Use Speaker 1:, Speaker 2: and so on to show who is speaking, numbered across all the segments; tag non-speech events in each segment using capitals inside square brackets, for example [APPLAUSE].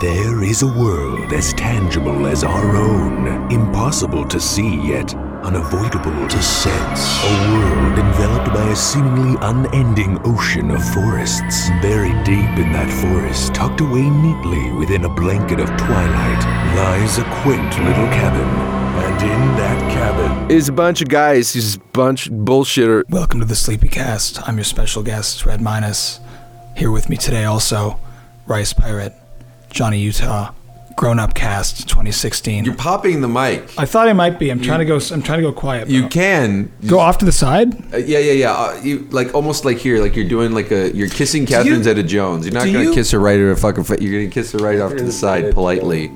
Speaker 1: There is a world as tangible as our own, impossible to see yet unavoidable to sense. A world enveloped by a seemingly unending ocean of forests. Buried deep in that forest, tucked away neatly within a blanket of twilight, lies a quaint little cabin. And in that cabin,
Speaker 2: It's a bunch of guys, just a bunch of bullshitter.
Speaker 3: Welcome to the Sleepy Cast. I'm your special guest, Red Minus. Here with me today also, Rice Pirate, Johnny Utah, Grown Up Cast 2016.
Speaker 4: You're popping the mic.
Speaker 3: I thought I might be. I'm trying to go. I'm trying to go quiet.
Speaker 4: You
Speaker 3: bro.
Speaker 4: can.
Speaker 3: go off to the side.
Speaker 4: Uh, yeah, yeah, yeah. Uh, you like almost like here, like you're doing like a you're kissing Catherine Zeta-Jones. You're not
Speaker 2: do
Speaker 4: gonna
Speaker 2: you-
Speaker 4: kiss her right in her fucking. Fa- you're gonna kiss her right off to the side politely.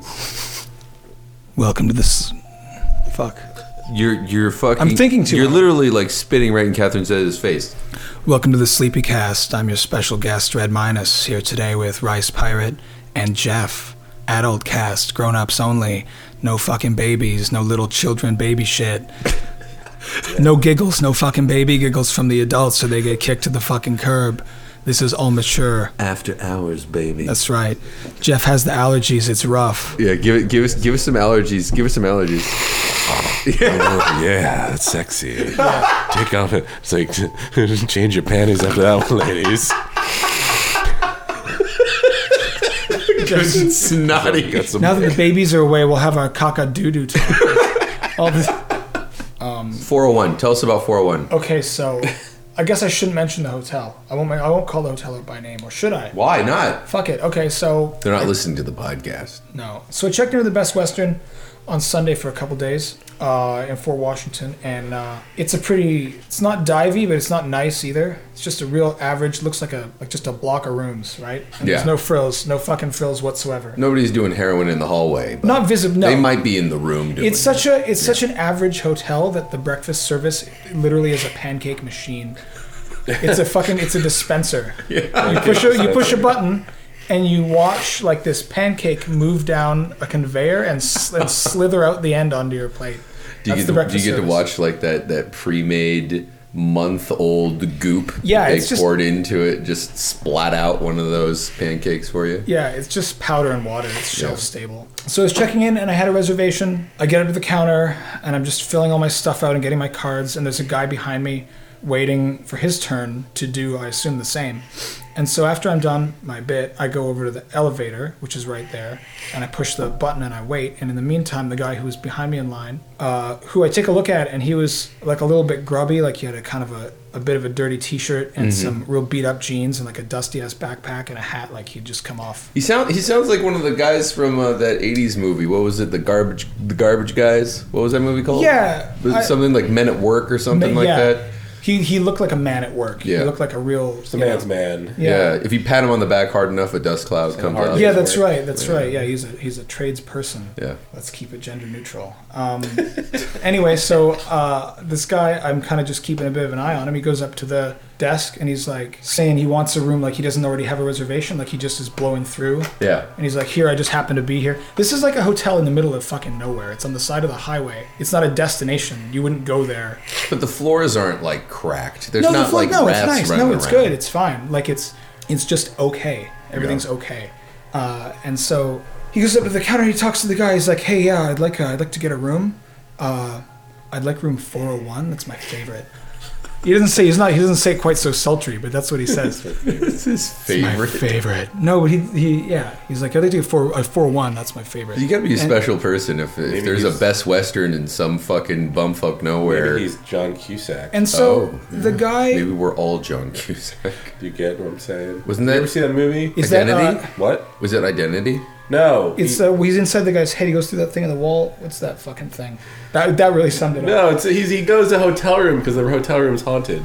Speaker 3: Welcome to this. Fuck.
Speaker 4: You're you're fucking.
Speaker 3: I'm thinking too
Speaker 4: You're
Speaker 3: hard.
Speaker 4: literally like spitting right in Catherine Zeta's face.
Speaker 3: Welcome to the Sleepy Cast. I'm your special guest, Red Minus, here today with Rice Pirate and Jeff. Adult cast, grown ups only. No fucking babies, no little children baby shit. No giggles, no fucking baby giggles from the adults, so they get kicked to the fucking curb. This is all mature.
Speaker 4: After hours, baby.
Speaker 3: That's right. Jeff has the allergies, it's rough.
Speaker 4: yeah, give it, give us, give us some allergies. Give us some [LAUGHS] allergies.
Speaker 5: [LAUGHS] Oh, yeah, that's sexy. Take off it. It's like, [LAUGHS] change your panties after that one, ladies.
Speaker 4: It's snotty.
Speaker 5: Got some
Speaker 3: Now that the babies are away, we'll have our caca doo doo talk. All this.
Speaker 4: 401. Tell us about 401.
Speaker 3: Okay, so I guess I shouldn't mention the hotel. I won't. ma- I won't call the hotel out by name, or should I?
Speaker 4: Why not?
Speaker 3: Fuck it. Okay, so
Speaker 4: They're not listening to the podcast.
Speaker 3: no. So I checked into the Best Western on Sunday for a couple days uh, in Fort Washington, and uh, it's a pretty. It's not divey, but it's not nice either. It's just a real average. Looks like a like just a block of rooms, right? And
Speaker 4: Yeah.
Speaker 3: There's no frills, no fucking frills whatsoever.
Speaker 4: Nobody's doing heroin in the hallway. But
Speaker 3: Not visible. No.
Speaker 4: They might be in the room doing.
Speaker 3: It's such a it's such an average hotel that the breakfast service literally is a pancake machine.
Speaker 4: [LAUGHS]
Speaker 3: It's a fucking it's a dispenser. You push a, you push a button and you watch like this pancake move down a conveyor and, s- and slither out the end onto your plate.
Speaker 4: Do you, get
Speaker 3: That's the
Speaker 4: to, do
Speaker 3: breakfast
Speaker 4: you get to
Speaker 3: service.
Speaker 4: watch like that that pre-made month-old goop?
Speaker 3: Yeah,
Speaker 4: that they
Speaker 3: it's just-
Speaker 4: poured into it, just splat out one of those pancakes for you.
Speaker 3: Yeah, it's just powder and water. It's shelf stable. So I was checking in and I had a reservation. I get up to the counter and I'm just filling all my stuff out and getting my cards. And there's a guy behind me waiting for his turn to do, I assume, the same. And so after I'm done my bit, I go over to the elevator, which is right there, and I push the button and I wait. And in the meantime, the guy who was behind me in line, uh, who I take a look at, and he was like a little bit grubby, like he had a kind of a a bit of a dirty T-shirt
Speaker 4: Mm-hmm.
Speaker 3: and some real beat-up jeans and like a dusty-ass backpack and a hat, like he'd just come off
Speaker 4: He sound he sounds like one of the guys from uh, that '80s movie. What was it? The garbage the garbage guys. What was that movie called?
Speaker 3: Yeah,
Speaker 4: was it
Speaker 3: I-
Speaker 4: something like Men at Work or something like
Speaker 3: yeah.
Speaker 4: that.
Speaker 3: He he looked like a man at work.
Speaker 4: Yeah.
Speaker 3: He looked like a real
Speaker 5: the man's man.
Speaker 4: Yeah.
Speaker 3: Yeah.
Speaker 4: if you pat him on the back hard enough, a dust cloud comes
Speaker 5: hard
Speaker 4: out.
Speaker 5: to
Speaker 3: Yeah,
Speaker 5: His
Speaker 3: that's
Speaker 5: work.
Speaker 3: right. That's right. Yeah, he's a he's a tradesperson.
Speaker 4: Yeah.
Speaker 3: Let's keep it gender neutral. Um, [LAUGHS] anyway, so uh, this guy, I'm kind of just keeping a bit of an eye on him. He goes up to the desk and he's like saying he wants a room like he doesn't already have a reservation, like he just is blowing through.
Speaker 4: Yeah.
Speaker 3: And he's like, here, I just happen to be here. This is like a hotel in the middle of fucking nowhere. It's on the side of the highway. It's not a destination. You wouldn't go there
Speaker 4: But the floors aren't like cracked. There's
Speaker 3: no,
Speaker 4: not
Speaker 3: the flight,
Speaker 4: like
Speaker 3: no, it's
Speaker 4: rats
Speaker 3: nice.
Speaker 4: running
Speaker 3: No, it's
Speaker 4: around.
Speaker 3: good. It's fine. Like it's it's just okay. Everything's okay. Uh, and so he goes up to the counter. He talks to the guy. He's like, "Hey, yeah, I'd like uh, I'd like to get a room. Uh, I'd like room 401. That's my favorite." He doesn't say he's not. He doesn't say it quite so sultry, but that's what
Speaker 4: [LAUGHS]
Speaker 3: he says.
Speaker 4: It's his favorite.
Speaker 3: favorite. No, but he, he yeah. He's like, "I'd like to get four uh, four one. That's my favorite."
Speaker 4: You gotta be a
Speaker 3: And-
Speaker 4: special person if, if there's a
Speaker 5: he's-
Speaker 4: best western in some fucking bumfuck nowhere.
Speaker 5: Maybe he's John Cusack.
Speaker 3: And so
Speaker 4: Oh,
Speaker 3: the guy
Speaker 4: Maybe we're all John Cusack.
Speaker 5: Do you get what I'm saying?
Speaker 4: Wasn't
Speaker 5: You
Speaker 4: that-
Speaker 5: ever see that movie?
Speaker 3: is that.
Speaker 4: Identity?
Speaker 3: Uh,
Speaker 5: what?
Speaker 4: [LAUGHS] Was it identity?
Speaker 5: No.
Speaker 3: It's
Speaker 5: he-
Speaker 3: uh, he's inside the guy's head. He goes through that thing in the wall. What's that fucking thing? That that really summed it up.
Speaker 5: no, it's, he's, he goes to a hotel room because the hotel room's haunted.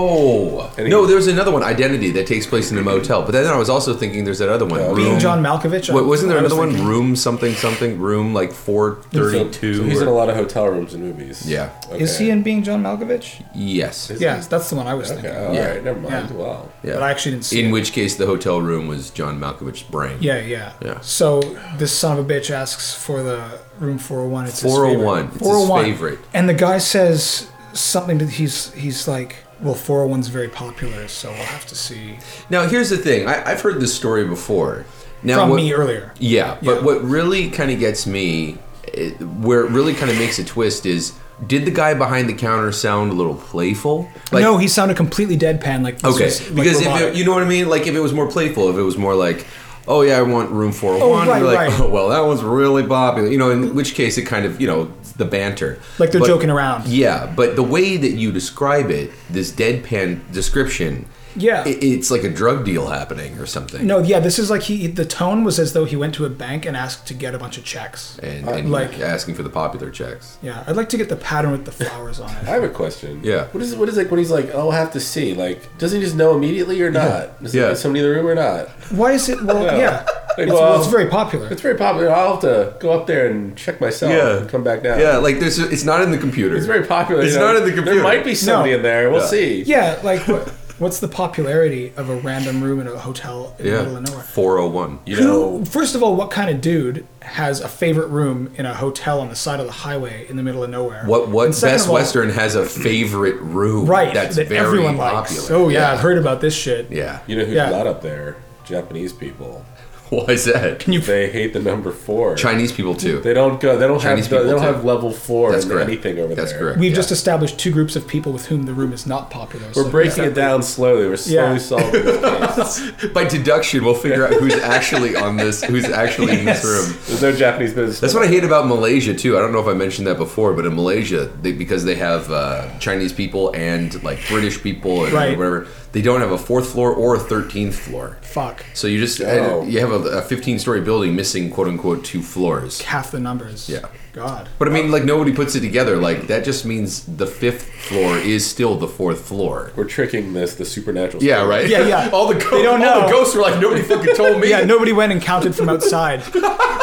Speaker 4: Oh
Speaker 5: And he-
Speaker 4: no, there was another one, Identity, that takes place in a motel. But then I was also thinking there's that other one.
Speaker 5: Yeah.
Speaker 3: Being
Speaker 4: Room-
Speaker 3: John Malkovich.
Speaker 4: Wait, wasn't there
Speaker 3: I was
Speaker 4: another one?
Speaker 3: thinking-
Speaker 4: Room something something. Room like four
Speaker 5: So-
Speaker 4: thirty-two.
Speaker 5: so he's
Speaker 4: or-
Speaker 5: in a lot of hotel rooms and movies.
Speaker 4: Yeah.
Speaker 3: Is he in Being John Malkovich?
Speaker 4: Yes.
Speaker 3: Yes, that's the one I was
Speaker 5: Okay.
Speaker 3: thinking.
Speaker 5: All right.
Speaker 4: Yeah.
Speaker 5: Never mind.
Speaker 3: Yeah.
Speaker 5: Wow.
Speaker 4: Yeah.
Speaker 3: But I actually didn't see.
Speaker 4: in
Speaker 3: it.
Speaker 4: which case, the hotel room was John Malkovich's brain.
Speaker 3: Yeah, yeah.
Speaker 4: Yeah.
Speaker 3: So this son of a bitch asks for the room 401. It's his
Speaker 4: 401.
Speaker 3: favorite. oh
Speaker 4: It's his favorite.
Speaker 3: And the guy says something that he's he's like, well, 401's very popular, so we'll have to see.
Speaker 4: Now, here's the thing. I, I've heard this story before, Now
Speaker 3: from
Speaker 4: what-
Speaker 3: me earlier.
Speaker 4: Yeah, but
Speaker 3: Yeah.
Speaker 4: what really kind of gets me, it, where it really kind of makes a twist is, did the guy behind the counter sound a little playful? Like,
Speaker 3: no, he sounded completely deadpan. Like this
Speaker 4: okay,
Speaker 3: was, like,
Speaker 4: because if
Speaker 3: robotic.
Speaker 4: it, you know what I mean, like if it was more playful, if it was more like. Oh yeah, I want room 401.
Speaker 3: right,
Speaker 4: you're like,
Speaker 3: right.
Speaker 4: oh well, that one's really popular. You know, in which case it kind of, you know, it's the banter.
Speaker 3: Like they're
Speaker 4: But-
Speaker 3: joking around.
Speaker 4: Yeah, but the way that you describe it, this deadpan description,
Speaker 3: Yeah.
Speaker 4: i- it's like a drug deal happening or something.
Speaker 3: no, yeah, this is like he. The tone was as though he went to a bank and asked to get a bunch of checks.
Speaker 4: and, and
Speaker 3: Uh, like-
Speaker 4: asking for the popular checks.
Speaker 3: Yeah, I'd like to get the pattern with the flowers on
Speaker 5: I
Speaker 3: it.
Speaker 5: have a question.
Speaker 4: Yeah.
Speaker 5: What is what is like when he's like, I'll have to see. Like, does he just know immediately or not? Is
Speaker 4: Yeah.
Speaker 5: yeah. somebody in the room or
Speaker 4: [LAUGHS]
Speaker 5: not?
Speaker 3: Why is it? Well, yeah, it's,
Speaker 5: well,
Speaker 3: well, it's very popular.
Speaker 5: It's very popular. I'll have to go up there and check myself
Speaker 4: Yeah.
Speaker 5: and Oh, come back down.
Speaker 4: Yeah, like there's it's not in the computer.
Speaker 5: It's very popular.
Speaker 4: It's
Speaker 5: you know.
Speaker 4: not in the computer.
Speaker 5: There might be somebody
Speaker 3: No.
Speaker 5: in there. We'll
Speaker 4: Yeah.
Speaker 5: see.
Speaker 3: Yeah, like what, what's the popularity of a random room in a hotel in the
Speaker 4: yeah.
Speaker 3: middle of nowhere?
Speaker 4: 401.
Speaker 5: You
Speaker 3: Who,
Speaker 5: know,
Speaker 3: first of all, what kind of dude has a favorite room in a hotel on the side of the highway in the middle of nowhere?
Speaker 4: What
Speaker 3: And
Speaker 4: what
Speaker 3: second
Speaker 4: Best
Speaker 3: of all-
Speaker 4: Western has a favorite room
Speaker 3: Right,
Speaker 4: that's
Speaker 3: that
Speaker 4: very
Speaker 3: everyone
Speaker 4: popular.
Speaker 3: likes. Oh yeah, I've heard about this shit.
Speaker 4: Yeah.
Speaker 5: you know who's
Speaker 3: Yeah.
Speaker 5: not up there? Japanese people.
Speaker 4: [LAUGHS] Why is that?
Speaker 5: They hate the number four.
Speaker 4: Chinese people too.
Speaker 5: They don't go. They don't
Speaker 4: Chinese
Speaker 5: have. the- They
Speaker 4: people
Speaker 5: don't
Speaker 4: too.
Speaker 5: have level four
Speaker 4: That's
Speaker 5: in
Speaker 4: correct.
Speaker 5: anything over
Speaker 4: That's
Speaker 5: there.
Speaker 4: correct.
Speaker 3: We've
Speaker 4: Yeah.
Speaker 3: just established two groups of people with whom the room is not popular.
Speaker 5: We're breaking it down slowly. We're slowly
Speaker 3: Yeah.
Speaker 5: solving
Speaker 3: [LAUGHS]
Speaker 5: this case.
Speaker 4: By deduction, we'll figure out who's actually on this, who's actually in
Speaker 3: [LAUGHS]
Speaker 4: this room.
Speaker 5: There's no Japanese business.
Speaker 4: That's what I hate about Malaysia too. I don't know if I mentioned that before, but in Malaysia, they, because they have uh, Chinese people and like British people and
Speaker 3: Right.
Speaker 4: whatever, they don't have a fourth floor or a thirteenth floor.
Speaker 3: Fuck,
Speaker 4: So you just uh,
Speaker 5: Oh.
Speaker 4: you have a, a 15 story building missing quote unquote two floors.
Speaker 3: half the numbers.
Speaker 4: Yeah.
Speaker 3: God.
Speaker 4: But I mean, like nobody puts it together. Like that just means the fifth floor is still the fourth floor.
Speaker 5: We're tricking this. The supernatural.
Speaker 4: Yeah,
Speaker 5: spirit.
Speaker 4: right.
Speaker 3: Yeah, yeah.
Speaker 4: [LAUGHS] all the ghosts,
Speaker 3: They don't
Speaker 4: all the
Speaker 3: know.
Speaker 4: ghosts were like nobody fucking told me.
Speaker 3: [LAUGHS] Yeah, nobody went and counted from outside.
Speaker 5: [LAUGHS]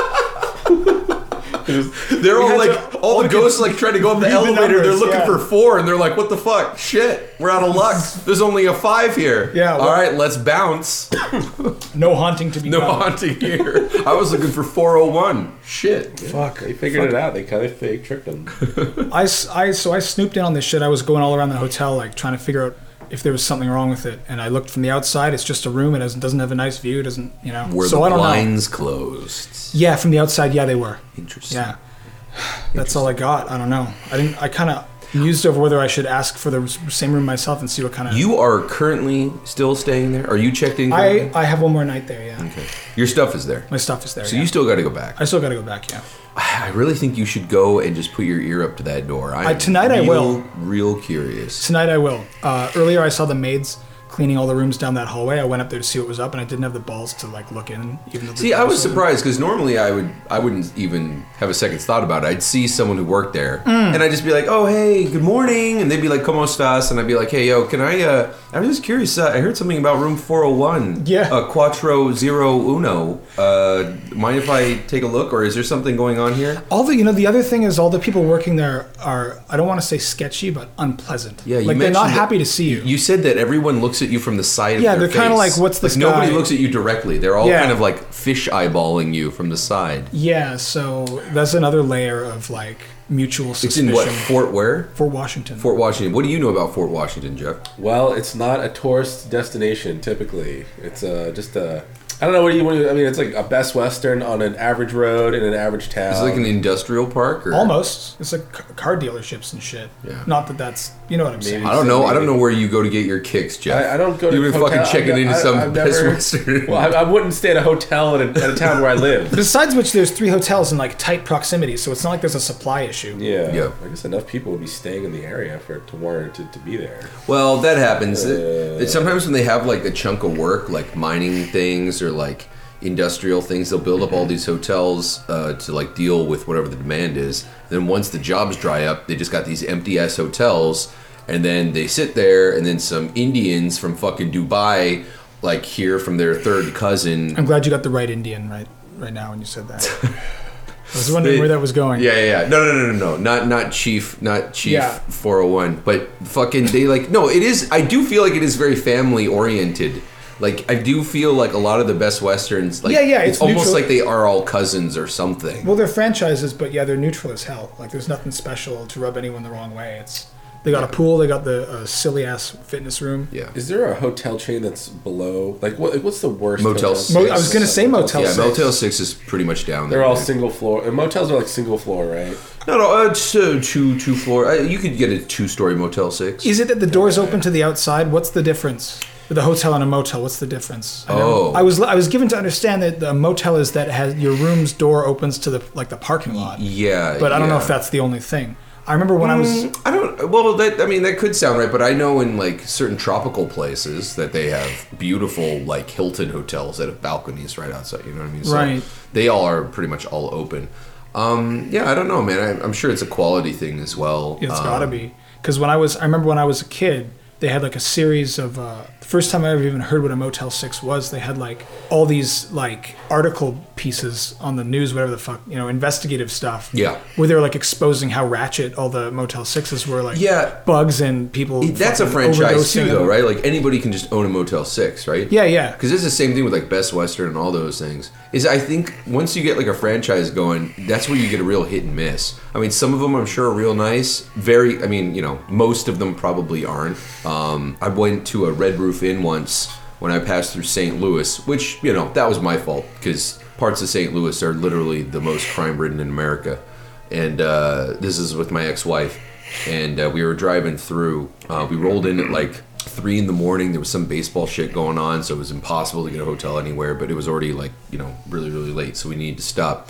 Speaker 4: They're all
Speaker 3: had
Speaker 4: like
Speaker 3: to-
Speaker 4: all the ghosts
Speaker 3: [LAUGHS]
Speaker 4: like trying to go up the
Speaker 3: read the
Speaker 4: elevator. they're
Speaker 3: numbers,
Speaker 4: looking
Speaker 3: yeah.
Speaker 4: for four, and they're like, "What the fuck? Shit, we're out of
Speaker 3: [LAUGHS]
Speaker 4: luck. There's only a five here.
Speaker 3: Yeah,
Speaker 4: All
Speaker 3: well-
Speaker 4: right, let's bounce. [LAUGHS]
Speaker 3: No haunting to be
Speaker 4: No [LAUGHS]
Speaker 3: found.
Speaker 4: haunting here. I was looking for 401. Shit.
Speaker 3: Fuck.
Speaker 5: They figured it out. They kind of they tricked them.
Speaker 3: I, s- I- so I snooped in on this shit. I was going all around the hotel, like trying to figure out if there was something wrong with it. And I looked from the outside. It's just a room. It doesn't, doesn't have a nice view. It doesn't, you know.
Speaker 4: Were
Speaker 3: so
Speaker 4: the
Speaker 3: I don't
Speaker 4: blinds closed?
Speaker 3: know. Yeah, from the outside, yeah, they were.
Speaker 4: Interesting.
Speaker 3: Yeah, that's all I got. I don't know. I didn't. I kind of mused over whether I should ask for the s- same room myself and see what kind of.
Speaker 4: You are currently still staying there? Are you checked in?
Speaker 3: I
Speaker 4: currently?
Speaker 3: I have one more night there. Yeah,
Speaker 4: Okay. Your stuff is there.
Speaker 3: my stuff is there.
Speaker 4: So
Speaker 3: yeah.
Speaker 4: you still got to go back.
Speaker 3: I still got to go back. Yeah.
Speaker 4: [SIGHS] I really think you should go and just put your ear up to that door. I'm
Speaker 3: I- tonight I
Speaker 4: real,
Speaker 3: will.
Speaker 4: Real curious.
Speaker 3: Tonight I will. Uh, earlier I saw the maids cleaning all the rooms down that hallway. I went up there to see what was up, and I didn't have the balls to like look in. Even though the
Speaker 4: See, I
Speaker 3: doors
Speaker 4: was
Speaker 3: were open.
Speaker 4: surprised because normally I would I wouldn't even have a second thought about it. I'd see someone who worked there,
Speaker 3: Mm.
Speaker 4: and I'd just be like, "Oh, hey, good morning," and they'd be like, "Como estás?" and I'd be like, "Hey, yo, can I? uh I was just curious. Uh, I heard something about room 401.
Speaker 3: Yeah.
Speaker 4: uh, Cuatro Zero Uno. Uh, mind if I take a look, or is there something going on here?"
Speaker 3: All the you know the other thing is all the people working there are I don't want to say sketchy but unpleasant.
Speaker 4: Yeah, you
Speaker 3: like they're not
Speaker 4: mentioned that-
Speaker 3: happy to see you.
Speaker 4: You said that everyone looks at you from the side
Speaker 3: Yeah,
Speaker 4: of their
Speaker 3: they're kinda
Speaker 4: face.
Speaker 3: like, "What's this
Speaker 4: Nobody
Speaker 3: guy?"
Speaker 4: looks at you directly. They're all
Speaker 3: Yeah.
Speaker 4: kind of like fish eyeballing you from the side.
Speaker 3: yeah, so that's another layer of like mutual
Speaker 4: It's
Speaker 3: suspicion
Speaker 4: in what Fort where?
Speaker 3: for Washington.
Speaker 4: Fort Washington. What do you know about Fort Washington, Jeff?
Speaker 5: Well, it's not a tourist destination typically. It's uh, just a. I don't know what do you want to. I mean, it's like a Best Western on an average road in an average town.
Speaker 4: It's like an industrial park, or
Speaker 3: Um, Almost, it's like c- car dealerships and shit.
Speaker 4: Yeah.
Speaker 3: Not that that's you know what I'm saying.
Speaker 4: I don't know. I don't know where you go to get your kicks, Jeff.
Speaker 5: I, I don't go to.
Speaker 4: You've been
Speaker 5: hotel-
Speaker 4: fucking checking
Speaker 5: I've-
Speaker 4: into
Speaker 5: I-
Speaker 4: some
Speaker 5: I've
Speaker 4: Best
Speaker 5: never-
Speaker 3: [LAUGHS]
Speaker 4: Western.
Speaker 5: [LAUGHS] Well, I, I wouldn't stay at a hotel in a, in a town where I
Speaker 4: [LAUGHS]
Speaker 5: live.
Speaker 3: Besides which, there's three hotels in like tight proximity, so it's not like there's a supply issue.
Speaker 5: Yeah.
Speaker 4: Yeah.
Speaker 5: I guess enough people would be staying in the area for it to warrant it to be there.
Speaker 4: Well, that happens. It- it's sometimes when they have like a chunk of work, like mining things or like industrial things, they'll build up all these hotels uh, to like deal with whatever the demand is. Then once the jobs dry up, they just got these empty ass hotels, and then they sit there, and then some Indians from fucking Dubai like hear from their third cousin.
Speaker 3: I'm glad you got the right Indian right right now when you
Speaker 4: [LAUGHS]
Speaker 3: said that. I was wondering where that was going.
Speaker 4: Yeah, yeah, yeah. No, no, no, no, no. Not not chief, not chief
Speaker 3: Yeah.
Speaker 4: 401, but fucking they like no, it is I do feel like it is very family oriented. Like I do feel like a lot of the best westerns like
Speaker 3: Yeah, yeah,
Speaker 4: it's,
Speaker 3: it's
Speaker 4: almost
Speaker 3: neutral.
Speaker 4: like they are all cousins or something.
Speaker 3: Well, they're franchises, but yeah, they're neutral as hell. Like, there's nothing special to rub anyone the wrong way. It's They got a pool. They got the uh, silly ass fitness room.
Speaker 4: Yeah.
Speaker 5: Is there a hotel chain that's below? Like, what? What's the worst?
Speaker 4: Motel
Speaker 5: hotel?
Speaker 4: six. Mo-
Speaker 3: I was gonna say motel
Speaker 4: yeah,
Speaker 3: six.
Speaker 4: Motel Six is pretty much down there.
Speaker 5: They're all
Speaker 4: man.
Speaker 5: single floor. And motels are like single floor, right?
Speaker 4: No, no, uh, it's uh, two two floor. Uh, you could get a two story Motel Six.
Speaker 3: Is it that the doors open to the outside? What's the difference? With a hotel and a motel, what's the difference? I
Speaker 4: Oh.
Speaker 3: I was I was given to understand that the motel is that has your room's door opens to the like the parking lot.
Speaker 4: yeah,
Speaker 3: But I don't know
Speaker 4: yeah. Mm.
Speaker 3: if that's the only thing. I remember when I was
Speaker 4: I don't. Well, that I mean, that could sound right, but I know in like certain tropical places that they have beautiful like Hilton hotels that have balconies right outside. You know what I mean?
Speaker 3: Right.
Speaker 4: They all are pretty much all open. Um, yeah, I don't know, man. I, I'm sure it's a quality thing as well.
Speaker 3: It's
Speaker 4: Um,
Speaker 3: gotta be because when I was, I remember when I was a kid, they had like a series of uh, the first time I ever even heard what a Motel Six was. They had like all these like article pieces on the news, whatever the fuck, you know, investigative stuff.
Speaker 4: Yeah.
Speaker 3: where they were like exposing how ratchet all the Motel Sixes were, like
Speaker 4: Yeah.
Speaker 3: bugs and people.
Speaker 4: That's a
Speaker 3: fucking
Speaker 4: franchise
Speaker 3: overdosing
Speaker 4: too, though,
Speaker 3: and-
Speaker 4: right? Like anybody can just own a Motel Six, right?
Speaker 3: Yeah, yeah.
Speaker 4: Because it's the same thing with like Best Western and all those things. Is I think once you get like a franchise going, that's where you get a real hit and miss. I mean, some of them I'm sure are real nice. Very, I mean, you know, most of them probably aren't. Um, I went to a Red Roof Inn once when I passed through St. Louis, which you know that was my fault because parts of St. Louis are literally the most crime-ridden in America. And uh, this is with my ex-wife, and uh, we were driving through. Uh, we rolled in at like three in the morning. There was some baseball shit going on, so it was impossible to get a hotel anywhere. But it was already like you know really really late, so we needed to stop.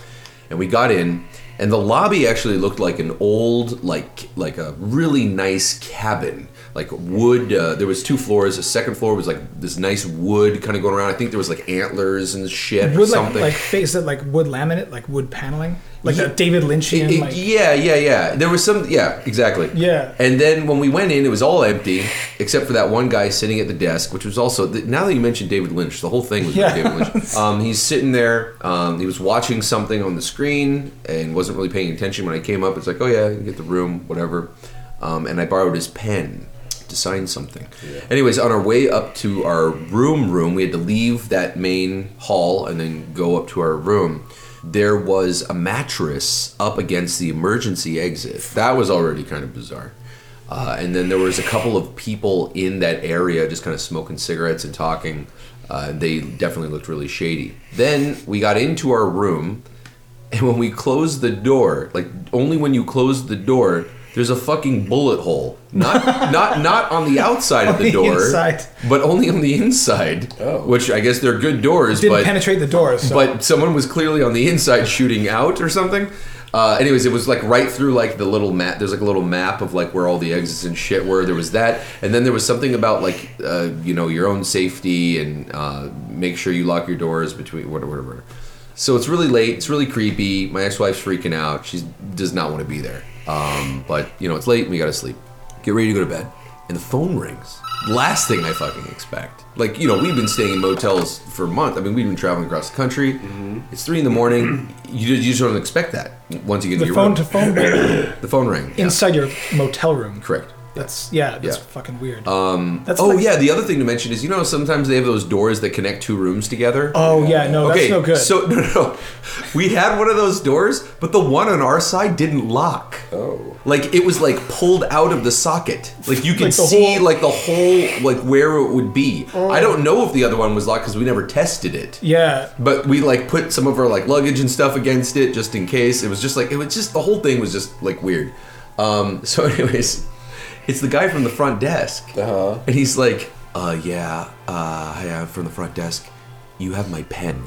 Speaker 4: And we got in, and the lobby actually looked like an old like like a really nice cabin. Like wood, uh, there was two floors. The second floor was like this nice wood kind of going around. I think there was like antlers and shit or
Speaker 3: Wood like,
Speaker 4: something.
Speaker 3: like face that like wood laminate, like wood paneling, like
Speaker 4: Yeah.
Speaker 3: that David Lynchian.
Speaker 4: It- it-
Speaker 3: like,
Speaker 4: yeah, yeah, yeah. There was some. Yeah, exactly.
Speaker 3: Yeah.
Speaker 4: And then when we went in, it was all empty except for that one guy sitting at the desk, which was also. th- Now that you mentioned David Lynch, the whole thing was about
Speaker 3: Yeah.
Speaker 4: David Lynch. Um, he's sitting there. Um, he was watching something on the screen and wasn't really paying attention when I came up. It's like, oh yeah, you can get the room, whatever. Um, and I borrowed his pen to sign something. Anyways, on our way up to our room, room, we had to leave that main hall and then go up to our room there was a mattress up against the emergency exit. That was already kind of bizarre. Uh, and then there was a couple of people in that area just kind of smoking cigarettes and talking. Uh, they definitely looked really shady. Then we got into our room, and when we closed the door, like only when you closed the door, there's a fucking bullet hole.
Speaker 3: [LAUGHS]
Speaker 4: Not not not on the outside of
Speaker 3: On
Speaker 4: the,
Speaker 3: the
Speaker 4: door,
Speaker 3: inside.
Speaker 4: but only on the inside.
Speaker 5: Oh.
Speaker 4: Which I guess they're good doors,
Speaker 3: didn't
Speaker 4: but
Speaker 3: penetrate the door, so
Speaker 4: but someone was clearly on the inside shooting out or something. Uh, anyways, it was like right through like the little map. There's like a little map of like where all the exits and shit were. There was that, and then there was something about like uh, you know your own safety and uh, make sure you lock your doors between whatever. whatever. So it's really late. It's really creepy. My ex-wife's freaking out. She does not want to be there. Um, but you know it's late. and We gotta sleep. Get ready to go to bed, and the phone rings. Last thing I fucking expect. Like you know we've been staying in motels for a month. I mean we've been traveling across the country. It's three in the morning. You, you just don't expect that once you get to
Speaker 3: the
Speaker 4: your room.
Speaker 3: phone to
Speaker 4: [COUGHS]
Speaker 3: phone bill
Speaker 4: the phone rang. Yeah.
Speaker 3: inside your motel room.
Speaker 4: Correct.
Speaker 3: That's yeah, that's
Speaker 4: Yeah.
Speaker 3: fucking weird. Um, that's
Speaker 4: Oh
Speaker 3: like-
Speaker 4: yeah. The other thing to mention is you know sometimes they have those doors that connect two rooms together.
Speaker 3: Oh yeah, no, that's no good.
Speaker 4: So [LAUGHS] no, no, no. we had one of those doors, but the one on our side didn't lock.
Speaker 5: Oh.
Speaker 4: Like it was like pulled out of the socket. Like you could
Speaker 3: Like the
Speaker 4: see
Speaker 3: whole-
Speaker 4: like the whole like where it would be.
Speaker 5: Oh.
Speaker 4: I don't know if the other one was locked because we never tested it.
Speaker 3: yeah,
Speaker 4: But we like put some of our like luggage and stuff against it just in case. It was just like it was just the whole thing was just like weird. Um, [LAUGHS] so, anyways, it's the guy from the front desk,
Speaker 5: Uh-huh.
Speaker 4: and he's like, "Uh, yeah, uh, hi, I'm from the front desk. You have my pen."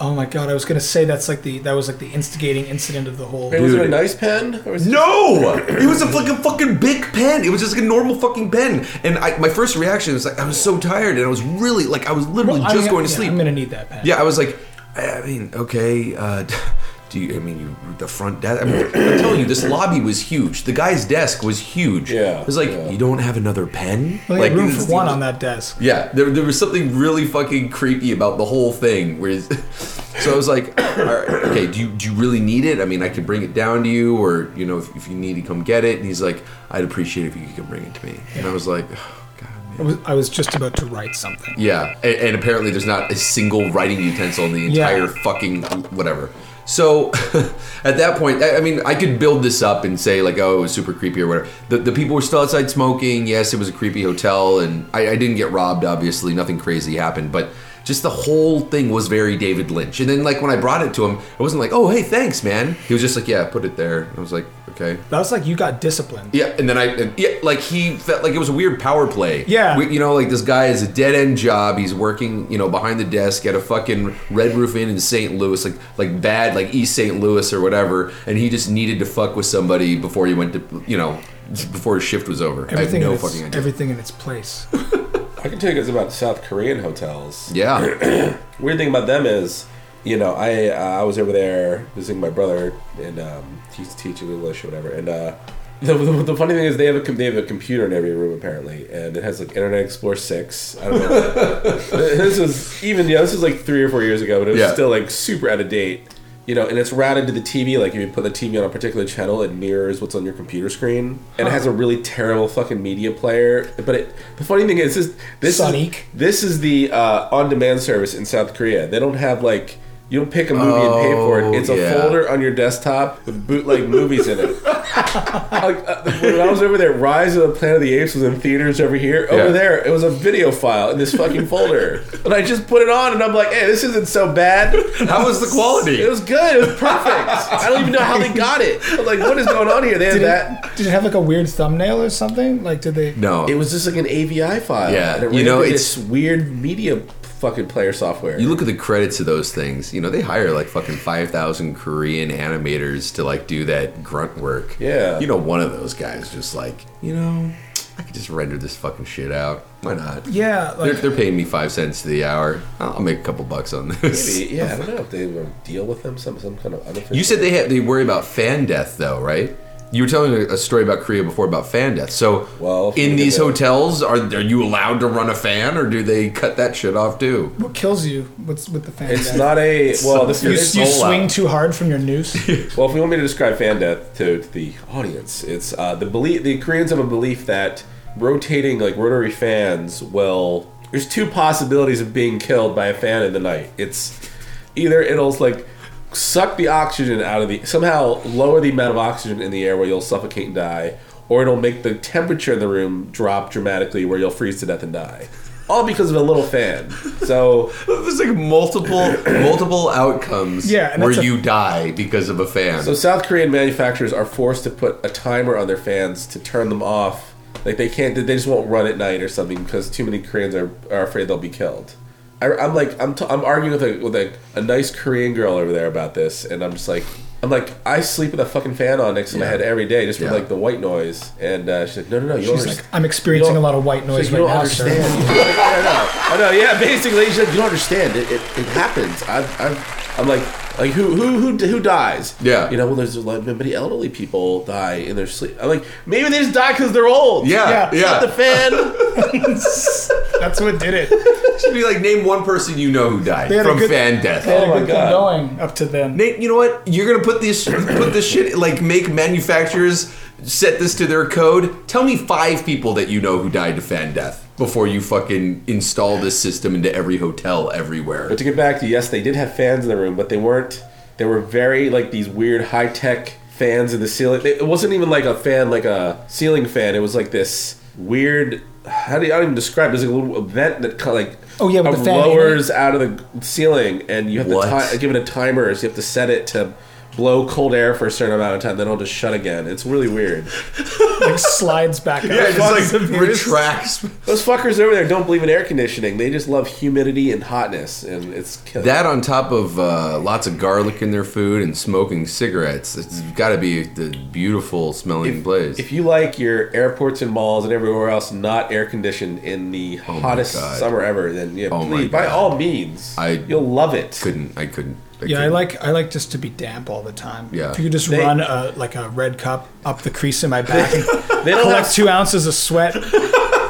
Speaker 3: Oh my god, I was gonna say that's like the that was like the instigating incident of the whole.
Speaker 5: Hey, was it a nice pen? Or was
Speaker 4: No, it was a fucking fucking big pen. It was just like a normal fucking pen. And I, my first reaction was like, I was so tired, and I was really like, I was literally
Speaker 3: I'm
Speaker 4: just
Speaker 3: gonna-
Speaker 4: going to
Speaker 3: yeah,
Speaker 4: sleep.
Speaker 3: I'm gonna need that pen.
Speaker 4: Yeah, I was like, I I mean, okay, uh, [LAUGHS] do you? I mean, you the front desk. I mean, I'm telling you, this lobby was huge. The guy's desk was huge.
Speaker 5: Yeah,
Speaker 4: it was like
Speaker 5: yeah.
Speaker 4: you don't have another pen.
Speaker 3: Only had room
Speaker 4: it was-
Speaker 3: for one on that desk.
Speaker 4: Yeah, there, there was something really fucking creepy about the whole thing. Where, he's- [LAUGHS] so I was like, All right, okay, do you do you really need it? I mean, I could bring it down to you, or you know, if, if you need to come get it. And he's like, I'd appreciate it if you could bring it to me. And I was like, [SIGHS] oh, God.
Speaker 3: I was, I was just about to write something.
Speaker 4: Yeah, and, and apparently there's not a single writing utensil in the
Speaker 3: Yeah.
Speaker 4: entire fucking whatever. So [LAUGHS] at that point, I I mean, I could build this up and say, like, oh, it was super creepy or whatever. The, the people were still outside smoking. Yes, it was a creepy hotel, and I, I didn't get robbed, obviously. Nothing crazy happened. But just the whole thing was very David Lynch. And then, like, when I brought it to him, I wasn't like, oh, hey, thanks, man. He was just like, yeah, put it there. I was like, okay.
Speaker 3: That was like you got disciplined.
Speaker 4: Yeah, and then I, and yeah, like he felt like it was a weird power play.
Speaker 3: Yeah.
Speaker 4: We, you know, like this guy is a dead end job. He's working, you know, behind the desk at a fucking Red Roof Inn in St. Louis, like like bad, like East St. Louis or whatever. And he just needed to fuck with somebody before he went to, you know, before his shift was over.
Speaker 3: Everything,
Speaker 4: I have
Speaker 3: in
Speaker 4: no
Speaker 3: its,
Speaker 4: fucking idea.
Speaker 3: everything in
Speaker 5: [LAUGHS]
Speaker 3: its place.
Speaker 5: I can tell you guys about South Korean hotels.
Speaker 4: yeah.
Speaker 5: [COUGHS] weird thing about them is, you know, I uh, I was over there visiting my brother, and um, he's teaching English or whatever. And uh, [LAUGHS] the, the, the funny thing is, they have a com- they have a computer in every room apparently, and it has like Internet Explorer six. I don't know. this was even yeah, this was like three or four years ago, but it was
Speaker 4: Yeah.
Speaker 5: still like super out of date. You know, and it's routed to the TV. Like if you put the TV on a particular channel, it mirrors what's on your computer screen, and it has a really terrible fucking media player. But it, the funny thing is, this this is,
Speaker 3: Sonic.
Speaker 5: this is the uh, on-demand service in South Korea. They don't have like you don't pick a movie and pay for
Speaker 4: Oh,
Speaker 5: it. It's
Speaker 4: yeah.
Speaker 5: a folder on your desktop with bootleg movies in it. like, uh, when I was over there, Rise of the Planet of the Apes was in theaters over here. Over
Speaker 4: Yeah.
Speaker 5: there, it was a video file in this fucking folder, and I just put it on, and I'm like, "Hey, this isn't so bad."
Speaker 4: How was the quality?
Speaker 5: It was good. It was perfect. I don't even know how they got it. I'm like, what is going on here? They had
Speaker 3: Did
Speaker 5: that.
Speaker 3: it, did it have like a weird thumbnail or something? Like, did they?
Speaker 4: no.
Speaker 5: It was just like an AVI file.
Speaker 4: Yeah,
Speaker 5: and it
Speaker 4: you
Speaker 5: ran
Speaker 4: know,
Speaker 5: through
Speaker 4: it's-
Speaker 5: this weird media fucking player software.
Speaker 4: You look at the credits of those things. You know, they hire like fucking five thousand Korean animators to like do that grunt work.
Speaker 5: Yeah.
Speaker 4: You know, one of those guys just like, you know, I could just render this fucking shit out. Why not?
Speaker 3: Yeah,
Speaker 4: They're,
Speaker 3: like
Speaker 4: they're paying me five cents to the hour. I'll I'll make a couple bucks on this.
Speaker 5: Maybe, yeah, I don't know if they will deal with them some some kind of unofficial.
Speaker 4: You said they had, they worry about fan death though, right? You were telling a a story about Korea before about fan death. So,
Speaker 5: Well, if
Speaker 4: in
Speaker 5: we
Speaker 4: these
Speaker 5: did that-
Speaker 4: hotels, are are you allowed to run a fan, or do they cut that shit off too?
Speaker 3: what kills you? What's with the fan?
Speaker 5: it's
Speaker 3: death?
Speaker 5: not a well. This
Speaker 3: You,
Speaker 5: is
Speaker 3: you
Speaker 4: soul
Speaker 3: swing
Speaker 4: out.
Speaker 3: too hard from your
Speaker 4: [LAUGHS]
Speaker 3: noose.
Speaker 5: well. If you want me to describe fan death to, to the audience, it's uh, the belief. The Koreans have a belief that rotating like rotary fans will. There's two possibilities of being killed by a fan in the night. It's either it'll like suck the oxygen out of the somehow lower the amount of oxygen in the air where you'll suffocate and die, or it'll make the temperature in the room drop dramatically where you'll freeze to death and die. All because of a little fan. So
Speaker 4: There's like
Speaker 5: [CLEARS THROAT]
Speaker 4: multiple multiple outcomes
Speaker 3: Yeah, and
Speaker 4: where
Speaker 3: that's a-
Speaker 4: you die because of a fan.
Speaker 5: So South Korean manufacturers are forced to put a timer on their fans to turn them off. Like they can't, they just won't run at night or something because too many Koreans are, are afraid they'll be killed. I, I'm like, I'm, t- I'm arguing with a with a, a nice Korean girl over there about this, and I'm just like, I'm like, I sleep with a fucking fan on next to my
Speaker 4: Yeah.
Speaker 5: head every day just for
Speaker 4: Yeah.
Speaker 5: like the white noise, and uh, she's like, no, no, no, you don't
Speaker 3: She's
Speaker 5: underst-
Speaker 3: like, I'm experiencing
Speaker 5: you don't-
Speaker 3: a lot of white noise
Speaker 5: she's like,
Speaker 3: right
Speaker 5: you don't
Speaker 3: now, sir. [LAUGHS]
Speaker 5: understand. I know, I know, yeah. Basically, she's like, you don't understand. It, it, it happens. I've, I've, I'm like, like who, who, who, who dies?
Speaker 4: Yeah.
Speaker 5: you know, well, there's a lot many elderly people die in their sleep. I'm like, maybe they just die because they're old.
Speaker 4: yeah,
Speaker 3: Yeah.
Speaker 4: yeah.
Speaker 5: Not the fan.
Speaker 3: That's what did it.
Speaker 4: Should be like name one person you know who died
Speaker 3: They had a
Speaker 4: from
Speaker 3: good-
Speaker 4: fan death.
Speaker 3: They had
Speaker 5: [LAUGHS] Oh my
Speaker 3: a good thing
Speaker 5: God.
Speaker 3: going up to then.
Speaker 4: Nate, you know what? You're gonna put this put this shit like make manufacturers set this to their code. Tell me five people that you know who died to fan death before you fucking install this system into every hotel everywhere.
Speaker 5: but to get back to yes, they did have fans in the room, but they weren't. They were very like these weird high tech fans in the ceiling. They- It wasn't even like a fan, like a ceiling fan. It was like this weird. How do you, I don't even describe? It. It's like a little vent that kind of like
Speaker 3: Oh, yeah, with the fan in it.
Speaker 5: lowers out of the ceiling, and you have
Speaker 4: What?
Speaker 5: to ti- give it a timer. So you have to set it to blow cold air for a certain amount of time. Then it'll just shut again. It's really weird.
Speaker 3: Like slides back up.
Speaker 4: Yeah, it just like
Speaker 3: Disappears.
Speaker 4: retracts.
Speaker 5: Those fuckers over there don't believe in air conditioning. They just love humidity and hotness, and it's killing.
Speaker 4: That on top of uh, lots of garlic in their food and smoking cigarettes, it's got to be the beautiful smelling place.
Speaker 5: if you like your airports and malls and everywhere else not air conditioned in the
Speaker 4: Oh my
Speaker 5: hottest
Speaker 4: God.
Speaker 5: summer ever, then yeah,
Speaker 4: Oh my
Speaker 5: please, by
Speaker 4: God.
Speaker 5: all means,
Speaker 4: I
Speaker 5: you'll love it.
Speaker 4: couldn't, I couldn't.
Speaker 3: Yeah, I
Speaker 4: couldn't.
Speaker 3: like I like just to be damp all the time.
Speaker 4: Yeah.
Speaker 3: If you could just
Speaker 5: They-
Speaker 3: run a like a red cup up the
Speaker 5: [LAUGHS]
Speaker 3: crease in my back and
Speaker 5: They don't
Speaker 3: collect
Speaker 5: have
Speaker 3: two ounces of sweat.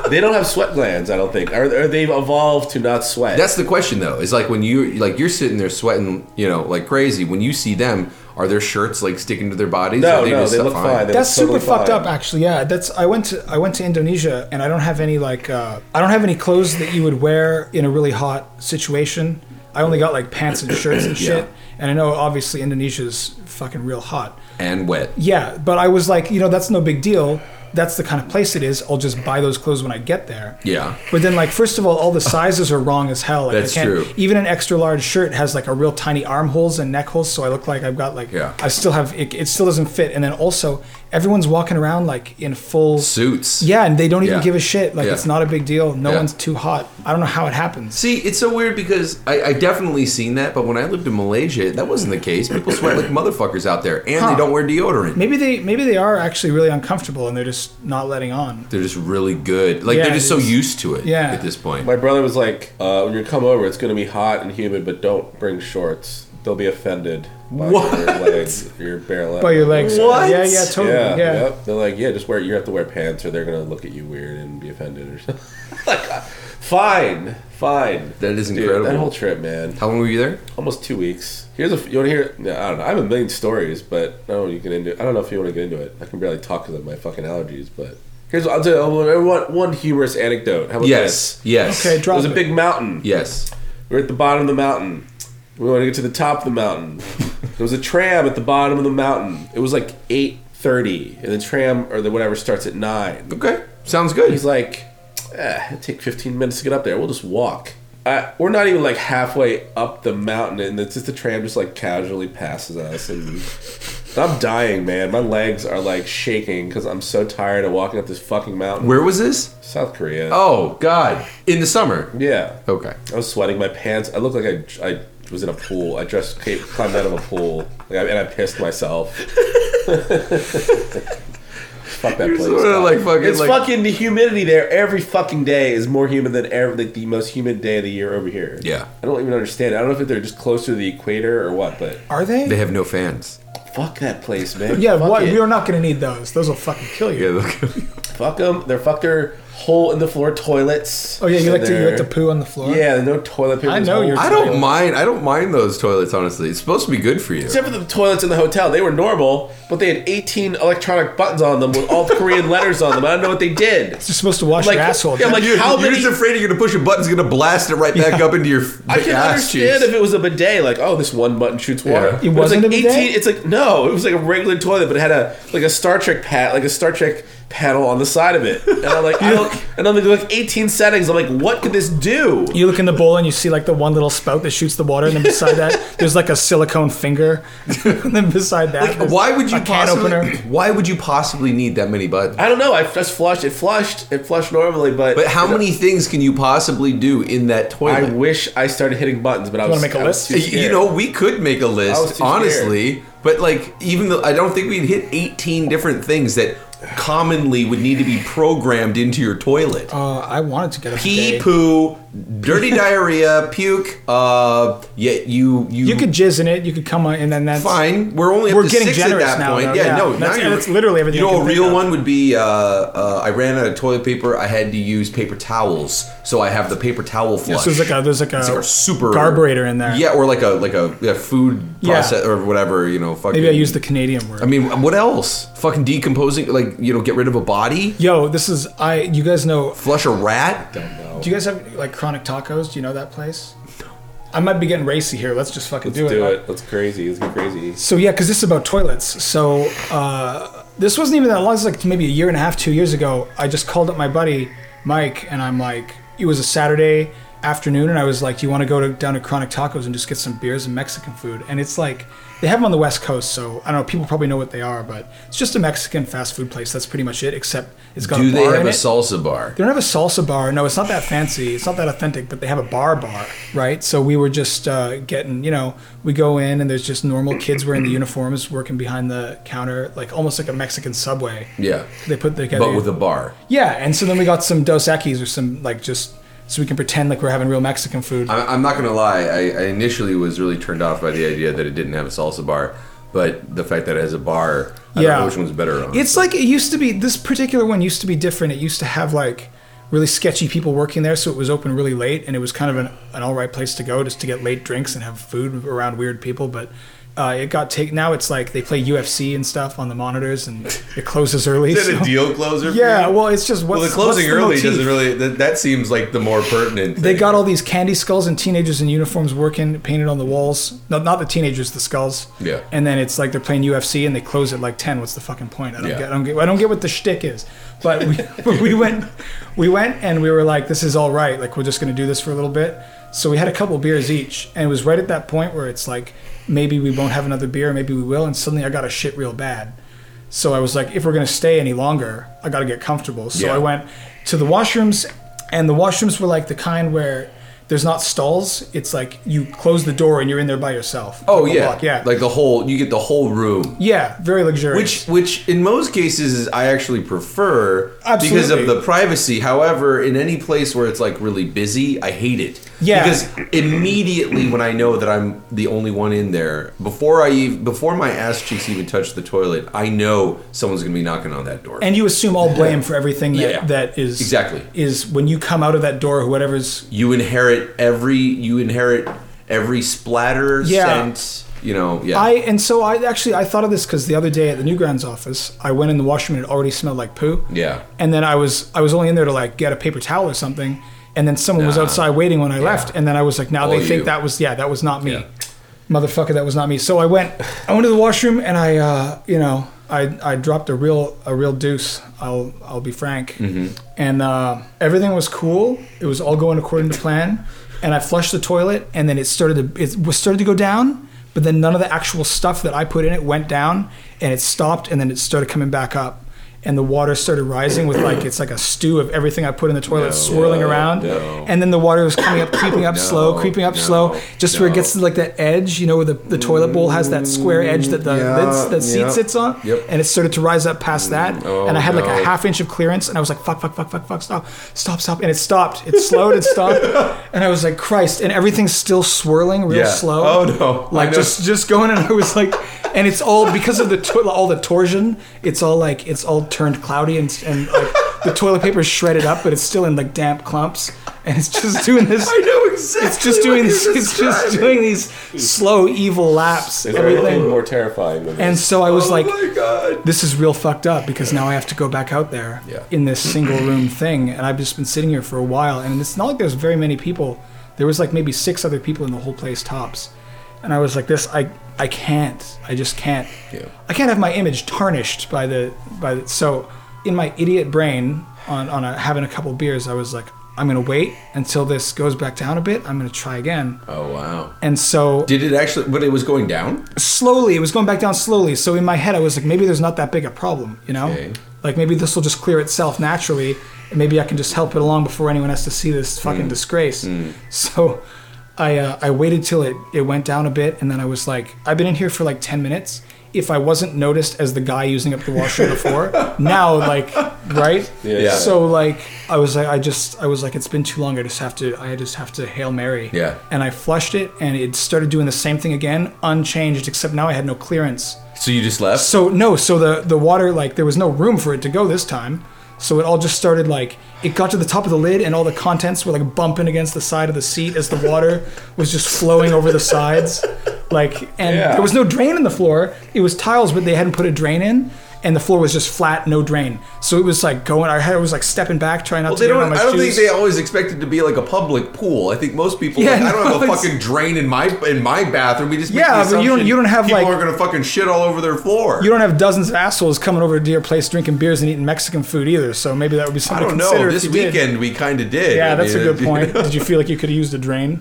Speaker 5: they don't have sweat glands. I don't think, or, or they've evolved to not sweat.
Speaker 4: That's the question though. Is like when you like you're sitting there sweating, you know, like crazy. When you see them, are their shirts like sticking to their bodies?
Speaker 5: no,
Speaker 4: Are
Speaker 5: no,
Speaker 4: just
Speaker 5: they look fine. They look
Speaker 3: That's super
Speaker 5: totally
Speaker 3: fucked
Speaker 5: fine.
Speaker 3: up actually. Yeah. That's I went to I went to Indonesia and I don't have any like uh, I don't have any clothes that you would wear in a really hot situation. I only got like pants and shirts
Speaker 5: [COUGHS]
Speaker 3: and
Speaker 4: Yeah.
Speaker 3: shit. And I know obviously Indonesia's fucking real hot.
Speaker 4: and wet.
Speaker 3: Yeah, but I was like, you know, that's no big deal. That's the kind of place it is. I'll just buy those clothes when I get there.
Speaker 4: Yeah.
Speaker 3: But then, like, first of all,
Speaker 4: [LAUGHS]
Speaker 3: all the sizes are wrong as hell. Like,
Speaker 4: That's
Speaker 3: I can't,
Speaker 4: true.
Speaker 3: Even an extra large shirt has like a real tiny armholes and neck holes, so I look like I've got like
Speaker 4: Yeah.
Speaker 3: I still have it, it. still doesn't fit. And then also, everyone's walking around like in full
Speaker 4: Suits.
Speaker 3: Yeah, and they don't even
Speaker 4: Yeah.
Speaker 3: give a shit. Like
Speaker 4: Yeah.
Speaker 3: it's not a big deal. No
Speaker 4: Yeah.
Speaker 3: one's too hot. I don't know how it happens.
Speaker 4: See, it's so weird because I, I definitely seen that, but when I lived in Malaysia, that wasn't the case. People
Speaker 5: [CLEARS THROAT]
Speaker 4: sweat like motherfuckers out there, and
Speaker 3: Huh.
Speaker 4: they don't wear deodorant.
Speaker 3: Maybe they maybe they are actually really uncomfortable and they're just not letting on.
Speaker 4: They're just really good. Like
Speaker 3: Yeah,
Speaker 4: they're just so
Speaker 3: it's-
Speaker 4: used to it.
Speaker 3: yeah.
Speaker 4: At this point.
Speaker 5: My brother was like, uh, "When you come over, it's going to be hot and humid, but don't bring shorts. They'll be offended by your legs, your bare legs.
Speaker 3: By your legs.
Speaker 4: What?
Speaker 3: Yeah, yeah, totally.
Speaker 5: Yeah,
Speaker 3: Yeah.
Speaker 5: Yep. They're like, yeah, just wear. You have to wear pants, or they're going to look at you weird and be offended or [LAUGHS] something. like, uh, fine, fine.
Speaker 4: That is
Speaker 5: Dude,
Speaker 4: incredible.
Speaker 5: that whole trip, man,
Speaker 4: How long were you there?
Speaker 5: almost two weeks. Here's a. You want to hear? No, I don't know. I have a million stories, but I don't know. You can into. I don't know if you want to get into it. I can barely talk because of my fucking allergies, but. Here's I'll tell you one, one humorous anecdote. How about
Speaker 4: Yes. Yes.
Speaker 3: Okay,
Speaker 5: this? It
Speaker 3: drop
Speaker 5: was a big mountain.
Speaker 4: Yes.
Speaker 5: We're at the bottom of the mountain. We want to get to the top of the mountain. there was a tram at the bottom of the mountain. It was like eight thirty, and the tram or the whatever starts at nine.
Speaker 4: Okay. Sounds good.
Speaker 5: He's like, eh, it'll take 15 minutes to get up there. We'll just walk. Uh, we're not even like halfway up the mountain, and it's just the tram just like casually passes us. And [LAUGHS] I'm dying, man. My legs are like shaking because I'm so tired of walking up this fucking mountain.
Speaker 4: Where was this?
Speaker 5: South Korea.
Speaker 4: Oh God. In the summer.
Speaker 5: yeah.
Speaker 4: Okay.
Speaker 5: I was sweating my pants. I looked like I, I was in a pool. I dressed ca- climbed out of a pool, like, I- and I pissed myself. [LAUGHS] Fuck that place.
Speaker 4: sorta like fucking,
Speaker 5: It's
Speaker 4: like-
Speaker 5: fucking the humidity there. Every fucking day is more humid than ever. Like the most humid day of the year over here.
Speaker 4: Yeah.
Speaker 5: I don't even understand. I don't know if they're just closer to the equator or what, but
Speaker 3: Are they?
Speaker 4: They have no fans.
Speaker 5: fuck that place, man.
Speaker 3: yeah,
Speaker 5: fuck
Speaker 3: what
Speaker 5: it.
Speaker 3: we are not gonna need those. Those will fucking kill you.
Speaker 4: Yeah. Look.
Speaker 5: Fuck them. They're fuck their hole in the floor toilets.
Speaker 3: Oh yeah, you
Speaker 5: And
Speaker 3: like to you like
Speaker 5: their-
Speaker 3: to poo on the floor?
Speaker 5: Yeah, no toilet paper.
Speaker 3: I
Speaker 5: There's
Speaker 3: know
Speaker 5: no-
Speaker 3: you're
Speaker 4: I don't mind. I don't mind those toilets. Honestly, it's supposed to be good for you.
Speaker 5: Except for the toilets in the hotel, they were normal, but they had 18 electronic buttons on them with all Korean letters on them. I don't know what they did.
Speaker 3: It's supposed to wash
Speaker 5: Like,
Speaker 3: your asshole.
Speaker 5: yeah, like-
Speaker 4: you're,
Speaker 5: how
Speaker 4: you're
Speaker 5: many-
Speaker 4: just afraid you're gonna push a button, it's gonna blast it right back up into your f-
Speaker 5: I can
Speaker 4: ass
Speaker 5: understand
Speaker 4: cheeks.
Speaker 5: if it was a bidet, like oh, this one button shoots water.
Speaker 4: Yeah. It
Speaker 5: But it's
Speaker 3: wasn't
Speaker 5: like
Speaker 3: a bidet?
Speaker 5: It's like no, it was like a regular toilet, but it had a like a Star Trek pat, like a Star Trek panel on the side of it. And I'm like, [LAUGHS] I don't, and I'm like, like 18 settings. I'm like, what could this do?
Speaker 3: you look in the bowl and you see like the one little spout that shoots the water, and then beside that [LAUGHS] there's like a silicone finger, [LAUGHS] and then beside that, there's
Speaker 4: Why would you
Speaker 3: a can
Speaker 4: possibly?
Speaker 3: opener?
Speaker 4: [CLEARS THROAT] Why would you possibly need that many buttons?
Speaker 5: I don't know. I just flushed. It flushed. It flushed normally, but
Speaker 4: But how many things can you possibly do in that
Speaker 5: I
Speaker 4: toilet?
Speaker 5: wish I started hitting buttons, but I was
Speaker 3: wanna make a
Speaker 5: I was
Speaker 3: list?
Speaker 5: too
Speaker 4: Y-
Speaker 5: scared.
Speaker 4: you know, we could make a
Speaker 5: was too
Speaker 4: list,
Speaker 5: scared.
Speaker 4: honestly. But like, even though I don't think we'd hit 18 different things that commonly would need to be programmed into your toilet.
Speaker 3: Uh, I wanted to get a
Speaker 4: Pee,
Speaker 3: bidet.
Speaker 4: poo,
Speaker 3: [LAUGHS]
Speaker 4: dirty diarrhea, puke. Uh, yeah, you you.
Speaker 3: You could jizz in it. You could come on, and then that's
Speaker 4: fine. We're only up
Speaker 3: We're
Speaker 4: to
Speaker 3: getting
Speaker 4: six
Speaker 3: generous
Speaker 4: at that
Speaker 3: now,
Speaker 4: point.
Speaker 3: though.
Speaker 4: Yeah,
Speaker 3: Yeah.
Speaker 4: no,
Speaker 3: That's-
Speaker 4: now
Speaker 3: yeah,
Speaker 4: you're-
Speaker 3: that's literally everything
Speaker 4: You
Speaker 3: I
Speaker 4: know, a
Speaker 3: can think
Speaker 4: real
Speaker 3: of.
Speaker 4: one would be uh, uh, I ran out of toilet paper. I had to use paper towels, so I have the paper towel flush.
Speaker 3: So there's like a there's like a,
Speaker 4: It's like a super
Speaker 3: carburetor in there.
Speaker 4: Yeah, or like a like a, a food
Speaker 3: Yeah.
Speaker 4: process or whatever. You know, fucking.
Speaker 3: Maybe I use the Canadian word.
Speaker 4: I mean, what else? Fucking decomposing, like you know, get rid of a body,
Speaker 3: yo, this is I. You guys know?
Speaker 4: flush a rat.
Speaker 3: Do you guys have like chronic tacos? Do you know that place? I might be getting racy here. Let's just fucking
Speaker 5: Let's
Speaker 3: do
Speaker 5: do it. That's crazy. Let's get crazy.
Speaker 3: So yeah, because this is about toilets. So uh, this wasn't even that long. It's like maybe a year and a half, two years ago. I just called up my buddy Mike, and I'm like, it was a Saturday afternoon, and I was like, "Do you want to go to, down to Chronic Tacos and just get some beers and Mexican food?" And it's like they have them on the West Coast, so I don't know. People probably know what they are, but it's just a Mexican fast food place. That's pretty much it, except it's got
Speaker 4: Do
Speaker 3: a
Speaker 4: they
Speaker 3: bar
Speaker 4: have
Speaker 3: in
Speaker 4: a
Speaker 3: it.
Speaker 4: salsa bar?
Speaker 3: They don't have a salsa bar. No, it's not that fancy. It's not that authentic, but they have a bar bar, right? So we were just uh, getting, you know, we go in and there's just normal kids wearing the uniforms working behind the counter, like almost like a Mexican subway.
Speaker 4: Yeah,
Speaker 3: They put together.
Speaker 4: but with a bar.
Speaker 3: yeah, and so then we got some Dos Equis or some, like, just so we can pretend like we're having real Mexican food.
Speaker 4: I, I'm not gonna lie. I, I initially was really turned off by the idea that it didn't have a salsa bar, but the fact that it has a bar, I don't
Speaker 3: Yeah.
Speaker 4: know which one's better. On.
Speaker 3: It's like it used to be. This particular one used to be different. It used to have like really sketchy people working there, so it was open really late, and it was kind of an, an all right place to go just to get late drinks and have food around weird people. But Uh, it got taken. Now it's like they play UFC and stuff on the monitors, and it closes early.
Speaker 4: Is that
Speaker 3: so-
Speaker 4: a deal closer? for
Speaker 3: Yeah,
Speaker 4: you?
Speaker 3: well, it's just what's,
Speaker 4: well, the closing
Speaker 3: what's the
Speaker 4: early
Speaker 3: motif?
Speaker 4: doesn't really. That, that seems like the more pertinent.
Speaker 3: They
Speaker 4: thing.
Speaker 3: got all these candy skulls and teenagers in uniforms working, painted on the walls. No, not the teenagers, the skulls.
Speaker 4: Yeah.
Speaker 3: And then it's like they're playing UFC and they close at like ten. What's the fucking point? I don't
Speaker 4: Yeah.
Speaker 3: get. I don't get. I don't get what the shtick is. But we, [LAUGHS] but we went, we went and we were like, this is all right. Like we're just gonna do this for a little bit. So we had a couple beers each, and it was right at that point where it's like, maybe we won't have another beer, maybe we will. And suddenly I got a shit real bad. So I was like, if we're gonna stay any longer, I gotta get comfortable. So
Speaker 4: Yeah.
Speaker 3: I went to the washrooms, and the washrooms were like the kind where there's not stalls. It's like you close the door and you're in there by yourself.
Speaker 4: Oh
Speaker 3: Like a
Speaker 4: yeah,
Speaker 3: block, yeah,
Speaker 4: Like the whole, you get the whole room.
Speaker 3: yeah, very luxurious.
Speaker 4: Which, which in most cases, is I actually prefer because
Speaker 3: Absolutely.
Speaker 4: of the privacy. However, in any place where it's like really busy, I hate it.
Speaker 3: Yeah.
Speaker 4: Because immediately when I know that I'm the only one in there, before I ev- before my ass cheeks even touch the toilet, I know someone's gonna be knocking on that door.
Speaker 3: and you assume all blame for everything that,
Speaker 4: Yeah.
Speaker 3: that is
Speaker 4: Exactly.
Speaker 3: is when you come out of that door, whatever's
Speaker 4: you inherit every you inherit every splatter
Speaker 3: Yeah.
Speaker 4: scent. You know, yeah.
Speaker 3: I and so I actually I thought of this because the other day at the Newgrounds office, I went in the washroom and it already smelled like poo.
Speaker 4: Yeah.
Speaker 3: And then I was I was only in there to like get a paper towel or something, and then someone was
Speaker 4: Nah.
Speaker 3: outside waiting when I left, and then I was like, now
Speaker 4: All
Speaker 3: they
Speaker 4: you.
Speaker 3: think that was yeah that was not me,
Speaker 4: Yeah.
Speaker 3: motherfucker, that was not me. So I went I went to the washroom and I uh, you know I I dropped a real a real deuce. I'll I'll be frank.
Speaker 4: Mm-hmm.
Speaker 3: And uh, everything was cool. It was all going according to plan. And I flushed the toilet, and then it started to it was started to go down. But then none of the actual stuff that I put in it went down, and it stopped, and then it started coming back up, and the water started rising with like it's like a stew of everything I put in the toilet swirling around,
Speaker 4: no.
Speaker 3: and then the water was
Speaker 4: [COUGHS]
Speaker 3: coming up, creeping up slow, creeping up
Speaker 4: no,
Speaker 3: slow, just where it gets to like that edge, you know, where the, the toilet bowl has that square edge that the
Speaker 2: yeah,
Speaker 3: that, that seat
Speaker 2: yeah.
Speaker 3: sits on,
Speaker 4: Mm, Yep.
Speaker 3: and it started to rise up past that,
Speaker 4: oh,
Speaker 3: and I had like
Speaker 4: no.
Speaker 3: a half inch of clearance, and I was like, fuck, fuck, fuck, fuck, fuck, stop, stop, stop, and it stopped, it slowed, it stopped,
Speaker 4: [LAUGHS]
Speaker 3: and I was like, Christ, and everything's still swirling real
Speaker 4: Yeah.
Speaker 3: slow,
Speaker 4: Oh, no. I
Speaker 3: like
Speaker 4: know.
Speaker 3: just just going, and I was like, and it's all because of the to- all the torsion, it's all like it's all turned cloudy and and like. The toilet paper is shredded up, but it's still in like damp clumps, and it's just doing
Speaker 4: [LAUGHS]
Speaker 3: this. I know exactly. It's just doing this. It's just doing these slow evil laps.
Speaker 5: Is there anything
Speaker 3: Everything.
Speaker 5: more terrifying than
Speaker 3: And
Speaker 5: this?
Speaker 3: so I was like,
Speaker 4: oh my god.
Speaker 3: this is real fucked up because now I have to go back out there
Speaker 4: Yeah.
Speaker 3: in this single room thing, and I've just been sitting here for a while, and it's not like there's very many people. There was like maybe six other people in the whole place tops, and I was like, this I I can't, I just can't, I can't have my image tarnished by the by. The, so in my idiot brain, on on a, having a couple beers, I was like, I'm gonna wait until this goes back down a bit. I'm gonna try again,
Speaker 4: Oh wow.
Speaker 3: and so
Speaker 4: Did it actually? But it was going down.
Speaker 3: slowly it was going back down slowly so in my head i was like maybe there's not that big a problem you know
Speaker 4: Okay.
Speaker 3: like maybe this will just clear itself naturally and maybe i can just help it along before anyone has to see this fucking disgrace [LAUGHS] so i uh, i waited till it it went down a bit and then i was like i've been in here for like 10 minutes if i wasn't noticed as the guy using up the washroom before now like right
Speaker 5: yeah.
Speaker 3: so like i was like i just i was like it's been too long i just have to i just have to hail mary
Speaker 4: Yeah.
Speaker 3: and I flushed it, and it started doing the same thing again, unchanged, except now I had no clearance.
Speaker 4: So you just left.
Speaker 3: So no, so the the water like there was no room for it to go this time. So it all just started like it got to the top of the lid, and all the contents were like bumping against the side of the seat as the water was just flowing over the sides. Like, and
Speaker 5: Yeah.
Speaker 3: there was no drain in the floor. It was tiles, but they hadn't put a drain in. And the floor was just flat, no drain. So it was like going. I had- I was like stepping back, trying not
Speaker 4: Well,
Speaker 3: to
Speaker 4: they
Speaker 3: get it on
Speaker 4: don't.
Speaker 3: my
Speaker 4: I don't think
Speaker 3: shoes.
Speaker 4: they always expect it to be like a public pool. I think most people.
Speaker 3: Yeah,
Speaker 4: like, I don't
Speaker 3: no,
Speaker 4: have a
Speaker 3: it's-
Speaker 4: fucking drain in my in my bathroom. We just make
Speaker 3: Yeah,
Speaker 4: the
Speaker 3: but you don't-
Speaker 4: assumption
Speaker 3: you don't have,
Speaker 4: people
Speaker 3: like-
Speaker 4: are gonna fucking shit all over their floor.
Speaker 3: you don't have dozens of assholes coming over to your place drinking beers and eating Mexican food either. So maybe that would be
Speaker 4: I
Speaker 3: something
Speaker 4: don't
Speaker 3: to consider.
Speaker 4: know.
Speaker 3: if
Speaker 4: This
Speaker 3: you did.
Speaker 4: weekend we kind of did.
Speaker 3: Yeah,
Speaker 4: I
Speaker 3: that's a
Speaker 4: mean, [LAUGHS]
Speaker 3: good point. Did you feel like you could have used a drain?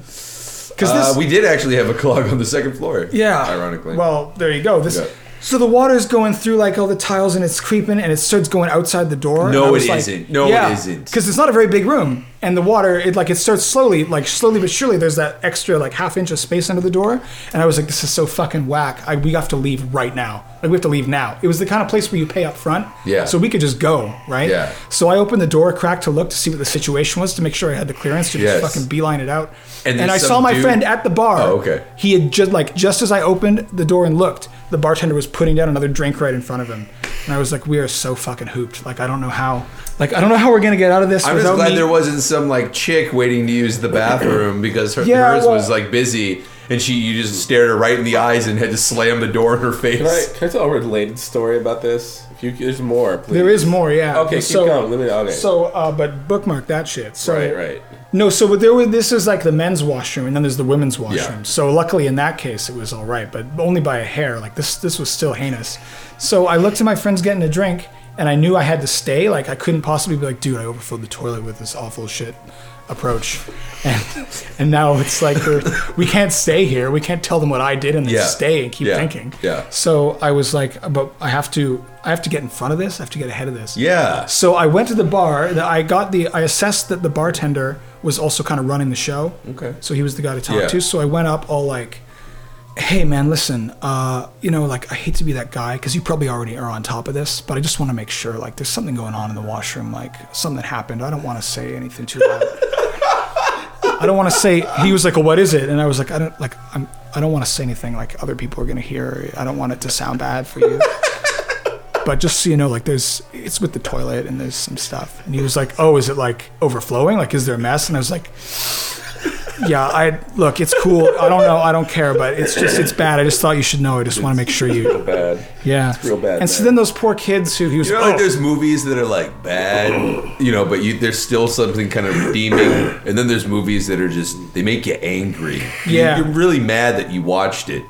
Speaker 3: Because this,
Speaker 4: Uh, we did actually have a clog on the second floor.
Speaker 3: yeah.
Speaker 4: Ironically.
Speaker 3: Well, there you go. This.
Speaker 4: Yeah.
Speaker 3: So the water's going through like all the tiles and it's creeping and it starts going outside the door.
Speaker 4: No,
Speaker 3: and I was
Speaker 4: it
Speaker 3: like,
Speaker 4: isn't. No, it
Speaker 3: yeah,
Speaker 4: isn't.
Speaker 3: Because it's not a very big room, and the water it like it starts slowly, like slowly but surely. There's that extra like half inch of space under the door, and I was like, this is so fucking whack. I, we have to leave right now. Like we have to leave now. It was the kind of place where you pay up front.
Speaker 4: Yeah.
Speaker 3: So we could just go right.
Speaker 4: Yeah.
Speaker 3: So I opened the door crack to look to see what the situation was to make sure I had the clearance to
Speaker 4: Yes.
Speaker 3: just fucking beeline it out.
Speaker 4: And
Speaker 3: And,
Speaker 4: then
Speaker 3: I
Speaker 4: some
Speaker 3: saw my
Speaker 4: dude-
Speaker 3: friend at the bar.
Speaker 4: Oh, okay.
Speaker 3: He had just like just as I opened the door and looked, the bartender was putting down another drink right in front of him, and I was like, "We are so fucking hooped. Like I don't know how. Like I don't know how we're gonna get out of this
Speaker 4: I'm just
Speaker 3: without
Speaker 4: glad
Speaker 3: me." [CLEARS THROAT]
Speaker 4: there wasn't some like chick waiting to use the bathroom because her
Speaker 3: Yeah,
Speaker 4: hers
Speaker 3: well-
Speaker 4: was like busy, and she you just stared her right in the eyes and had to slam the door in her face.
Speaker 5: Can I, can I tell a related story about this? If you, there's more, please.
Speaker 3: There is more, yeah.
Speaker 5: Okay, keep going. Let me know. Okay.
Speaker 3: So, uh, but bookmark that shit. So,
Speaker 5: right, right.
Speaker 3: No, so but there were, this is like the men's washroom, and then there's the women's washroom.
Speaker 4: Yeah.
Speaker 3: So luckily in that case it was all right, but only by a hair. Like this, this was still heinous. So I looked at my friends getting a drink, and I knew I had to stay. Like I couldn't possibly be like, dude, I overfilled the toilet with this awful shit approach, [LAUGHS] and and now it's like we're, we can't stay here. We can't tell them what I did and then
Speaker 4: Yeah.
Speaker 3: stay and keep
Speaker 4: Yeah.
Speaker 3: thinking.
Speaker 4: Yeah.
Speaker 3: So I was like, but I have to, I have to get in front of this. I have to get ahead of this.
Speaker 4: yeah.
Speaker 3: So I went to the bar. that I got the. I assessed that the bartender was also kind of running the show.
Speaker 4: Okay.
Speaker 3: So he was the guy to talk
Speaker 4: Yeah.
Speaker 3: to. So I went up all like, "Hey man, listen. Uh, you know, like I hate to be that guy because you probably already are on top of this, but I just want to make sure like there's something going on in the washroom, like something that happened. I don't want to say anything too
Speaker 4: [LAUGHS]
Speaker 3: loud. I don't want to say. He was like, well, "What is it?" And I was like, "I don't like. I'm. I don't want to say anything like other people are gonna hear. I don't want it to sound bad for you." but just so you know, like there's it's with the toilet and there's some stuff. And he was like, "Oh, is it like overflowing? Like, is there a mess?" And I was like, "Yeah, I look, it's cool. I don't know, I don't care, but it's just it's bad. I just thought you should know. I just want to make sure you,
Speaker 5: Bad.
Speaker 3: yeah,
Speaker 5: real bad,
Speaker 3: And so
Speaker 5: man.
Speaker 3: then those poor kids who he was
Speaker 4: You know,
Speaker 3: oh.
Speaker 4: like there's movies that are like bad, you know, but you, there's still something kind of redeeming. And then there's movies that are just they make you angry. You-
Speaker 3: Yeah.
Speaker 4: you're really mad that you watched it.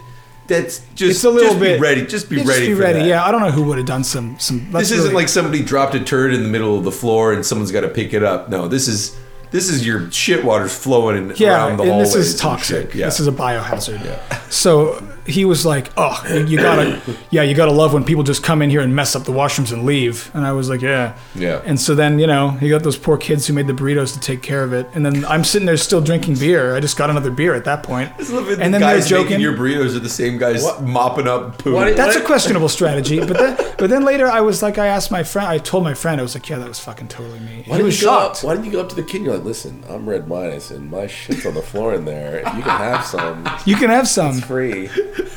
Speaker 4: That's just
Speaker 3: It's a little
Speaker 4: just
Speaker 3: bit
Speaker 4: be ready. Just be
Speaker 3: just
Speaker 4: ready.
Speaker 3: be
Speaker 4: for
Speaker 3: ready.
Speaker 4: that.
Speaker 3: Yeah, I don't know who would have done some some.
Speaker 4: This isn't like somebody dropped a turd in the middle of the floor and someone's got to pick it up. No, this is this is your shit water's flowing in,
Speaker 3: yeah,
Speaker 4: around the
Speaker 3: and
Speaker 4: hallways.
Speaker 3: this is
Speaker 4: and
Speaker 3: toxic.
Speaker 4: shit. Yeah.
Speaker 3: This is a biohazard. So he was like, "Oh, you- you gotta, yeah, you gotta love when people just come in here and mess up the washrooms and leave." And I was like, "Yeah,
Speaker 4: Yeah.
Speaker 3: And so then you know he got those poor kids who made the burritos to take care of it, and then I'm sitting there still drinking beer. I just got another beer at that point, and
Speaker 4: and
Speaker 3: then
Speaker 4: guys
Speaker 3: they're joking.
Speaker 4: making your burritos are the same guys mopping up poo.
Speaker 5: What-
Speaker 4: [LAUGHS]
Speaker 3: [LAUGHS] That's a questionable strategy, but then, but then later I was like, I asked my friend, I told my friend, I was like, "Yeah, that was fucking totally me."
Speaker 5: Why
Speaker 3: he
Speaker 5: didn't
Speaker 3: was
Speaker 5: you go
Speaker 3: shocked.
Speaker 5: Up, why didn't you go up to the kid? and You're like, listen, I'm Red Minus, and my shit's on the floor in there. If you can have some, it's
Speaker 3: You can have some.
Speaker 5: free.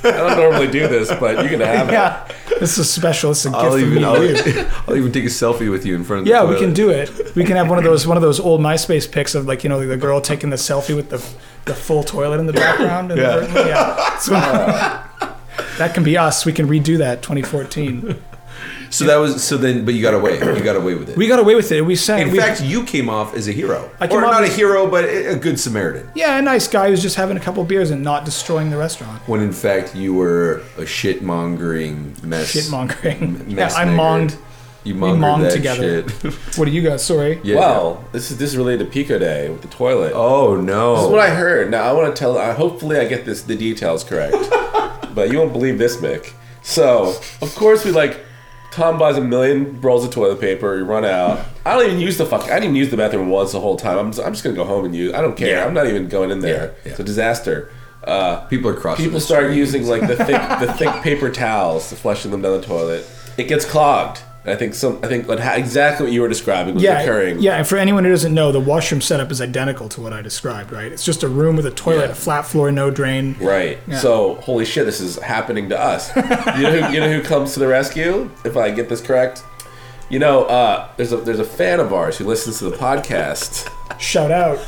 Speaker 5: I don't normally do this, but you can
Speaker 3: [LAUGHS]
Speaker 5: have it.
Speaker 3: Yeah, this is special. It's a gift
Speaker 4: I'll
Speaker 3: from
Speaker 4: even
Speaker 3: me
Speaker 4: I'll, [LAUGHS]
Speaker 3: to you.
Speaker 4: I'll even take a selfie with you in front of the
Speaker 3: Yeah, we
Speaker 4: toilet.
Speaker 3: can do it. We can have one of those one of those old MySpace pics of like you know the girl taking the selfie with the the full toilet in the background. And
Speaker 4: Yeah.
Speaker 3: the,
Speaker 4: [LAUGHS]
Speaker 3: yeah. So- that can be us. We can redo that 2014.
Speaker 4: So that was so then, but you got away. You got away with it.
Speaker 3: We got away with it. We sang.
Speaker 4: in
Speaker 3: we-
Speaker 4: fact, you came off as a hero,
Speaker 3: I came
Speaker 4: or
Speaker 3: off
Speaker 4: not a
Speaker 3: as-
Speaker 4: hero, but a a good Samaritan.
Speaker 3: yeah, a nice guy who's just having a couple beers and not destroying the restaurant.
Speaker 4: When in fact you were a shitmongering mess. [LAUGHS]
Speaker 3: Shitmongering. Yeah,
Speaker 4: mess
Speaker 3: I
Speaker 4: nigger.
Speaker 3: monged.
Speaker 4: You
Speaker 3: We
Speaker 4: mongered
Speaker 3: monged
Speaker 4: that
Speaker 5: [LAUGHS]
Speaker 3: together.
Speaker 4: shit.
Speaker 3: What do you guys? Sorry.
Speaker 4: Yeah.
Speaker 5: Well, this is this is related to Pico Day with the toilet.
Speaker 4: Oh no.
Speaker 5: This is what I heard. Now I want to tell. I, hopefully, I get this the details correct.
Speaker 4: [LAUGHS]
Speaker 5: but you won't believe this, Mick. So of course we like. Tom buys a million rolls of toilet paper. You run out. I don't even use the fuck. I didn't even use the bathroom once the whole time. I'm just, I'm just gonna go home and use. I don't care.
Speaker 4: Yeah.
Speaker 5: I'm not even going in there.
Speaker 4: Yeah, yeah.
Speaker 5: It's a disaster. Uh,
Speaker 4: People are crossing.
Speaker 5: People [LAUGHS]
Speaker 4: the
Speaker 5: start
Speaker 4: street.
Speaker 5: using like the thick the thick paper towels to flushing them down the toilet. It gets clogged. And I think some. I think what ha- exactly what you were describing was
Speaker 3: Yeah,
Speaker 5: occurring.
Speaker 3: yeah. And for anyone who doesn't know, the washroom setup is identical to what I described. Right? It's just a room with a toilet,
Speaker 5: Yeah.
Speaker 3: a flat floor, no drain.
Speaker 5: Right.
Speaker 3: Yeah.
Speaker 5: So holy shit, this is happening to us. you know who you know who comes to the rescue? If I get this correct. You know, uh, there's a there's a fan of ours who listens to the podcast,
Speaker 3: Shout out.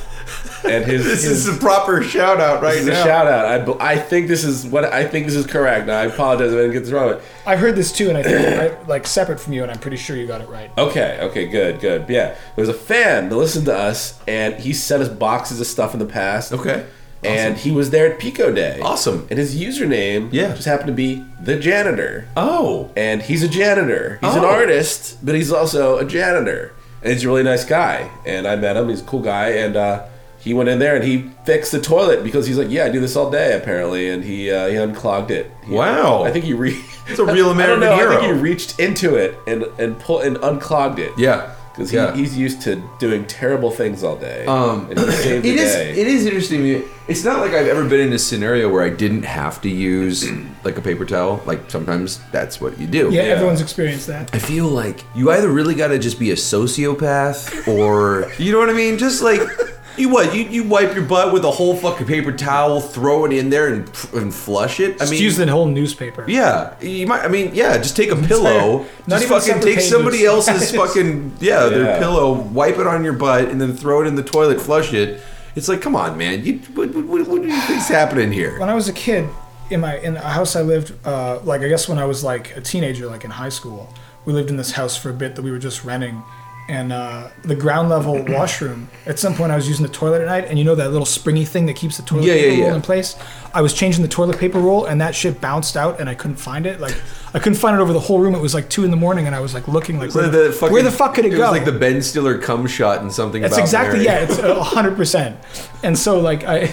Speaker 5: and his
Speaker 4: This
Speaker 5: his,
Speaker 4: is a proper shout out right
Speaker 5: this is a
Speaker 4: now.
Speaker 5: shout out. I, bel- I think this is what I think this is correct. Now, I apologize if I didn't get this wrong. But
Speaker 3: I heard this too, and I think I, like separate from you, and I'm pretty sure you got it right.
Speaker 5: Okay, okay, good, good. Yeah, there's a fan that listened to us, and he sent us boxes of stuff in the past.
Speaker 4: Okay.
Speaker 5: And he was there at Pico Day.
Speaker 4: Awesome.
Speaker 5: And his username
Speaker 4: Yeah.
Speaker 5: just happened to be the janitor.
Speaker 4: Oh.
Speaker 5: And he's a janitor. He's an
Speaker 4: Oh.
Speaker 5: artist, but he's also a janitor. And he's a really nice guy. And I met him. He's a cool guy. And uh, he went in there and he fixed the toilet because he's like, yeah, I do this all day apparently. And he uh, he unclogged it. He- uh,
Speaker 4: Wow.
Speaker 5: I think he re-
Speaker 4: [LAUGHS] It's a real
Speaker 5: [LAUGHS]
Speaker 4: American
Speaker 5: I don't know. I
Speaker 4: hero.
Speaker 5: think he reached into it and and pull and unclogged it.
Speaker 4: Yeah.
Speaker 5: because he,
Speaker 4: Yeah.
Speaker 5: he's used to doing terrible things all day.
Speaker 4: Um,
Speaker 5: and he
Speaker 4: [CLEARS THROAT]
Speaker 5: saved
Speaker 4: it
Speaker 5: the
Speaker 4: is.
Speaker 5: day.
Speaker 4: It is interesting. It's not like I've ever been in a scenario where I didn't have to use like a paper towel. Like sometimes that's what you do.
Speaker 3: Yeah, everyone's experienced that.
Speaker 4: I feel like you either really got to just be a sociopath
Speaker 3: [LAUGHS]
Speaker 4: or you know what I mean. Just like you what you, you wipe your butt with a whole fucking paper towel, throw it in there and and flush it. I
Speaker 3: Just
Speaker 4: mean,
Speaker 3: use the whole newspaper.
Speaker 4: yeah, you might. I mean, yeah, just take a pillow.
Speaker 3: Not
Speaker 4: just
Speaker 3: even
Speaker 4: fucking
Speaker 3: separate
Speaker 4: take
Speaker 3: pages.
Speaker 4: somebody
Speaker 3: [LAUGHS]
Speaker 4: else's fucking yeah, their
Speaker 5: Yeah.
Speaker 4: pillow, wipe it on your butt, and then throw it in the toilet, flush it, and It's like, come on, man. You, what, what, what, what do you think's happening here?
Speaker 3: when I was a kid, in my in a house I lived, uh, like I guess when I was like a teenager, like in high school, we lived in this house for a bit that we were just renting, and uh, the
Speaker 4: [CLEARS THROAT]
Speaker 3: ground level washroom. At some point, I was using the toilet at night, and you know that little springy thing that keeps the toilet
Speaker 4: Yeah, yeah,
Speaker 3: paper roll
Speaker 4: yeah.
Speaker 3: in place. I was changing the toilet paper roll, and that shit bounced out, and I couldn't find it. Like I couldn't find it over the whole room. It was like two in the morning, and I was like looking like
Speaker 4: It's like
Speaker 3: where, the, where the fuck could it,
Speaker 4: it
Speaker 3: go?
Speaker 4: was like the Ben Stiller cum shot and something.
Speaker 3: That's
Speaker 4: about Mary.
Speaker 3: exactly yeah. It's uh, a hundred percent. And so like I,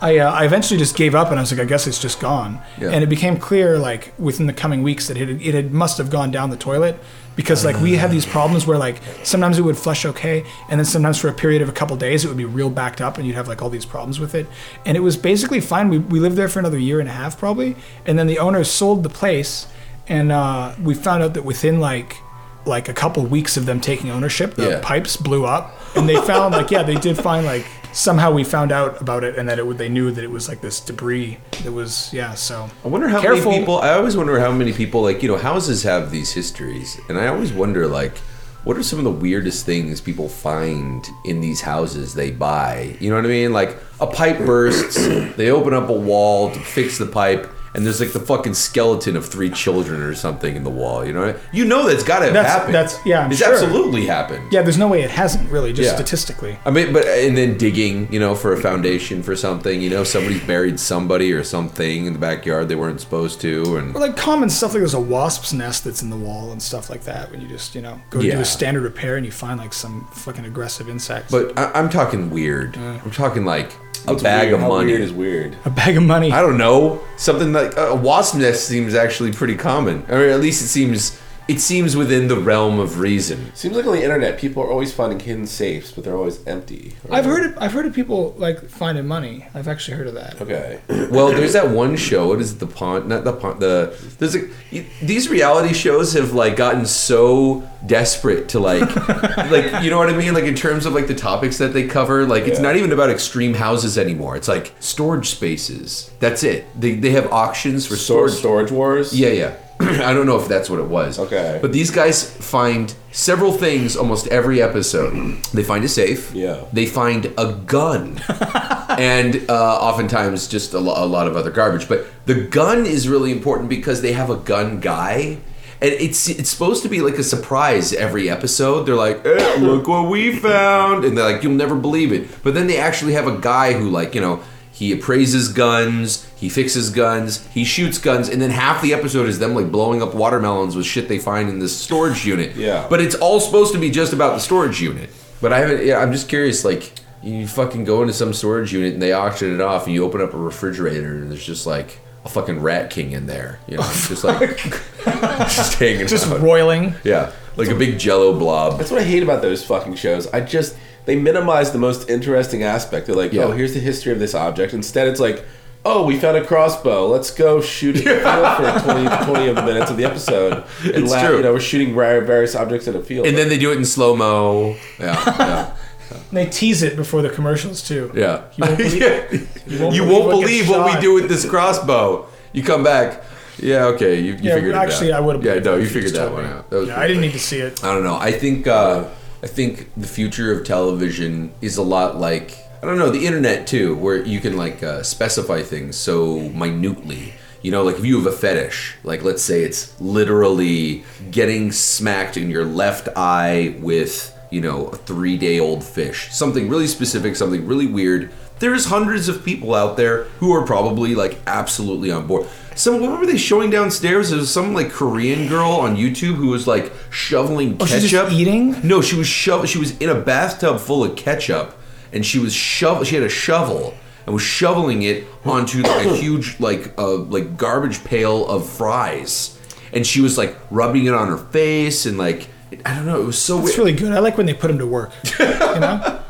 Speaker 3: I, uh, I eventually just gave up, and I was like, I guess it's just gone.
Speaker 4: Yeah.
Speaker 3: And it became clear like within the coming weeks that it had, it had must have gone down the toilet because like we had these problems where like sometimes it would flush okay, and then sometimes for a period of a couple days it would be real backed up, and you'd have like all these problems with it. And it was basically fine. We we lived there for another year and a half probably, and then the owner sold the place, and uh, we found out that within like like a couple weeks of them taking ownership, the
Speaker 4: Yeah.
Speaker 3: pipes blew up, and they found like yeah, they did find like somehow we found out about it, and that it would they knew that it was like this debris that was yeah. So
Speaker 4: I wonder how
Speaker 3: Careful.
Speaker 4: many people. I always wonder how many people like you know houses have these histories, and I always wonder like, what are some of the weirdest things people find in these houses they buy? You know what I mean? Like a pipe bursts, they open up a wall to fix the pipe. And there's like the fucking skeleton of three children or something in the wall. You know, what I- you know that's got to have
Speaker 3: That's-
Speaker 4: happened.
Speaker 3: that's- yeah, I'm
Speaker 4: it's
Speaker 3: sure.
Speaker 4: absolutely happened.
Speaker 3: yeah, there's no way it hasn't really just
Speaker 4: Yeah.
Speaker 3: statistically.
Speaker 4: I mean, but and then digging, you know, for a foundation for something, you know, somebody buried somebody or something in the backyard they weren't supposed to, and
Speaker 3: Or like common stuff like there's a wasp's nest that's in the wall and stuff like that when you just you know go do
Speaker 4: Yeah.
Speaker 3: a standard repair and you find like some fucking aggressive insects.
Speaker 4: But I, I'm talking weird. I'm talking like a
Speaker 5: What's
Speaker 4: bag
Speaker 5: weird-
Speaker 4: of
Speaker 5: how
Speaker 4: money.
Speaker 5: Weird is weird.
Speaker 3: [LAUGHS] a bag of money.
Speaker 4: I don't know. Something like uh, a wasp nest seems actually pretty common. Or at least it seems it seems within the realm of reason.
Speaker 5: Seems like on the internet, people are always finding hidden safes, but they're always empty.
Speaker 3: I've heard of, I've heard of people like finding money. I've actually heard
Speaker 4: [LAUGHS]
Speaker 3: of that.
Speaker 5: Okay.
Speaker 4: Well, there's that one show. What is it, the pond? Not the pond. The there's a, you- these reality shows have like gotten so desperate to like
Speaker 5: [LAUGHS]
Speaker 4: like you know what I mean. Like in terms of like the topics that they cover, like it's
Speaker 5: Yeah.
Speaker 4: not even about extreme houses anymore. It's like storage spaces. That's it. They they have auctions for
Speaker 5: Storage,
Speaker 4: storage
Speaker 5: storage wars.
Speaker 4: Yeah, yeah. [CLEARS THROAT] I don't know if that's what it was.
Speaker 5: Okay.
Speaker 4: But these guys find several things almost every episode. They find a safe.
Speaker 5: Yeah.
Speaker 4: They find a gun. and uh, oftentimes just a, lo- a lot of other garbage. But the gun is really important because they have a gun guy. And it's it's supposed to be like a surprise every episode. They're like, "Eh, look what we found, and they're like, you'll never believe it. But then they actually have a guy who like you know he appraises guns, he fixes guns, he shoots guns, and then half the episode is them like blowing up watermelons with shit they find in this storage unit.
Speaker 5: Yeah.
Speaker 4: But it's all supposed to be just about the storage unit. But I haven't. Yeah, I'm just curious. Like, you fucking go into some storage unit and they auction it off, and you open up a refrigerator, and there's just like a fucking rat king in there. You know, just
Speaker 3: [LAUGHS]
Speaker 4: like just hanging
Speaker 3: Just
Speaker 4: out.
Speaker 3: roiling.
Speaker 4: yeah, like a big Jello blob.
Speaker 5: That's what I hate about those fucking shows. I just they minimize the most interesting aspect. They're like,
Speaker 4: Yeah.
Speaker 5: oh, here's the history of this object. Instead, it's like, oh, we found a crossbow. Let's go shoot it in
Speaker 4: [LAUGHS]
Speaker 5: the field for 20, 20 of the minutes of the episode. And
Speaker 4: It's
Speaker 5: laugh,
Speaker 4: true.
Speaker 5: You know, we're shooting ri- various objects in a field.
Speaker 4: And then they do it in slow mo. Yeah, yeah,
Speaker 3: And they tease it before the commercials too.
Speaker 4: [LAUGHS]
Speaker 3: [LAUGHS]
Speaker 4: yeah.
Speaker 3: You won't believe-
Speaker 4: You
Speaker 3: won't
Speaker 4: won't,
Speaker 3: believe what gets
Speaker 4: believe what
Speaker 3: shot.
Speaker 4: we do with this crossbow. You come back. Yeah, okay. You, you
Speaker 3: Yeah,
Speaker 4: figured it out.
Speaker 3: actually, I would've
Speaker 4: Yeah,
Speaker 3: believed
Speaker 4: no,
Speaker 3: it
Speaker 4: you
Speaker 3: if you
Speaker 4: figured
Speaker 3: just
Speaker 4: that
Speaker 3: told
Speaker 4: one
Speaker 3: me.
Speaker 4: out. That was
Speaker 3: Yeah,
Speaker 4: pretty
Speaker 3: I didn't
Speaker 4: funny.
Speaker 3: need to see it.
Speaker 4: I don't know. I think uh, I think the future of television is a lot like I don't know the internet too, where you can like uh, specify things so minutely. You know, like if you have a fetish, like let's say it's literally getting smacked in your left eye with you know a three-day-old fish, something really specific, something really weird. There's hundreds of people out there who are probably like absolutely on board. Some what were they showing downstairs? There was some like Korean girl on YouTube who was like shoveling
Speaker 3: Oh, she's
Speaker 4: ketchup.
Speaker 3: just eating?
Speaker 4: No, she was shov- She was in a bathtub full of ketchup, and she was shovel. She had a shovel and was shoveling it onto like a [COUGHS] huge like uh, like garbage pail of fries, and she was like rubbing it on her face and like I don't know. It was so
Speaker 3: It's
Speaker 4: weird.
Speaker 3: really good. I like when they put him to work.
Speaker 4: [LAUGHS]
Speaker 3: You know,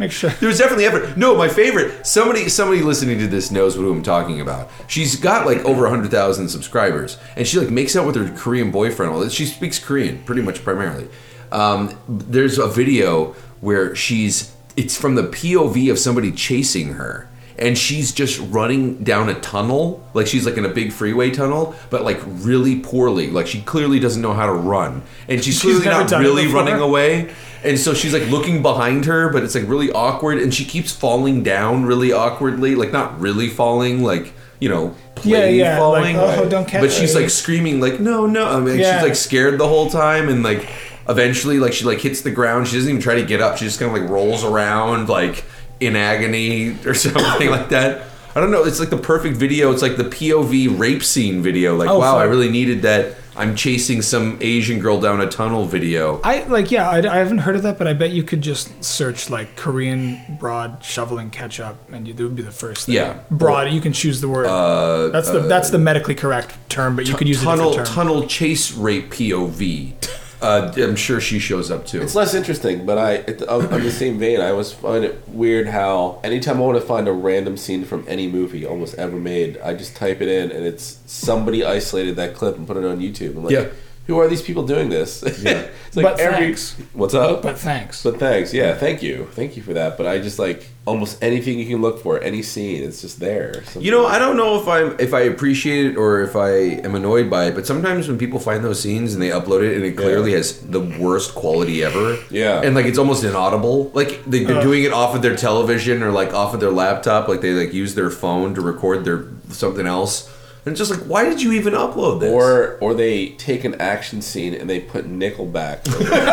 Speaker 3: make sure.
Speaker 4: There was definitely effort. No, my favorite. Somebody, somebody listening to this knows who I'm talking about. She's got like over hundred thousand subscribers, and she like makes out with her Korean boyfriend. All that she speaks Korean pretty much primarily. Um, there's a video where she's. It's from the POV of somebody chasing her, and she's just running down a tunnel like she's like in a big freeway tunnel but like really poorly like she clearly doesn't know how to run and she's, clearly
Speaker 3: never
Speaker 4: not
Speaker 3: done it
Speaker 4: really
Speaker 3: before.
Speaker 4: running away And so she's like looking behind her, but it's like really awkward, and she keeps falling down really awkwardly, like not really falling, like you know,
Speaker 3: Yeah,
Speaker 4: playing
Speaker 3: yeah.
Speaker 4: falling.
Speaker 3: Like, oh, don't catch
Speaker 4: but she's
Speaker 3: me.
Speaker 4: like screaming, like no, no. I mean,
Speaker 3: Yeah.
Speaker 4: she's like scared the whole time, and like eventually, like she like hits the ground. She doesn't even try to get up. She just kind of like rolls around, like in agony [LAUGHS] or something like that. I don't know. It's like the perfect video. It's like the POV rape scene video. Like,
Speaker 3: Oh,
Speaker 4: wow,
Speaker 3: fuck.
Speaker 4: I really needed that. I'm chasing some Asian girl down a tunnel video.
Speaker 3: I like yeah. I, I haven't heard of that, but I bet you could just search like Korean broad shoveling ketchup, and you, that would be the first. Thing.
Speaker 4: Yeah. Uh,
Speaker 3: broad. you can choose the word. that's the that's the medically correct term, but you could use
Speaker 4: tunnel
Speaker 3: a different term.
Speaker 4: tunnel chase rape POV. Uh, I'm sure she shows up too.
Speaker 5: It's less interesting, but I, it, on on the same vein, I always find it weird how anytime I want to find a random scene from any movie almost ever made, I just type it in and it's somebody isolated that clip and put it on YouTube. I'm like,
Speaker 4: Yeah.
Speaker 5: who are these people doing this? [LAUGHS] it's like
Speaker 3: But
Speaker 5: every
Speaker 3: thanks.
Speaker 5: what's up?
Speaker 3: But thanks.
Speaker 5: But thanks, yeah, thank you, thank you for that. But I just like almost anything you can look for, any scene, it's just there.
Speaker 4: you know, I don't know if I am if I appreciate it or if I am annoyed by it, but sometimes when people find those scenes and they upload it and it clearly has the worst quality ever,
Speaker 5: Yeah.
Speaker 4: and like it's almost inaudible. Like they-
Speaker 3: Uh.
Speaker 4: they're doing it off of their television or like off of their laptop, like they like use their phone to record their something else, and it's just like, why did you even upload this?
Speaker 5: or or they take an action scene and they put
Speaker 4: [LAUGHS]
Speaker 5: Nickelback. over it.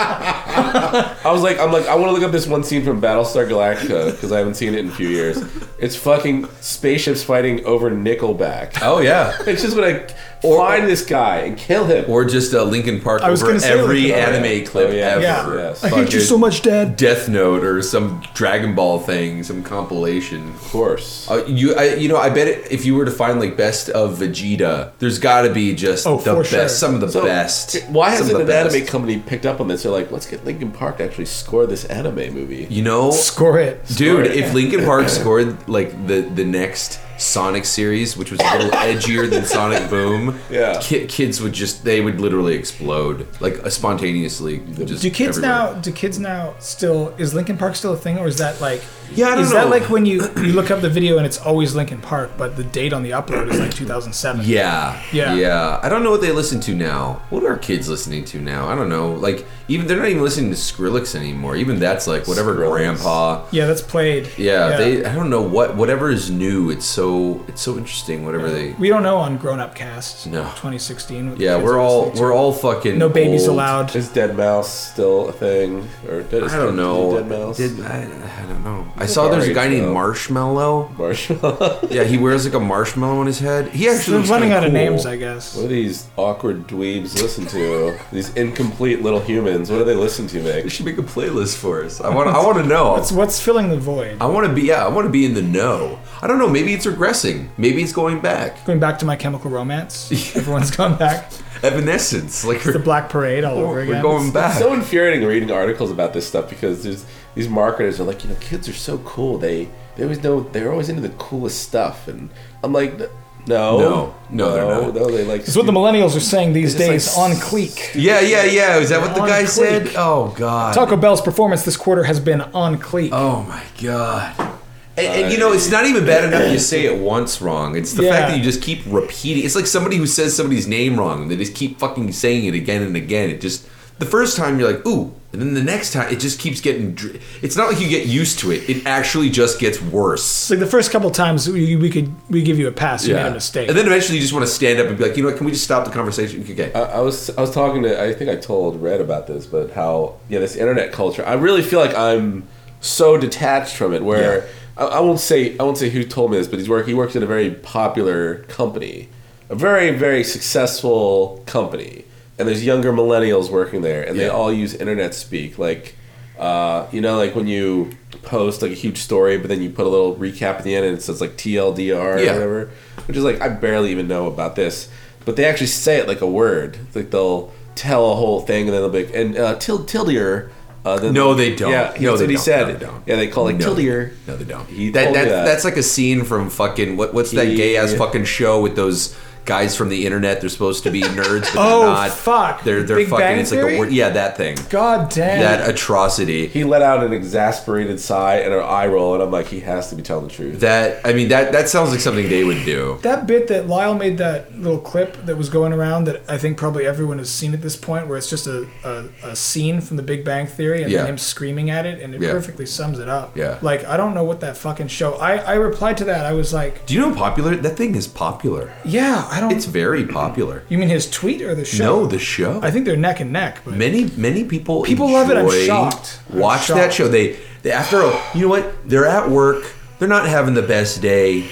Speaker 5: I was like, I'm like, I want to look up this one scene from Battlestar Galactica because I haven't seen it in a few years. It's fucking spaceships fighting over Nickelback.
Speaker 4: oh yeah.
Speaker 5: It's just gonna find this guy and kill him.
Speaker 4: Or just uh, Lincoln Park
Speaker 3: I was
Speaker 4: over
Speaker 3: gonna say
Speaker 4: every
Speaker 3: Linkin Park.
Speaker 4: anime clip
Speaker 5: Oh, yeah.
Speaker 4: ever.
Speaker 3: Yeah.
Speaker 5: Yes.
Speaker 3: I hate you
Speaker 4: Fucking-
Speaker 3: so much, Dad.
Speaker 4: Death Note or some Dragon Ball thing, some compilation.
Speaker 5: Of course.
Speaker 4: Uh, you, I, you know, I bet it, if you were to find like best of Vegeta, there's got to be just
Speaker 3: Oh,
Speaker 4: the
Speaker 3: for
Speaker 4: best,
Speaker 3: sure.
Speaker 4: some of the
Speaker 5: So,
Speaker 4: best.
Speaker 5: Why
Speaker 4: some of
Speaker 5: hasn't
Speaker 4: the
Speaker 5: an
Speaker 4: best.
Speaker 5: anime company picked up on this? They're like, let's get Linkin Park to actually score this anime movie. [LAUGHS]
Speaker 4: You know,
Speaker 3: Score it.
Speaker 4: dude, if Linkin Park scored like the the next Sonic series, which was a
Speaker 5: [LAUGHS]
Speaker 4: little edgier than Sonic Boom,
Speaker 5: Yeah.
Speaker 4: ki- kids would just they would literally explode like uh, spontaneously. Just
Speaker 3: Do kids
Speaker 4: everywhere.
Speaker 3: now? Do kids now still? Is Linkin Park still a thing, or is that like?
Speaker 4: Yeah, I don't
Speaker 3: is
Speaker 4: know.
Speaker 3: that like when you you look up the video and it's always Linkin Park, but the date on the upload is like 2007?
Speaker 4: Yeah.
Speaker 3: Yeah.
Speaker 4: Yeah. I don't know what they listen to now. What are kids listening to now? I don't know. Like even they're not even listening to Skrillex anymore. Even that's like whatever
Speaker 5: Skrillex.
Speaker 4: grandpa.
Speaker 3: Yeah, that's played.
Speaker 4: Yeah, they I don't know what whatever is new, it's so it's so interesting whatever they
Speaker 3: We don't know on Grown Up Cast.
Speaker 4: No.
Speaker 3: 2016. what the
Speaker 4: Yeah,
Speaker 3: kids
Speaker 4: we're
Speaker 3: are
Speaker 4: all
Speaker 3: listening to.
Speaker 4: we're all fucking
Speaker 3: no babies
Speaker 4: old.
Speaker 3: allowed.
Speaker 5: Is Dead Mouse still a thing? Or Dead,
Speaker 4: I don't know.
Speaker 5: Dead Mouse.
Speaker 4: Did- I, I don't know. I saw there's a guy named
Speaker 5: though.
Speaker 4: Marshmallow.
Speaker 5: Marshmallow.
Speaker 4: Yeah, he wears like a marshmallow on his head. He actually
Speaker 3: They're
Speaker 4: looks
Speaker 3: running
Speaker 4: kinda
Speaker 3: out of
Speaker 4: cool.
Speaker 3: names, I guess.
Speaker 5: What do these awkward dweebs listen to? these incomplete little humans. What do they listen to,
Speaker 4: They
Speaker 5: Nick?
Speaker 4: should make a playlist for us. I want I want to know.
Speaker 3: What's what's filling the void?
Speaker 4: I want to be yeah, I want to be in the know. I don't know, maybe it's regressing. Maybe it's going back.
Speaker 3: Going back to my
Speaker 4: [LAUGHS]
Speaker 3: Chemical Romance. Everyone's gone back.
Speaker 4: Evanescence, like
Speaker 3: The
Speaker 4: we're,
Speaker 3: Black Parade all
Speaker 4: [LAUGHS]
Speaker 3: over
Speaker 4: we're
Speaker 3: again.
Speaker 4: going back.
Speaker 5: So infuriating reading articles about this stuff because there's these marketers are like, you know, kids are so cool. They they always know they're always into the coolest stuff, and I'm like, no,
Speaker 4: No. No, they're not.
Speaker 5: no, they like.
Speaker 3: It's what the millennials are saying these
Speaker 5: like
Speaker 3: days
Speaker 5: s-
Speaker 3: on Clique.
Speaker 4: yeah, yeah, yeah. Is that what the
Speaker 3: On
Speaker 4: guy
Speaker 3: click.
Speaker 4: said? Oh god.
Speaker 3: Taco Bell's performance this quarter has been on Clique.
Speaker 4: oh my god. And, and you know, it's not even bad enough you say it once wrong. It's the fact
Speaker 3: Uh, Yeah.
Speaker 4: that you just keep repeating. It's like somebody who says somebody's name wrong. They just keep fucking saying it again and again. It just the first time you're like, ooh, and then the next time it just keeps getting. dr- It's not like you get used to it. It actually just gets worse.
Speaker 3: It's like the first couple times we, we could we give you a pass. You made a mistake.
Speaker 4: And then eventually you just want to stand up and be like, you know what, can we just stop the conversation? Okay.
Speaker 5: I I was I was talking to I think I told Red about this, but how yeah this internet culture. I really feel like I'm so detached from it. Where I, I won't say I won't say who told me this, but he's work he works at a very popular company, a very very successful company, and there's younger millennials working there, and they
Speaker 4: Yeah.
Speaker 5: all use internet speak like. Uh, you know, like when you post like a huge story, but then you put a little recap at the end, and it says like TLDR
Speaker 4: Yeah.
Speaker 5: or whatever, which is like I barely even know about this. But they actually say it like a word. Like they'll tell a whole thing, and then they'll be like, and uh, til- tildier. Uh, then
Speaker 4: No, they don't.
Speaker 5: Yeah, that's
Speaker 4: No, they
Speaker 5: what he
Speaker 4: don't.
Speaker 5: said.
Speaker 4: No, they don't.
Speaker 5: Yeah, they call it
Speaker 4: No, they-
Speaker 5: tildier.
Speaker 4: No, they don't.
Speaker 5: He
Speaker 4: that,
Speaker 5: told me
Speaker 4: that,
Speaker 5: that.
Speaker 4: That's like a scene from fucking what, what's that
Speaker 5: He-
Speaker 4: gay ass fucking show with those guys from the internet. They're supposed to be nerds, but
Speaker 3: [LAUGHS] Oh,
Speaker 4: they're not.
Speaker 3: fuck.
Speaker 4: They're they're
Speaker 3: Big
Speaker 4: fucking.
Speaker 3: Bang
Speaker 4: it's like the
Speaker 3: Theory?
Speaker 4: word. Yeah, that thing.
Speaker 3: God damn.
Speaker 4: That atrocity.
Speaker 5: He let out an exasperated sigh and an eye roll, and I'm like, he has to be telling the truth.
Speaker 4: That I mean that that sounds like something they would do.
Speaker 3: That bit that Lyle made that little clip that was going around that I think probably everyone has seen at this point, where it's just a, a, a scene from The Big Bang Theory and
Speaker 4: Yeah.
Speaker 3: then him screaming at it, and it
Speaker 4: Yeah.
Speaker 3: perfectly sums it up.
Speaker 4: Yeah.
Speaker 3: Like, I don't know what that fucking show. I, I replied to that. I was like,
Speaker 4: Do you know how popular that thing is? Popular.
Speaker 3: yeah, I don't.
Speaker 4: It's very popular.
Speaker 3: you mean his tweet or the show?
Speaker 4: No, the show.
Speaker 3: I think they're neck and neck. But
Speaker 4: Many many people
Speaker 3: People love it. I'm
Speaker 4: enjoy-
Speaker 3: shocked. I'm
Speaker 4: Watch that
Speaker 3: shocked.
Speaker 4: show. They, they after all, you know what? They're at work. They're not having the best day,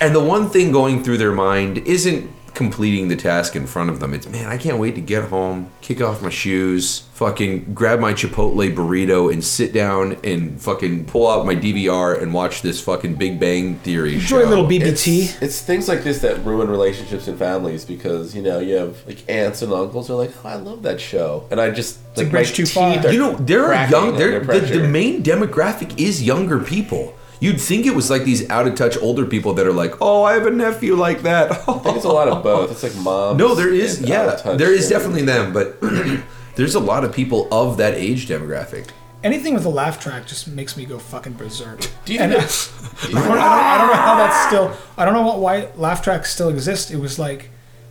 Speaker 4: and the one thing going through their mind isn't completing the task in front of them. It's man, I can't wait to get home, kick off my shoes, fucking grab my Chipotle burrito, and sit down and fucking pull out my DVR and watch this fucking Big Bang Theory show.
Speaker 3: enjoy a little BBT.
Speaker 5: It's, it's things like this that ruin relationships and families because you know you have like aunts and uncles who are like, oh, I love that show, and I just like
Speaker 3: bridge
Speaker 5: my
Speaker 3: too
Speaker 5: teeth
Speaker 3: far.
Speaker 5: are
Speaker 4: you know there are
Speaker 5: cracking
Speaker 4: young they're,
Speaker 5: under
Speaker 4: the, the
Speaker 5: pressure.
Speaker 4: main demographic is younger people you'd think it was like these out of touch older people that are like oh i have a nephew like that [LAUGHS]
Speaker 5: I think it's a lot of both. It's like mom.
Speaker 4: no there is yeah there is definitely them but [CLEARS THROAT] there's a lot of people of that age demographic
Speaker 3: Anything with a laugh track just makes me go fucking berserk.
Speaker 5: Do you
Speaker 3: And I, [LAUGHS] I don't, I don't- I don't know how that's still. I don't know what, why laugh tracks still exist. It was like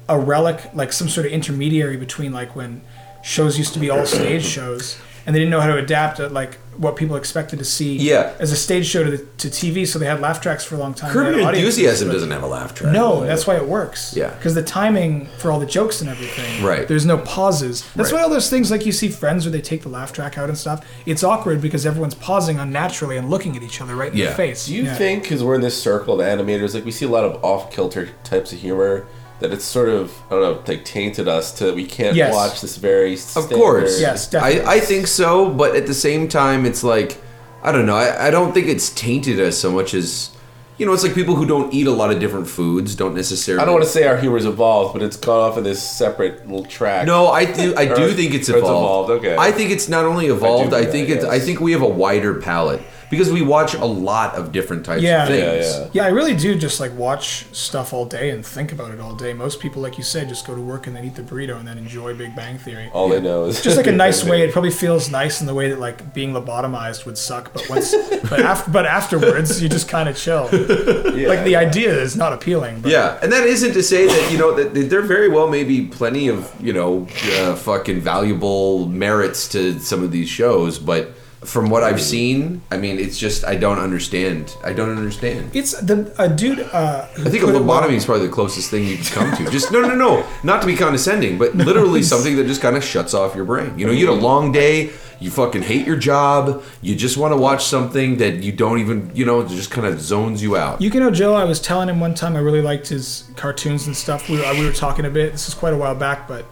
Speaker 3: a relic, like some sort of intermediary between like when shows used to be all stage shows, and they didn't know how to adapt it, like what people expected to see.
Speaker 4: Yeah.
Speaker 3: as a stage show to the, to TV, so they had laugh tracks for a long time. They
Speaker 4: curb
Speaker 3: had
Speaker 4: your
Speaker 3: audiences,
Speaker 4: enthusiasm
Speaker 3: but-
Speaker 4: doesn't have a laugh track
Speaker 3: no, that's why it works.
Speaker 4: Yeah.
Speaker 3: Because the timing for all the jokes and everything.
Speaker 4: Right.
Speaker 3: There's no pauses. That's
Speaker 4: Right.
Speaker 3: why all those things like you see friends where they take the laugh track out and stuff. It's awkward because everyone's pausing unnaturally and looking at each other right in
Speaker 4: Yeah.
Speaker 3: the face.
Speaker 5: Do you
Speaker 3: Yeah.
Speaker 5: think because we're in this circle of animators, like we see a lot of off kilter types of humor, that it's sort of I don't know, like tainted us to that we can't
Speaker 3: Yes.
Speaker 5: watch this very
Speaker 4: Of course.
Speaker 3: Yes. definitely.
Speaker 4: I, I think so, but at the same time, it's like, I don't know. I, I don't think it's tainted us so much as, you know, it's like people who don't eat a lot of different foods don't necessarily.
Speaker 5: I don't want to say our humor's evolved, but it's gone off in this separate little track.
Speaker 4: No,
Speaker 5: [LAUGHS]
Speaker 4: I do. I do
Speaker 5: Or-
Speaker 4: think it's
Speaker 5: or it's
Speaker 4: evolved.
Speaker 5: evolved, okay.
Speaker 4: I think it's not only evolved.
Speaker 5: do
Speaker 4: I,
Speaker 5: do
Speaker 4: think
Speaker 5: that,
Speaker 4: it's. I
Speaker 5: yes.
Speaker 4: think we have a wider palette because we watch a lot of different types
Speaker 3: Yeah.
Speaker 4: of
Speaker 3: Yeah,
Speaker 4: things.
Speaker 5: yeah.
Speaker 3: Yeah, I really do just like watch stuff all day and think about it all day. Most people, like you said, just go to work and then eat the burrito and then enjoy Big Bang Theory.
Speaker 4: Oh,
Speaker 5: all they know is [LAUGHS]
Speaker 3: just like a nice way. It probably feels nice in the way that like being lobotomized would suck, but once, but, af- but afterwards you just kind
Speaker 4: [LAUGHS]
Speaker 3: of chill. like the idea is not appealing. But
Speaker 4: Yeah, and that isn't to say that you know that that there very well may be plenty of you know uh, fucking valuable merits to some of these shows, but from what I've
Speaker 5: Hmm.
Speaker 4: seen, I mean, it's just I don't understand. I don't understand.
Speaker 3: It's the a dude. Uh,
Speaker 4: I think a lobotomy is probably the closest thing you can come to. Just no, no, no, not to be condescending, but literally
Speaker 3: [LAUGHS]
Speaker 4: something that just kind of shuts off your brain. You know, you had a long day. You fucking hate your job. You just want to watch something that you don't even, you know, it just kind of zones you out.
Speaker 3: You can know Joe. I was telling him one time I really liked his cartoons and stuff. We were, we were talking a bit. This is quite a while back, but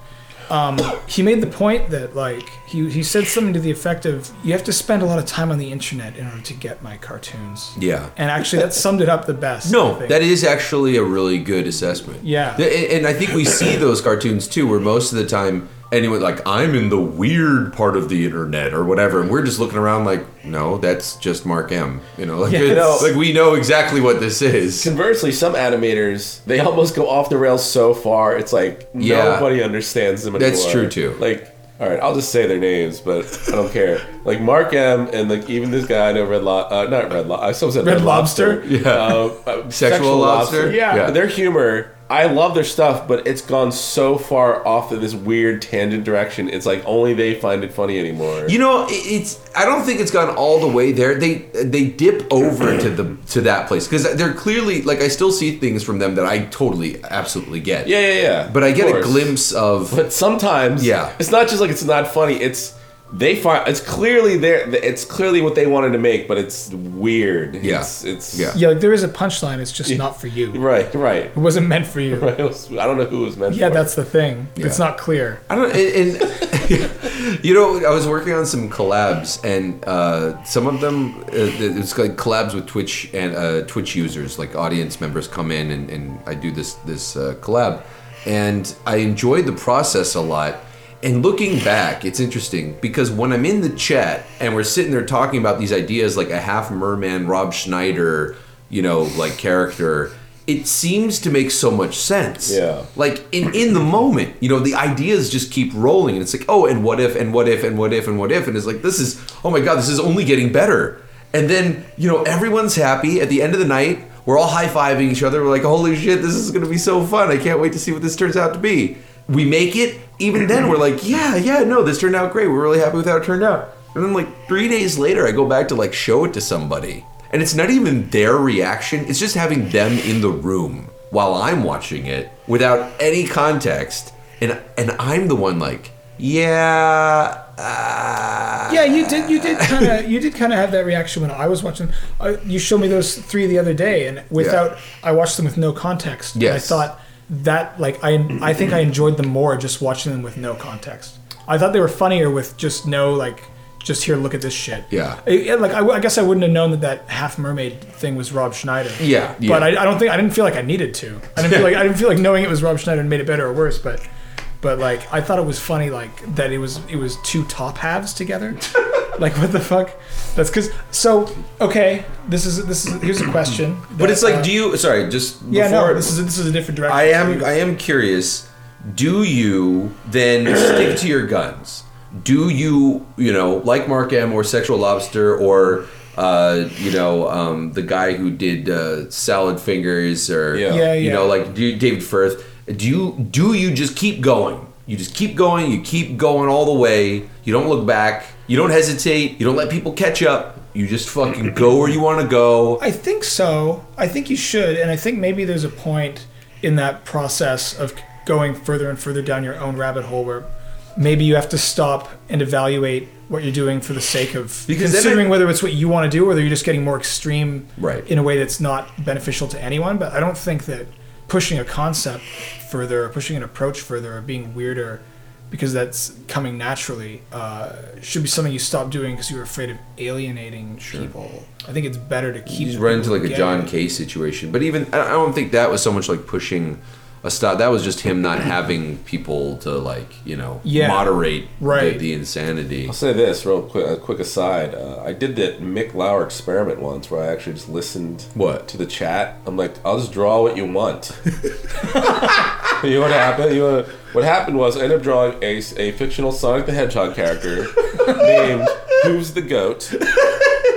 Speaker 3: um, he made the point that like he he said something to the effect of you have to spend a lot of time on the internet in order to get my cartoons.
Speaker 4: Yeah.
Speaker 3: And actually, that summed it up the best. I
Speaker 4: No,
Speaker 3: think.
Speaker 4: that is actually a really good assessment.
Speaker 3: Yeah.
Speaker 4: Th- and- and I think we see those cartoons too, where most of the time anyone like I'm in the weird part of the internet or whatever, and we're just looking around like, no, that's just Mark M. You know, like,
Speaker 3: Yes.
Speaker 4: it's-
Speaker 5: No.
Speaker 4: like we know exactly what this is.
Speaker 5: Conversely, some animators they [LAUGHS] almost go off the rails so far it's like
Speaker 4: Yeah.
Speaker 5: nobody understands them. Anymore.
Speaker 4: That's true, too.
Speaker 5: Like, all right, I'll just say their names, but I don't care. Like Mark M. and like even this guy I know, Red Lo- uh, not Red Uh, Lobster, I still said
Speaker 3: Red Lobster?
Speaker 5: Yeah,
Speaker 4: Sexual Lobster?
Speaker 5: Yeah,
Speaker 4: Yeah.
Speaker 5: their humor. I love their stuff, but it's gone so far off in this weird tangent direction. It's like only they find it funny anymore.
Speaker 4: You know, i- it's I don't think it's gone all the way there. They they dip over to the to that place because they're clearly like I still see things from them that I totally absolutely get.
Speaker 5: yeah, yeah, yeah.
Speaker 4: But I
Speaker 5: of
Speaker 4: get a
Speaker 5: course.
Speaker 4: glimpse of
Speaker 5: But sometimes,
Speaker 4: Yeah.
Speaker 5: it's not just like it's not funny. It's they find it's clearly there. It's clearly what they wanted to make, but it's weird.
Speaker 4: Yeah.
Speaker 5: it's, it's
Speaker 4: Yeah.
Speaker 3: yeah, like, there is a punchline. It's just not for you.
Speaker 4: [LAUGHS]
Speaker 5: right, right. [LAUGHS]
Speaker 3: It wasn't meant for you.
Speaker 5: It was- I don't know who it was meant.
Speaker 3: Yeah,
Speaker 5: for.
Speaker 3: that's the thing. It's
Speaker 4: Yeah.
Speaker 3: not clear.
Speaker 4: I don't. And, and [LAUGHS] you know, I was working on some collabs, and uh, some of them uh, it's like collabs with Twitch and uh, Twitch users, like audience members come in, and, and I do this this uh, collab, and I enjoyed the process a lot. And looking back, it's interesting because when I'm in the chat and we're sitting there talking about these ideas, like a half merman Rob Schneider, you know, like character, it seems to make so much sense.
Speaker 5: Yeah.
Speaker 4: Like in in the moment, you know, the ideas just keep rolling, and it's like, oh, and what if, and what if, and what if, and what if, and it's like, this is, oh my god, this is only getting better. And then you know, everyone's happy at the end of the night. We're all high fiving each other. We're like, holy shit, this is gonna be so fun. I can't wait to see what this turns out to be. We make it. Even then, we're like, yeah, yeah, no, this turned out great. We're really happy with how it turned out. And then like three days later, I go back to like show it to somebody, and it's not even their reaction. It's just having them in the room while I'm watching it without any context, and and I'm the one like, yeah, uh,
Speaker 3: Yeah, you did. You did kind of. You did kind of have that reaction when I was watching. Uh, you showed me those three the other day, and without, I watched them with no context. and I
Speaker 4: Yes.
Speaker 3: thought that, like, I, I think I enjoyed them more just watching them with no context. I thought they were funnier with just no, like, just here, look at this shit.
Speaker 4: Yeah.
Speaker 3: I- yeah, like, I, w- I guess I wouldn't have known that that half mermaid thing was Rob Schneider.
Speaker 4: Yeah, yeah.
Speaker 3: But I, I don't think I didn't feel like I needed to. I didn't feel like I didn't feel like knowing it was Rob Schneider made it better or worse, but. But like I thought it was funny, like that it was it was two top halves together. [LAUGHS] like what the fuck? That's because so okay. This is this is here's a question. uh,
Speaker 4: But it's like, do you? Sorry, just
Speaker 3: yeah no
Speaker 4: before-
Speaker 3: this is this is a different direction.
Speaker 4: I am I am curious. Do you then [CLEARS THROAT] stick to your guns? Do you you know like Mark M or Sexual Lobster or uh, you know um, the guy who did uh, Salad Fingers or
Speaker 5: Yeah.
Speaker 3: Yeah,
Speaker 4: you
Speaker 3: yeah.
Speaker 4: know like do you, David Firth? Do you do you just keep going? You just keep going. You keep going all the way. You don't look back. You don't hesitate. You don't let people catch up. You just fucking go where you want to go.
Speaker 3: I think so. I think you should, and I think maybe there's a point in that process of going further and further down your own rabbit hole where maybe you have to stop and evaluate what you're doing for the sake of
Speaker 4: Because then I-
Speaker 3: considering whether it's what you want to do or whether you're just getting more extreme
Speaker 4: Right.
Speaker 3: in a way that's not beneficial to anyone. But I don't think that pushing a concept further or pushing an approach further or being weirder because that's coming naturally uh, should be something you stop doing because you're afraid of alienating people. I think it's better to keep
Speaker 4: He's run into like a
Speaker 3: Yeah.
Speaker 4: John Kay situation. But even I I don't think that was so much like pushing a stop. That was just him not having people to like you know
Speaker 3: Yeah.
Speaker 4: moderate
Speaker 3: Right.
Speaker 4: the, the insanity.
Speaker 5: I'll say this real quick. A quick aside. Uh, I did that Mick Lauer experiment once, where I actually just listened
Speaker 4: What?
Speaker 5: to the chat. I'm like, I'll just draw what you want. [LAUGHS] you know what happened? You know, what happened was I ended up drawing a, a fictional Sonic the Hedgehog
Speaker 4: [LAUGHS]
Speaker 5: character named Who's the Goat.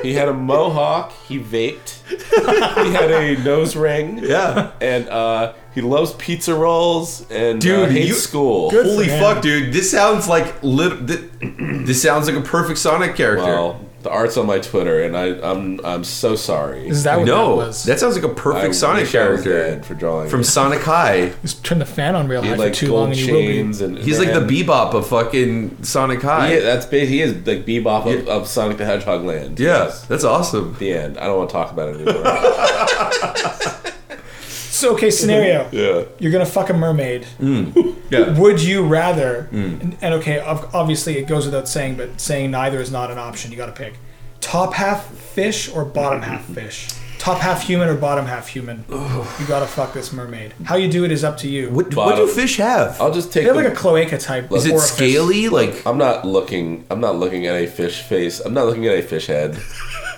Speaker 5: He had a mohawk. He vaped. He had a nose ring.
Speaker 4: Yeah.
Speaker 5: and uh, he loves pizza rolls and
Speaker 4: Dude,
Speaker 5: uh, hates
Speaker 4: you-
Speaker 5: school.
Speaker 3: Good for
Speaker 4: Holy
Speaker 3: him.
Speaker 4: fuck, dude! This sounds like lit. This, this sounds like a perfect Sonic character.
Speaker 5: Well, the art's on my Twitter, and I, I'm I'm so sorry.
Speaker 3: Is that what
Speaker 4: No,
Speaker 3: that
Speaker 4: that,
Speaker 3: was?
Speaker 4: sounds like a perfect
Speaker 5: I
Speaker 4: Sonic
Speaker 5: wish I was
Speaker 4: character
Speaker 5: dead for drawing
Speaker 4: from
Speaker 5: it.
Speaker 4: Sonic High.
Speaker 3: Just turn the fan on real
Speaker 5: He
Speaker 3: high
Speaker 5: had,
Speaker 3: for
Speaker 5: like
Speaker 3: too
Speaker 5: gold
Speaker 3: long, and you will be.
Speaker 5: chains and
Speaker 4: He's like the bebop of fucking Sonic High.
Speaker 5: Yeah,
Speaker 4: Yeah,
Speaker 5: that's ba- he is like bebop of, of Sonic the Hedgehog land. Yes.
Speaker 4: that's awesome.
Speaker 5: The end. I don't want to talk about it
Speaker 3: [LAUGHS]
Speaker 5: anymore.
Speaker 3: So
Speaker 4: [LAUGHS]
Speaker 3: okay, scenario.
Speaker 5: yeah.
Speaker 3: You're gonna fuck a mermaid.
Speaker 4: Mm.
Speaker 3: [LAUGHS]
Speaker 4: Yeah. Mm.
Speaker 3: Would you rather? And, and okay, ob- obviously it goes without saying, but saying neither is not an option. You got to pick. Top half fish or bottom half fish. Top half human or bottom half human. you gotta fuck this mermaid. How you do it is up to you.
Speaker 4: What what
Speaker 5: Bottom.
Speaker 4: do fish have?
Speaker 5: I'll just take.
Speaker 3: they have like
Speaker 5: the-
Speaker 3: a cloaca type.
Speaker 4: Is it scaly? Like
Speaker 5: I'm not looking. I'm not looking at a fish face. I'm not looking at a fish head.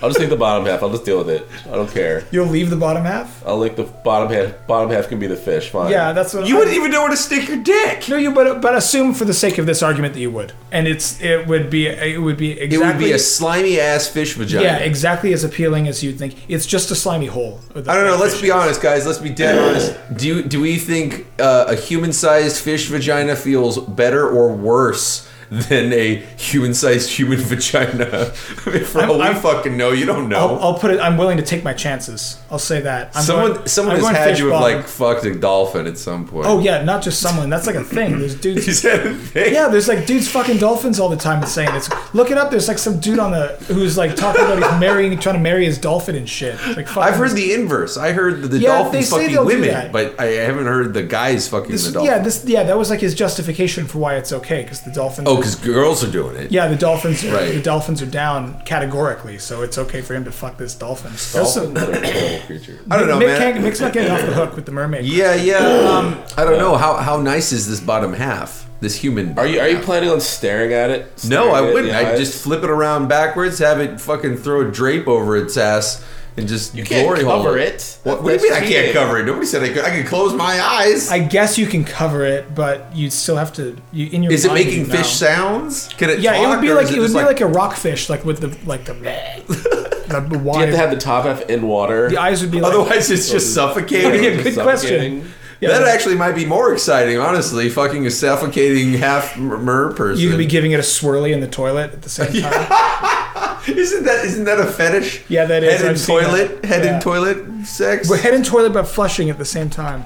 Speaker 5: I'll just take the bottom half. I'll just deal with it. I don't care.
Speaker 3: You'll leave the bottom half.
Speaker 5: I'll lick the bottom half. Bottom half can be the fish. Fine.
Speaker 3: Yeah, that's what
Speaker 4: You
Speaker 3: I-
Speaker 4: wouldn't even know where to stick your dick.
Speaker 3: No, you but but assume for the sake of this argument that you would, and it's it would be it would be
Speaker 4: It
Speaker 3: exactly
Speaker 4: would be a slimy ass fish vagina.
Speaker 3: yeah exactly as appealing as you'd think. It's just a slimy hole.
Speaker 4: I don't know. Let's be honest, guys. Let's be dead honest. Do you, do we think uh, a human-sized fish vagina feels better or worse than a human-sized human [LAUGHS] vagina? I mean, for all we
Speaker 3: I'm-
Speaker 4: fucking know, you don't know.
Speaker 3: I'll, I'll put it. I'm willing to take my chances. I'll say that. I'm
Speaker 4: someone
Speaker 3: going-
Speaker 4: someone
Speaker 3: I'm
Speaker 4: has
Speaker 3: going
Speaker 4: had
Speaker 3: fish
Speaker 4: you have
Speaker 3: bottom.
Speaker 4: like fucked a dolphin at some point. [LAUGHS]
Speaker 3: oh yeah, not just someone. That's like a thing. There's dudes.
Speaker 4: Is that a thing?
Speaker 3: Yeah, there's like dudes fucking dolphins all the time and saying it's look it up. There's like some dude on the who's like talking about he's marrying, trying to marry his dolphin and shit. Like fucking,
Speaker 4: I've heard the inverse. I heard that the
Speaker 3: Yeah,
Speaker 4: dolphins
Speaker 3: they say
Speaker 4: fucking
Speaker 3: they'll do
Speaker 4: women,
Speaker 3: that.
Speaker 4: but I haven't heard the guys fucking the dolphins.
Speaker 3: yeah this yeah that was like his justification for why it's okay because the dolphins.
Speaker 4: Oh, because girls are doing it.
Speaker 3: Yeah, the dolphins. Are,
Speaker 4: Right.
Speaker 3: The dolphins are down categorically, so it's okay for him to fuck this dolphin. Also,
Speaker 5: Dolphins are a terrible creature.
Speaker 4: [LAUGHS] I don't know,
Speaker 3: Mick
Speaker 4: man.
Speaker 3: can't- Mick's not getting off the hook with the mermaid.
Speaker 4: Yeah, yeah. Um, I don't know how how nice is this bottom half, this human.
Speaker 5: Are you are you planning on staring at it?
Speaker 4: No,
Speaker 5: Staring
Speaker 4: I
Speaker 5: it in
Speaker 4: wouldn't.
Speaker 5: the
Speaker 4: I'd
Speaker 5: eyes?
Speaker 4: just flip it around backwards, have it fucking throw a drape over its ass, and just
Speaker 6: You can't
Speaker 4: glory hole
Speaker 6: cover
Speaker 4: it.
Speaker 6: it.
Speaker 4: What, what do you mean
Speaker 6: That's
Speaker 4: I can't
Speaker 6: cheating.
Speaker 4: cover it? Nobody said I could. I could close my eyes.
Speaker 3: I guess you can cover it, but you still have to. You, in your
Speaker 4: is it
Speaker 3: mind,
Speaker 4: making
Speaker 3: you know.
Speaker 4: fish sounds? Can it?
Speaker 3: Yeah, it would
Speaker 4: talk,
Speaker 3: be
Speaker 4: or
Speaker 3: like
Speaker 4: is
Speaker 3: it would
Speaker 4: just
Speaker 3: be like, a rockfish, like with
Speaker 4: [LAUGHS]
Speaker 3: the like the the
Speaker 5: You have
Speaker 3: wide.
Speaker 5: to have the top half in water.
Speaker 3: the eyes would
Speaker 4: [LAUGHS]
Speaker 3: be like.
Speaker 4: Otherwise, it's just suffocating.
Speaker 3: [LAUGHS] yeah, good
Speaker 5: suffocating.
Speaker 3: question. [LAUGHS] Yeah,
Speaker 4: that
Speaker 3: like,
Speaker 4: actually might be more exciting, honestly. Fucking a suffocating half mer- mer person.
Speaker 3: you could be giving it a swirly in the toilet at
Speaker 4: [LAUGHS]
Speaker 3: the same time.
Speaker 4: isn't that isn't that a fetish?
Speaker 3: Yeah, that is.
Speaker 4: Head in
Speaker 3: I've seen
Speaker 4: toilet,
Speaker 3: that.
Speaker 4: head
Speaker 3: Yeah.
Speaker 4: in toilet
Speaker 3: [LAUGHS]
Speaker 4: sex.
Speaker 3: We're head and toilet, but flushing at the same time.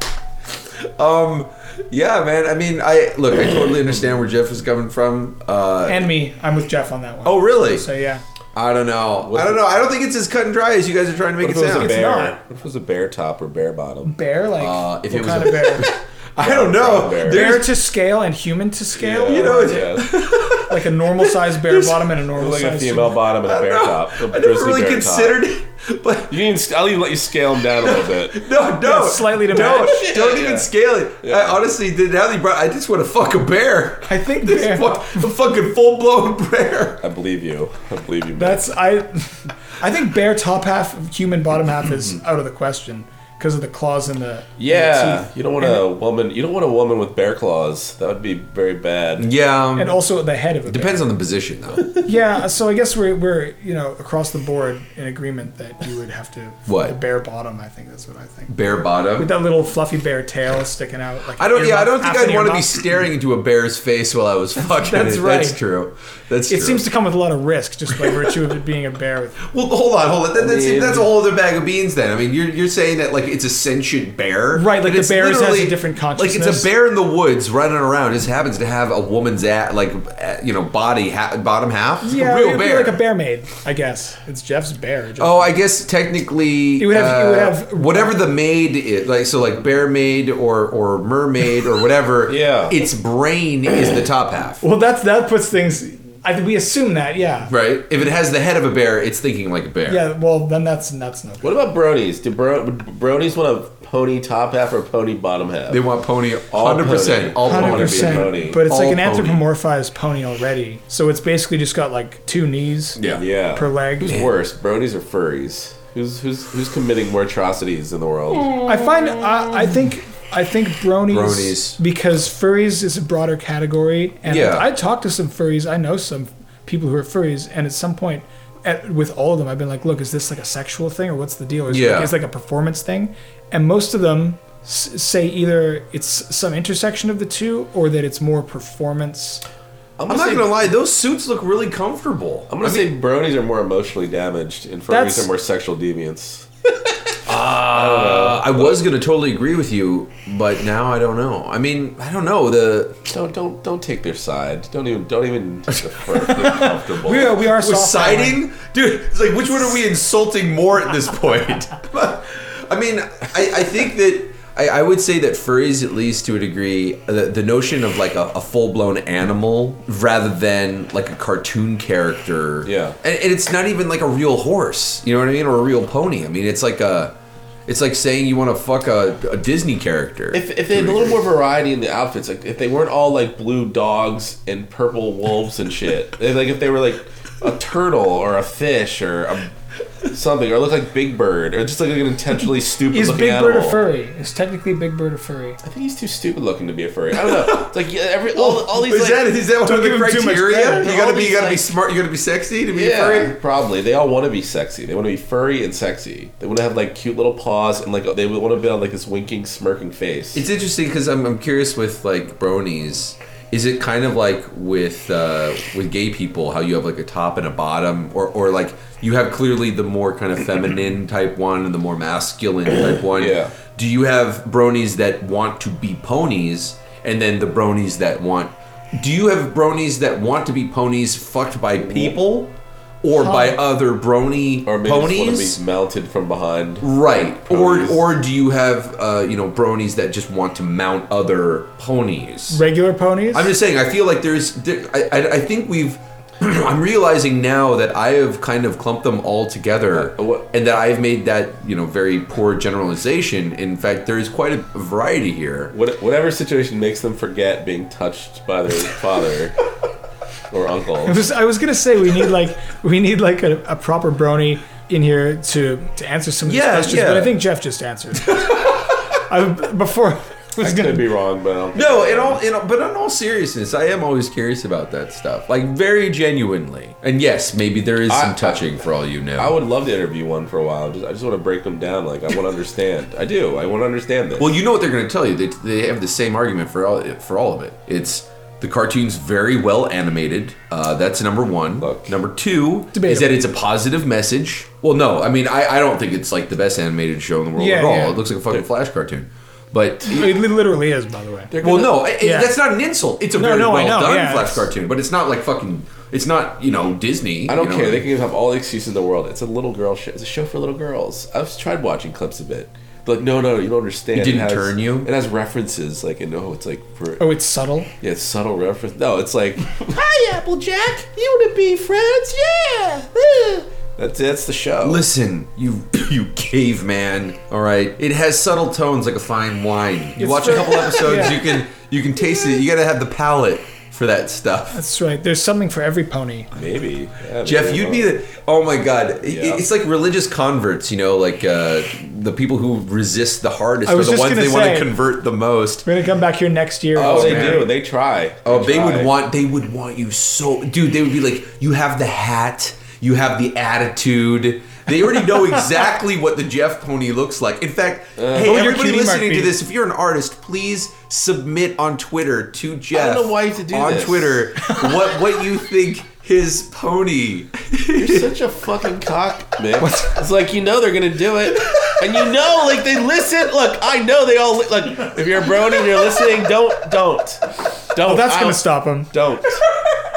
Speaker 4: Um, yeah, man. I mean, I look. I totally understand where Jeff is coming from. Uh,
Speaker 3: And me, I'm with Jeff on that one.
Speaker 4: oh, really?
Speaker 3: so yeah,
Speaker 4: I don't know. I don't know. I don't think it's as cut and dry as you guys are trying to make
Speaker 5: What
Speaker 4: it
Speaker 5: if it was a
Speaker 4: sound.
Speaker 5: bear?
Speaker 3: not.
Speaker 5: What if it was a bear top or bear bottom?
Speaker 3: bear like
Speaker 4: Uh, if it
Speaker 3: what
Speaker 4: was
Speaker 3: kind
Speaker 4: a-
Speaker 3: of
Speaker 4: [LAUGHS]
Speaker 3: bear?
Speaker 4: [LAUGHS] I don't know.
Speaker 5: Brown bear.
Speaker 3: bear
Speaker 4: There's
Speaker 3: to scale and human to scale,
Speaker 5: Yeah,
Speaker 4: you know, it's- [LAUGHS]
Speaker 5: yeah.
Speaker 3: like a normal size bear bottom and a normal
Speaker 5: like a
Speaker 3: size.
Speaker 5: female bottom and a bear top. A
Speaker 4: [LAUGHS] I never
Speaker 5: grizzly
Speaker 4: really
Speaker 5: bear top.
Speaker 4: considered it, [LAUGHS] but
Speaker 5: You can. I'll even let you scale them down a little bit.
Speaker 4: No, [LAUGHS] no,
Speaker 3: slightly to
Speaker 4: don't,
Speaker 3: match.
Speaker 4: Don't
Speaker 5: Yeah.
Speaker 4: even scale it. I honestly did. Now that you brought, I just want to fuck a bear. [LAUGHS]
Speaker 3: I think
Speaker 4: This
Speaker 3: bear-
Speaker 4: fu- a fucking full blown [LAUGHS] bear.
Speaker 5: I believe you. I believe you. man.
Speaker 3: That's I. I think bear top half, human bottom half is out of the question because of the claws and the and the
Speaker 5: Mm-hmm. yeah.
Speaker 3: teeth.
Speaker 5: You don't want
Speaker 3: And-
Speaker 5: a woman. You don't want a woman with bear claws. That would be very bad.
Speaker 4: Yeah, um,
Speaker 3: And also the head of it
Speaker 4: depends on the position [LAUGHS] though.
Speaker 3: Yeah, so I guess we're, we're you know across the board in agreement that you would have
Speaker 5: [LAUGHS]
Speaker 3: to
Speaker 4: What?
Speaker 3: the bare bottom. I think that's what I think.
Speaker 4: bear
Speaker 3: With
Speaker 4: bottom.
Speaker 3: that little fluffy bear tail sticking out. Like
Speaker 4: I don't. Yeah, I don't
Speaker 3: half
Speaker 4: think
Speaker 3: an
Speaker 4: I'd want to be
Speaker 3: earmuff.
Speaker 4: staring into a bear's face while I was fucking.
Speaker 3: That's
Speaker 4: it.
Speaker 3: right.
Speaker 4: That's true. That's
Speaker 3: It
Speaker 4: true.
Speaker 3: seems to come with a lot of risk just by virtue of it being a bear. With,
Speaker 4: Well, hold on, hold on. That, that's,
Speaker 5: mean-
Speaker 4: that's a whole other bag of beans. Then I mean, you're, you're saying that like it's a sentient bear,
Speaker 3: Right, like
Speaker 4: But
Speaker 3: the
Speaker 4: it's
Speaker 3: bear has a
Speaker 4: literally-
Speaker 3: different
Speaker 4: Like it's
Speaker 3: consciousness.
Speaker 4: a bear in the woods running around. Just happens to have a woman's at like a- you know body ha- bottom half. It's
Speaker 3: yeah,
Speaker 4: a real
Speaker 3: it'd
Speaker 4: bear.
Speaker 3: be like a bear maid, I guess. It's Jeff's bear. Jeff.
Speaker 4: Oh, I guess technically,
Speaker 3: It would have- it would
Speaker 4: uh,
Speaker 3: have-
Speaker 4: whatever the maid is, like so, like bear maid or or mermaid or whatever.
Speaker 5: Yeah.
Speaker 4: its brain is the top half,
Speaker 3: Well, that's that puts things. I think we assume that, yeah.
Speaker 4: right? If it has the head of a bear, it's thinking like a bear.
Speaker 3: Yeah, well, then that's that's no good.
Speaker 5: What about bronies? Do bro, would bronies want a pony top half or pony bottom half?
Speaker 4: they want pony
Speaker 5: All
Speaker 4: hundred
Speaker 5: pony.
Speaker 4: percent, all
Speaker 5: I wanna
Speaker 4: pony.
Speaker 5: be a pony.
Speaker 3: 100%. But it's
Speaker 4: All
Speaker 3: like an
Speaker 4: pony.
Speaker 3: anthropomorphized pony already. So it's basically just got like two knees
Speaker 5: yeah.
Speaker 3: per leg.
Speaker 5: Who's worse, bronies or furries? Who's who's who's committing more atrocities in the world?
Speaker 3: I find uh, I, I think I think bronies,
Speaker 4: Bronies.
Speaker 3: because furries is a broader category, and
Speaker 4: Yeah.
Speaker 3: I talked to some furries. I know some people who are furries, and at some point, at, with all of them, I've been like, "Look, is this like a sexual thing, or what's the deal? Is it
Speaker 4: Yeah.
Speaker 3: like, is it like a performance thing?" And most of them s- say either it's some intersection of the two, or that it's more performance.
Speaker 4: I'm
Speaker 5: say-
Speaker 4: not gonna lie; those suits look really comfortable.
Speaker 5: I'm gonna say bronies are more emotionally damaged, and furries
Speaker 3: That's-
Speaker 5: are more sexual deviants.
Speaker 4: Uh, I was gonna totally agree with you, but now I don't know. I mean, I don't know. The
Speaker 5: Don't don't don't take their side. Don't even don't [LAUGHS] even defer. They're comfortable.
Speaker 3: We are we are
Speaker 4: We're
Speaker 3: soft
Speaker 4: siding, dude. It's like, which one are we insulting more at this point? [LAUGHS] I mean, I, I think that I, I would say that furries, at least to a degree, the, the notion of like a, a full blown animal rather than like a cartoon character.
Speaker 5: Yeah.
Speaker 4: and, and it's not even like a real horse. You know what I mean, or a real pony. I mean, it's like a, it's like saying you want to fuck a, a Disney character.
Speaker 5: If, if they had a little more variety in the outfits, like if they weren't all like blue dogs and purple wolves and shit, [LAUGHS] If, like if they were like a turtle or a fish or a, something, or look like Big Bird, or just like, an intentionally stupid.
Speaker 3: Is
Speaker 5: looking
Speaker 3: Big
Speaker 5: animal.
Speaker 3: Bird a furry? Is technically Big Bird a furry?
Speaker 5: I think he's too stupid looking to be a furry. I don't know. It's like yeah, every all,
Speaker 4: [LAUGHS]
Speaker 5: all these
Speaker 4: is
Speaker 5: like,
Speaker 4: that is that one of the
Speaker 3: give him too much
Speaker 4: criteria?
Speaker 3: credit.
Speaker 4: You
Speaker 5: All
Speaker 4: gotta be
Speaker 5: these,
Speaker 4: you gotta be
Speaker 5: like-
Speaker 4: smart. You gotta be sexy to be
Speaker 5: yeah,
Speaker 4: a furry.
Speaker 5: probably they all want to be sexy. They want to be furry and sexy. They want to have like cute little paws and like they want to be on like this winking, smirking face.
Speaker 4: It's interesting because I'm, I'm curious with like bronies. Is it kind of like with uh, with gay people how you have like a top and a bottom, or or like you have clearly the more kind of
Speaker 5: [CLEARS THROAT]
Speaker 4: feminine type one and the more masculine type one?
Speaker 5: Yeah.
Speaker 4: Do you have bronies that want to be ponies, and then the bronies that want? Do you have bronies that want to be ponies fucked by people, or by other brony
Speaker 5: or maybe
Speaker 4: ponies?
Speaker 5: just want to be mounted from behind.
Speaker 4: Right.
Speaker 5: Like
Speaker 4: Or
Speaker 5: ponies.
Speaker 4: or do you have uh, you know bronies that just want to mount other ponies?
Speaker 3: Regular ponies?
Speaker 4: I'm just saying. I feel like there's. There, I, I I think we've. [CLEARS THROAT] I'm realizing now that I have kind of clumped them all together,
Speaker 5: Uh, what-
Speaker 4: and that I've made that you know very poor generalization. In fact, there is quite a variety here.
Speaker 5: What, whatever situation makes them forget being touched by their
Speaker 4: [LAUGHS]
Speaker 5: father or uncle.
Speaker 3: I was, I was gonna say we need like we need like a, a proper brony in here to to answer some of these
Speaker 5: Yeah,
Speaker 3: questions,
Speaker 5: yeah.
Speaker 3: but I think Jeff just answered. I, before I was
Speaker 5: I
Speaker 3: gonna
Speaker 5: could be wrong, but I don't
Speaker 4: No, in all, in all, but in all seriousness, I am always curious about that stuff, like very genuinely. And yes, maybe there is some
Speaker 5: I-
Speaker 4: touching for all you know.
Speaker 5: I would love to interview one for a while. Just, I just want to break them down. Like I want to understand. I do. I want to understand this.
Speaker 4: Well, you know what they're going to tell you. They, they have the same argument for all for all of it. It's the cartoon's very well animated. Uh, that's number one.
Speaker 5: Look.
Speaker 4: Number two is
Speaker 3: Debatable.
Speaker 4: that it's a positive message. Well, no, I mean I, I don't think it's like the best animated show in the world
Speaker 3: Yeah,
Speaker 4: at all.
Speaker 3: yeah.
Speaker 4: It looks like a fucking Flash cartoon, but.
Speaker 3: It li- literally is, by the way.
Speaker 4: Well, no, it,
Speaker 3: Yeah.
Speaker 4: that's not an insult. It's a
Speaker 3: No,
Speaker 4: very
Speaker 3: no, I
Speaker 4: well
Speaker 3: know,
Speaker 4: done
Speaker 3: yeah,
Speaker 4: Flash
Speaker 3: it's-
Speaker 4: cartoon, but it's not like fucking. It's not you know Disney.
Speaker 5: I don't
Speaker 4: you know?
Speaker 5: care. They can have all the excuses in the world. It's a little girl show. It's a show for little girls. I've tried watching clips of it. They're like, no, no, you don't understand.
Speaker 4: It didn't
Speaker 5: has-
Speaker 4: turn you?
Speaker 5: It has references. Like, and no, it's like for
Speaker 3: Oh, it's subtle.
Speaker 5: yeah, it's subtle reference. No, it's
Speaker 4: [LAUGHS]
Speaker 5: like
Speaker 6: Hi, Applejack. You wanna be friends? Yeah. Ugh.
Speaker 5: that's that's the show.
Speaker 4: Listen, you [COUGHS] you caveman. All right, it has subtle tones like a fine wine. You watch a
Speaker 3: for-
Speaker 4: couple episodes,
Speaker 3: Yeah.
Speaker 4: you can you can taste it. You got to have the palate for that stuff.
Speaker 3: That's right. There's something for every pony.
Speaker 5: Maybe Yeah,
Speaker 4: Jeff,
Speaker 5: maybe.
Speaker 4: you'd be the oh my god, It-
Speaker 5: Yeah.
Speaker 4: it's like religious converts. You know, like uh, the people who resist the hardest
Speaker 3: I
Speaker 4: are
Speaker 3: was
Speaker 4: the
Speaker 3: just
Speaker 4: ones
Speaker 3: gonna
Speaker 4: they want to
Speaker 3: say-
Speaker 4: convert the most.
Speaker 3: We're gonna come back here next year.
Speaker 5: Oh, they
Speaker 4: man.
Speaker 5: do. They try.
Speaker 4: Oh, they would
Speaker 5: try.
Speaker 4: want they would want you so dude, they would be like, you have the hat, you have the attitude. They already know exactly what the Jeff pony looks like. In fact, hey,
Speaker 3: Oh, your
Speaker 4: everybody
Speaker 3: cutie mark
Speaker 4: listening to
Speaker 3: beat.
Speaker 4: this, if you're an artist, please submit on Twitter to Jeff.
Speaker 5: know why you have to do
Speaker 4: on
Speaker 5: this.
Speaker 4: Twitter what what you think his pony.
Speaker 5: You're such a fucking cock, man. [LAUGHS] It's like you know they're gonna do it, and you know, like they listen. Look, I know they all li- like. If you're a brony and you're listening, don't, don't, don't.
Speaker 3: Well, that's
Speaker 5: I
Speaker 3: gonna
Speaker 5: don't-
Speaker 3: stop him.
Speaker 5: Don't.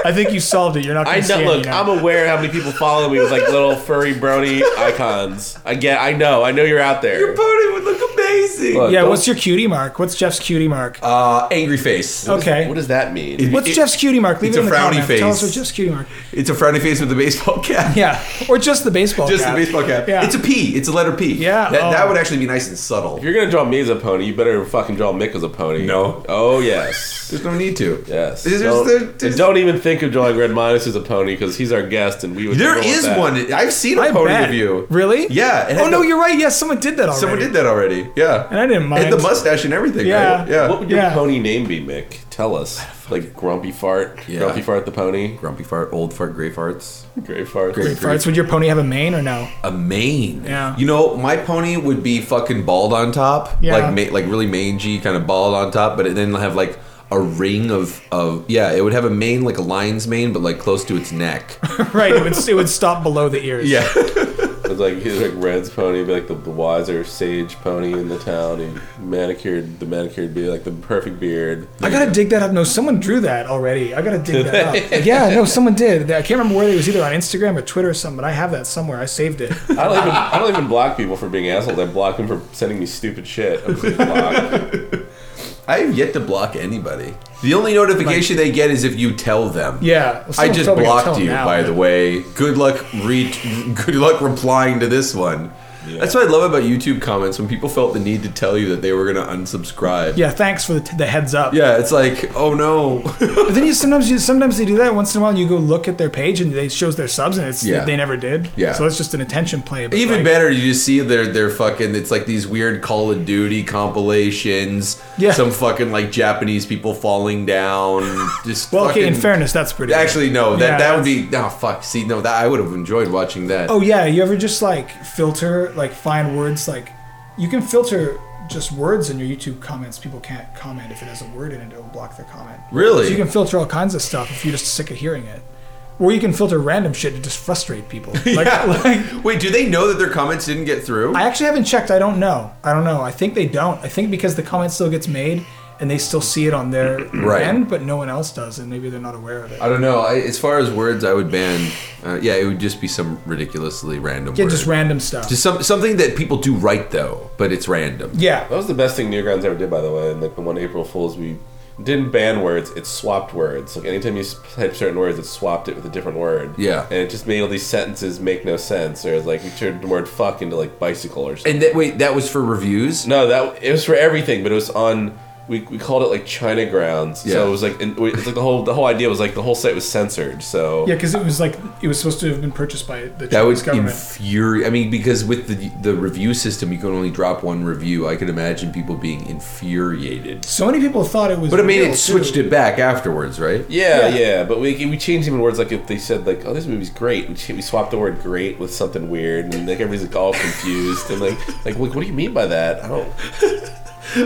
Speaker 3: I think you solved it. You're not gonna
Speaker 5: I
Speaker 3: see
Speaker 5: know.
Speaker 3: any
Speaker 5: Look,
Speaker 3: now.
Speaker 5: I'm aware how many people follow me with like little furry brony icons. I get. I know. I know you're out there.
Speaker 4: Your pony would look amazing.
Speaker 5: Look,
Speaker 3: yeah,
Speaker 5: don't-
Speaker 3: what's your cutie mark? What's Jeff's cutie mark?
Speaker 4: Uh, angry face.
Speaker 3: okay.
Speaker 5: What does that mean?
Speaker 3: What's
Speaker 4: it-
Speaker 3: Jeff's cutie mark? Leave
Speaker 4: it's
Speaker 3: it
Speaker 4: a
Speaker 3: in the
Speaker 4: frowny
Speaker 3: comments. Tell us
Speaker 4: face.
Speaker 3: what Jeff's cutie mark.
Speaker 4: It's a frowny face with a baseball [LAUGHS] cap.
Speaker 3: Yeah, or just the baseball.
Speaker 4: Just
Speaker 3: cap.
Speaker 4: the baseball cap.
Speaker 3: Yeah.
Speaker 4: It's a P. It's a letter P.
Speaker 3: Yeah,
Speaker 4: That, that
Speaker 3: oh.
Speaker 4: would actually be nice and subtle.
Speaker 5: If you're gonna draw me as a pony, you better fucking draw Mick as a pony.
Speaker 4: No.
Speaker 5: Oh yes.
Speaker 4: There's no need to.
Speaker 5: Yes.
Speaker 4: There's-
Speaker 5: don't,
Speaker 4: there's-
Speaker 5: and
Speaker 4: there's-
Speaker 5: don't even think of drawing Red Minus as a pony because he's our guest and we would.
Speaker 4: There
Speaker 5: never want
Speaker 4: is
Speaker 5: that.
Speaker 4: one. I've seen a
Speaker 3: I
Speaker 4: pony
Speaker 3: bet.
Speaker 4: of you.
Speaker 3: Really?
Speaker 4: Yeah. it had
Speaker 3: Oh no,
Speaker 4: the-
Speaker 3: you're right. Yes, someone did that already.
Speaker 4: Someone did that already. Yeah.
Speaker 3: And I didn't
Speaker 4: It had the
Speaker 3: mind.
Speaker 4: mustache and everything.
Speaker 3: Yeah.
Speaker 4: Right? Yeah.
Speaker 5: What would your
Speaker 3: Yeah.
Speaker 5: pony name be, Mick? Tell us. Like Grumpy Fart,
Speaker 4: Yeah.
Speaker 5: Grumpy Fart the pony,
Speaker 4: Grumpy fart, old fart, gray farts.
Speaker 5: Gray Fart.
Speaker 4: Great.
Speaker 3: Farts, would your pony have a mane or [LAUGHS] no?
Speaker 4: A mane.
Speaker 3: Yeah.
Speaker 4: You know, my pony would be fucking bald on top.
Speaker 3: Yeah.
Speaker 4: Like ma- like really mangy, kind of bald on top, but it then have like a ring of of yeah. It would have a mane like a lion's mane, but like close to its
Speaker 3: [LAUGHS]
Speaker 4: neck.
Speaker 3: right. It would it would stop below the ears.
Speaker 4: yeah.
Speaker 5: It's like he's like Red's pony, would be like the, the wiser sage pony in the town. He manicured the manicured beard, like the perfect beard.
Speaker 3: I gotta dig that up. No, someone drew that already. I gotta dig
Speaker 4: [LAUGHS]
Speaker 3: that up. Yeah, no, someone did. I can't remember where it was either on Instagram or Twitter or something, but I have that somewhere. I saved [LAUGHS] it.
Speaker 5: I don't even I don't even block people for being assholes. I block them for sending me stupid shit. I'm just blocked.
Speaker 4: I have yet to block anybody. The only notification they get is if you tell them.
Speaker 3: Yeah. well,
Speaker 4: I
Speaker 3: someone's
Speaker 4: just
Speaker 3: probably gonna tell
Speaker 4: blocked
Speaker 3: him
Speaker 4: you,
Speaker 3: now.
Speaker 4: by the way. Good luck re- [LAUGHS] good luck replying to this one. That's what I love about YouTube comments when people felt the need to tell you that they were going to unsubscribe.
Speaker 3: Yeah, thanks for the, the heads up.
Speaker 4: Yeah, it's like, oh no.
Speaker 3: But then you sometimes you sometimes they do that once in a while. You go look at their page and they shows their subs and it's
Speaker 4: Yeah.
Speaker 3: they never did.
Speaker 4: Yeah.
Speaker 3: So [LAUGHS] it's just an attention play. but
Speaker 4: Even
Speaker 3: like-
Speaker 4: better, you just see their their fucking. It's like these weird Call of Duty compilations.
Speaker 3: Yeah.
Speaker 4: Some fucking like Japanese people falling down. Just
Speaker 3: Well, okay. In
Speaker 4: fucking-
Speaker 3: fairness, that's pretty.
Speaker 4: Actually, no. That
Speaker 3: Yeah,
Speaker 4: that would
Speaker 3: that's-
Speaker 4: be no. Fuck. See, no. That I would have enjoyed watching that.
Speaker 3: Oh yeah, you ever just like filter like find words like you can filter just words in your YouTube comments. People can't comment if it has a word in it; it'll block their comment.
Speaker 4: Really? [LAUGHS]
Speaker 3: So you can filter all kinds of stuff if you're just sick of hearing it, or you can filter random shit to just frustrate people.
Speaker 4: [LAUGHS]
Speaker 3: Like, like
Speaker 4: Wait, do they know that their comments didn't get through?
Speaker 3: I actually haven't checked. I don't know. I don't know. I think they don't. I think because the comment still gets made and they still see it on their
Speaker 4: [CLEARS THROAT] Right.
Speaker 3: end, but no one else does, and maybe they're not aware of it.
Speaker 4: I don't know. I, as far as words, I would ban. Uh, yeah, it would just be some ridiculously random.
Speaker 3: yeah,
Speaker 4: word.
Speaker 3: just random stuff.
Speaker 4: Just some something that people do right though, but it's random.
Speaker 3: yeah.
Speaker 5: That was the best thing Newgrounds ever did, by the way. And like the one April Fools, we didn't ban words; it swapped words. Like anytime you s- type certain words, it swapped it with a different word.
Speaker 4: Yeah.
Speaker 5: and it just made all these sentences make no sense. Or like we turned the word "fuck" into like bicycle or something.
Speaker 4: And that wait, that was for reviews.
Speaker 5: no, that it was for everything, but it was on we, we called it like China grounds.
Speaker 4: Yeah.
Speaker 5: So it was like and we- it's like the whole the whole idea was like the whole site was censored. So
Speaker 3: Yeah, because it was like it was supposed to have been purchased by the
Speaker 4: That
Speaker 3: Chinese
Speaker 4: would
Speaker 3: government.
Speaker 4: infuriate. I mean, because with the the review system, you can only drop one review. I could imagine people being infuriated.
Speaker 3: so many people thought it was.
Speaker 4: But I mean,
Speaker 3: real,
Speaker 4: it switched
Speaker 3: too.
Speaker 4: it back afterwards, right?
Speaker 5: Yeah,
Speaker 3: Yeah.
Speaker 5: yeah, but we, we changed even words. Like if they said like, "Oh, this movie's great," we, ch- we swapped the word "great" with something weird, and like everybody's like all confused and
Speaker 4: [LAUGHS]
Speaker 5: like, like what, what do you mean by that? I don't.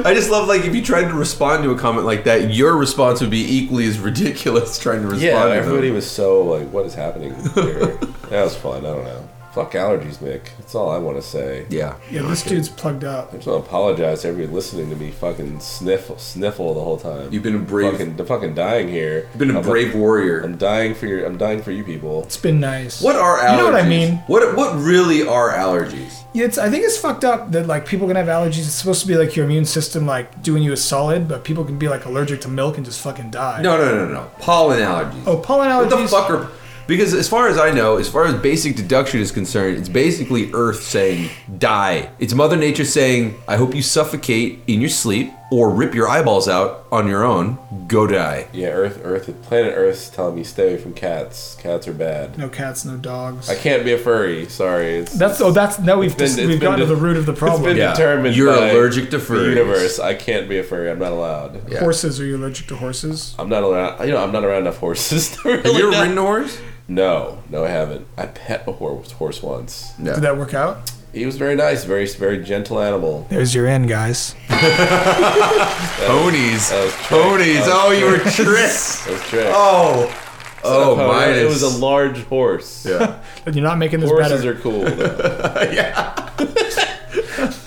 Speaker 4: I just love like if you tried to respond to a comment like that, your response would be equally as ridiculous. Trying to respond,
Speaker 5: Yeah,
Speaker 4: to them.
Speaker 5: everybody was so like, "What is happening?"
Speaker 4: [LAUGHS]
Speaker 5: Here? that was fun. I don't know. Fuck allergies, Nick. That's all I want to say.
Speaker 4: Yeah,
Speaker 3: Yeah, this dude's plugged up.
Speaker 5: I just want to apologize to everybody listening to me fucking sniffle, sniffle the whole time.
Speaker 4: You've been a brave-
Speaker 5: fucking, I'm fucking dying here.
Speaker 4: been a
Speaker 5: I'm
Speaker 4: brave warrior.
Speaker 5: I'm dying for your. I'm dying for you people.
Speaker 3: It's been nice.
Speaker 4: What are allergies?
Speaker 3: You know what I mean?
Speaker 4: What what really are allergies?
Speaker 3: Yeah, It's, I think it's fucked up that like people can have allergies. It's supposed to be like your immune system like doing you a solid, but people can be like allergic to milk and just fucking die.
Speaker 4: No, no, no, no. Pollen allergies.
Speaker 3: Oh, pollen allergies.
Speaker 4: What the fuck are? Because as far as I know, as far as basic deduction is concerned, it's basically Earth saying die. It's Mother Nature saying, I hope you suffocate in your sleep or rip your eyeballs out on your own. Go die.
Speaker 5: Yeah, Earth, Earth, planet Earth's telling me stay away from cats. Cats are bad.
Speaker 3: No cats, no dogs.
Speaker 5: I can't be a furry. Sorry. It's,
Speaker 3: That's oh, that's now we've
Speaker 5: it's been-
Speaker 3: dis-
Speaker 5: it's
Speaker 3: we've
Speaker 5: been
Speaker 3: gotten to
Speaker 5: de-
Speaker 3: the root of the
Speaker 5: it's
Speaker 3: problem.
Speaker 5: been
Speaker 4: Yeah.
Speaker 5: determined.
Speaker 4: You're
Speaker 5: by
Speaker 4: allergic to
Speaker 5: the
Speaker 4: furries.
Speaker 5: universe. I can't be a furry. I'm not allowed.
Speaker 4: Yeah.
Speaker 3: Horses? Are you allergic to horses?
Speaker 5: I'm not allowed. You know, I'm not around enough horses. To [LAUGHS] really
Speaker 4: Have you
Speaker 5: know.
Speaker 4: ever ridden a horse?
Speaker 5: No, no, I haven't. I pet a horse, horse once.
Speaker 4: No.
Speaker 3: Did that work out?
Speaker 5: He was very nice, very very gentle animal.
Speaker 3: There's your end, guys.
Speaker 5: Oh,
Speaker 4: Ponies.
Speaker 5: that was trick.
Speaker 4: Ponies.
Speaker 5: That
Speaker 4: Oh, you [LAUGHS] were tricked.
Speaker 5: That was trick.
Speaker 4: Oh. Oh, mine
Speaker 5: It was
Speaker 4: is.
Speaker 5: a large horse. [LAUGHS]
Speaker 4: yeah.
Speaker 3: But you're not making this
Speaker 5: Horses
Speaker 3: better.
Speaker 5: are cool. Though.
Speaker 4: [LAUGHS]
Speaker 5: yeah. [LAUGHS]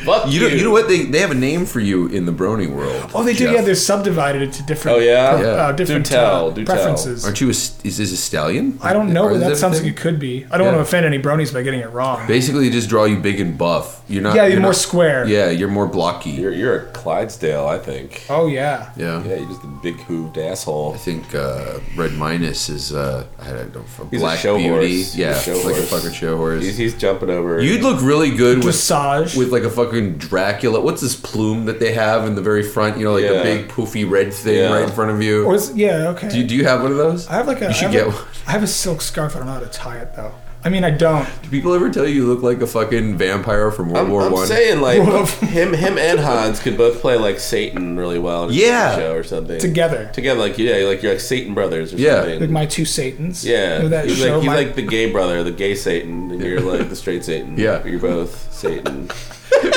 Speaker 5: Fuck
Speaker 4: You know, you know what? They, they have a name for you in the brony world.
Speaker 3: oh, they do.
Speaker 4: Jeff.
Speaker 3: Yeah, they're subdivided into different.
Speaker 5: Oh, yeah?
Speaker 3: pre-
Speaker 5: Yeah.
Speaker 3: Uh,
Speaker 5: Do
Speaker 3: different
Speaker 5: tell,
Speaker 3: uh,
Speaker 5: do tell.
Speaker 3: preferences.
Speaker 4: Aren't you a, is this a stallion?
Speaker 3: I don't know.
Speaker 4: Are
Speaker 3: That sounds
Speaker 4: a
Speaker 3: like
Speaker 4: thing?
Speaker 3: it could be. I don't want
Speaker 4: Yeah.
Speaker 3: to offend any bronies by getting it wrong.
Speaker 4: Basically, they just draw you big and buff. You're not.
Speaker 3: yeah, you're
Speaker 4: not-
Speaker 3: more square.
Speaker 4: Yeah, you're more blocky.
Speaker 5: You're you're a Clydesdale, I think.
Speaker 3: Oh yeah.
Speaker 4: yeah.
Speaker 5: Yeah, you're just a big hooved
Speaker 4: I
Speaker 5: asshole.
Speaker 4: think uh, Red Minus is uh, I don't know, from
Speaker 5: He's a
Speaker 4: Black
Speaker 5: show
Speaker 4: Beauty.
Speaker 5: horse.
Speaker 4: Yeah,
Speaker 5: He's a show
Speaker 4: like
Speaker 5: horse.
Speaker 4: a fucking show horse.
Speaker 5: He's, he's jumping over.
Speaker 4: You'd look really good with
Speaker 3: Dressage.
Speaker 4: with like a fucking Dracula. What's this plume that they have in the very front? You know, like the
Speaker 5: Yeah.
Speaker 4: big poofy red thing
Speaker 5: Yeah.
Speaker 4: right in front of you.
Speaker 3: Or is- yeah. Okay.
Speaker 4: do, you do you have one of those?
Speaker 3: I have like a.
Speaker 4: You should
Speaker 3: I
Speaker 4: get
Speaker 3: have a-
Speaker 4: one.
Speaker 3: I have a silk scarf. I don't know how to tie it though. I mean, I don't.
Speaker 4: Do people ever tell you you look like a fucking vampire from World
Speaker 5: I'm,
Speaker 4: War
Speaker 5: I'm
Speaker 4: One? [LAUGHS]
Speaker 5: saying like him, him and Hans could both play like Satan really well. In a
Speaker 4: Yeah.
Speaker 5: show or something
Speaker 3: Together.
Speaker 5: Together, like yeah, like you're like Satan brothers or
Speaker 4: Yeah.
Speaker 5: something.
Speaker 3: Like my two satans.
Speaker 5: yeah,
Speaker 3: You know that
Speaker 5: he's,
Speaker 3: show.
Speaker 5: like, he's
Speaker 3: my,
Speaker 5: like the gay brother, the gay Satan, and you're like the straight Satan.
Speaker 4: [LAUGHS] Yeah.
Speaker 5: you're both
Speaker 4: [LAUGHS]
Speaker 5: Satan.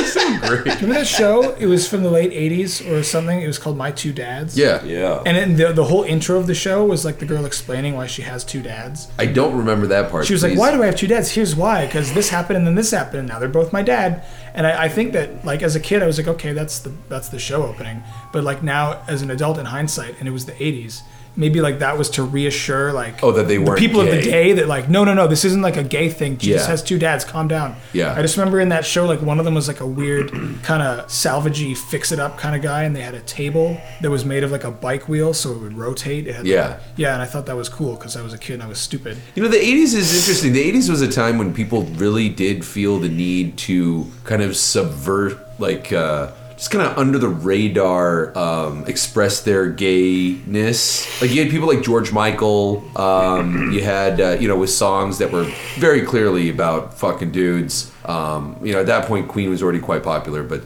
Speaker 3: remember that show? It was from the late '80s or something. It was called My Two Dads.
Speaker 4: Yeah.
Speaker 5: Yeah,
Speaker 3: And then the, the whole intro of the show was like the girl explaining why she has two dads.
Speaker 4: I don't remember that part.
Speaker 3: She was like,
Speaker 4: please.
Speaker 3: "Why do I have two dads? Here's why: because this happened and then this happened, and now they're both my dad." And I, I think that, like, as a kid, I was like, "Okay, that's the that's the show opening." But like now, as an adult, in hindsight, and it was the '80s, maybe like that was to reassure like
Speaker 4: Oh, that they
Speaker 3: the
Speaker 4: weren't
Speaker 3: people of
Speaker 4: gay.
Speaker 3: the day that like, no, no, no, this isn't like a gay thing. Jesus
Speaker 4: Yeah.
Speaker 3: has two dads. Calm down.
Speaker 4: Yeah.
Speaker 3: I just remember in that show, like one of them was like a weird kind of salvagey, fix it up kind of guy, and they had a table that was made of like a bike wheel, so it would rotate. It had,
Speaker 4: Yeah.
Speaker 3: yeah, and I thought that was cool because I was a kid and I was stupid.
Speaker 4: You know, the 80s is interesting. The 80s was a time when people really did feel the need to kind of subvert, like, uh, just kind of under the radar, um, express their gayness. Like, you had people like George Michael, um, you had, uh, you know, with songs that were very clearly about fucking dudes. Um, you know, at that point, Queen was already quite popular, but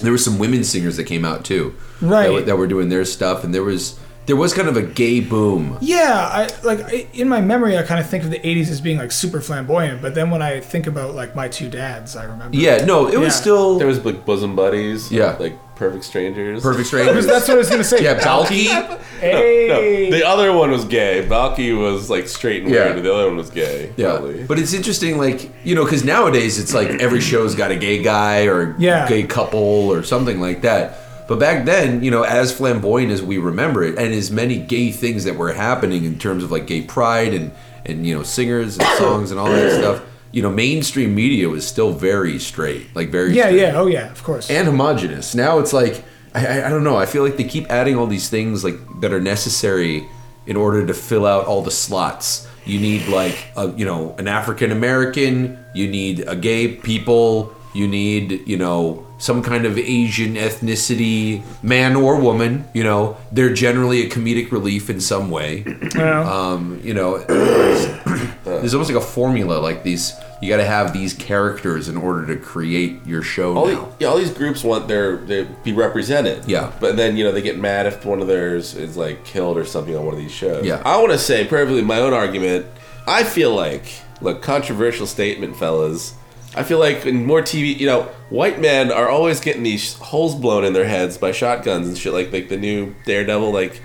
Speaker 4: there were some women singers that came out too. That,
Speaker 3: Right.
Speaker 4: were- that were doing their stuff, and there was. There was kind of a gay boom.
Speaker 3: Yeah, I like I, in my memory, I kind of think of the '80s as being like super flamboyant, but then when I think about like my two dads, I remember.
Speaker 4: Yeah, no, it was
Speaker 3: Yeah.
Speaker 4: still
Speaker 5: there was like bosom buddies.
Speaker 4: Yeah.
Speaker 5: like perfect strangers.
Speaker 4: Perfect Strangers.
Speaker 3: that's what I was gonna
Speaker 4: [LAUGHS]
Speaker 3: say.
Speaker 4: yeah, Balky.
Speaker 3: [LAUGHS] Hey.
Speaker 5: No, the other one was gay. Balky was like straight and
Speaker 4: Yeah.
Speaker 5: weird. and The other one was gay.
Speaker 4: Yeah,
Speaker 5: probably.
Speaker 4: but it's interesting, like you know, because nowadays it's like every show's got a gay guy or a
Speaker 3: Yeah.
Speaker 4: gay couple or something like that. But back then, you know, as flamboyant as we remember it, and as many gay things that were happening in terms of like gay pride and and you know singers and songs and all that stuff, you know, mainstream media was still very straight, like very
Speaker 3: yeah,
Speaker 4: straight.
Speaker 3: yeah, oh yeah, of course.
Speaker 4: and homogenous. Now it's like I, I, I don't know. I feel like they keep adding all these things like that are necessary in order to fill out all the slots. You need like a you know an African American. You need a gay people. You need you know some kind of Asian ethnicity, man or woman. You know, they're generally a comedic relief in some way. [COUGHS] Um, you know, [COUGHS] there's almost like a formula. Like these, you got to have these characters in order to create your show.
Speaker 5: All,
Speaker 4: now.
Speaker 5: the, Oh, yeah, all these groups want their they be represented.
Speaker 4: Yeah.
Speaker 5: But then you know they get mad if one of theirs is like killed or something on one of these shows.
Speaker 4: Yeah.
Speaker 5: I want to say perfectly my own argument. I feel like look controversial statement, fellas. I feel like in more TV, you know, white men are always getting these holes blown in their heads by shotguns and shit. Like like the new Daredevil. Like,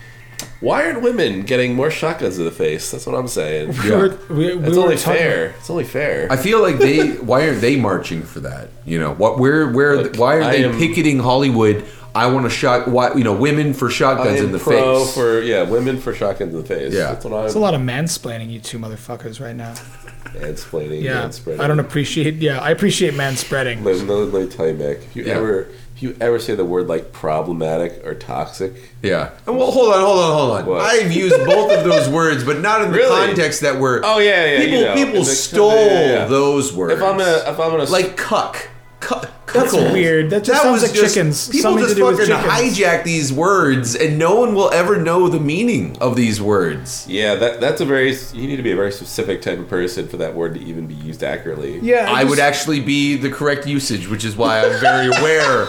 Speaker 5: why aren't women getting more shotguns to the face? That's what I'm
Speaker 3: [LAUGHS]
Speaker 5: saying.
Speaker 3: We were, we, we
Speaker 5: It's
Speaker 3: were
Speaker 5: only
Speaker 3: talking-
Speaker 5: fair. It's only fair.
Speaker 4: I feel like they.
Speaker 5: [LAUGHS]
Speaker 4: why aren't they marching for that? You know what? Where? Where?
Speaker 5: Look,
Speaker 4: why are
Speaker 5: I
Speaker 4: they
Speaker 5: am-
Speaker 4: picketing Hollywood? I want a shot. Why? You know, women for shotguns
Speaker 5: am
Speaker 4: in the
Speaker 5: pro
Speaker 4: face.
Speaker 5: for yeah, women for shotguns in the face.
Speaker 4: Yeah.
Speaker 5: that's what I'm.
Speaker 3: It's a lot of mansplaining, you two motherfuckers, right now.
Speaker 5: mansplaining
Speaker 3: Yeah,
Speaker 5: and spreading.
Speaker 3: I don't appreciate. Yeah, I appreciate manspreading.
Speaker 5: Let, let, let me tell you, Mac. If you
Speaker 4: Yeah.
Speaker 5: ever, if you ever say the word like problematic or toxic,
Speaker 4: yeah. And well, hold on, hold on, hold on.
Speaker 5: What?
Speaker 4: I've used both
Speaker 5: [LAUGHS]
Speaker 4: of those words, but not in the
Speaker 5: Really?
Speaker 4: context that were.
Speaker 5: Oh, yeah, yeah, you
Speaker 4: People,
Speaker 5: know.
Speaker 4: people
Speaker 5: In the-
Speaker 4: stole
Speaker 5: yeah, yeah.
Speaker 4: those words.
Speaker 5: if I'm gonna, if I'm gonna,
Speaker 4: like cuck. Cuck.
Speaker 3: That's
Speaker 4: cuckold.
Speaker 3: weird. That just sounds
Speaker 4: was
Speaker 3: like chickens.
Speaker 4: People
Speaker 3: Something to
Speaker 4: just
Speaker 3: do with
Speaker 4: fucking
Speaker 3: chickens.
Speaker 4: hijack these words, and no one will ever know the meaning of these words.
Speaker 5: yeah, that that's a very. You need to be a very specific type of person for that word to even be used accurately.
Speaker 3: Yeah,
Speaker 4: I
Speaker 3: just-
Speaker 4: would actually be the correct usage, which is why I'm very aware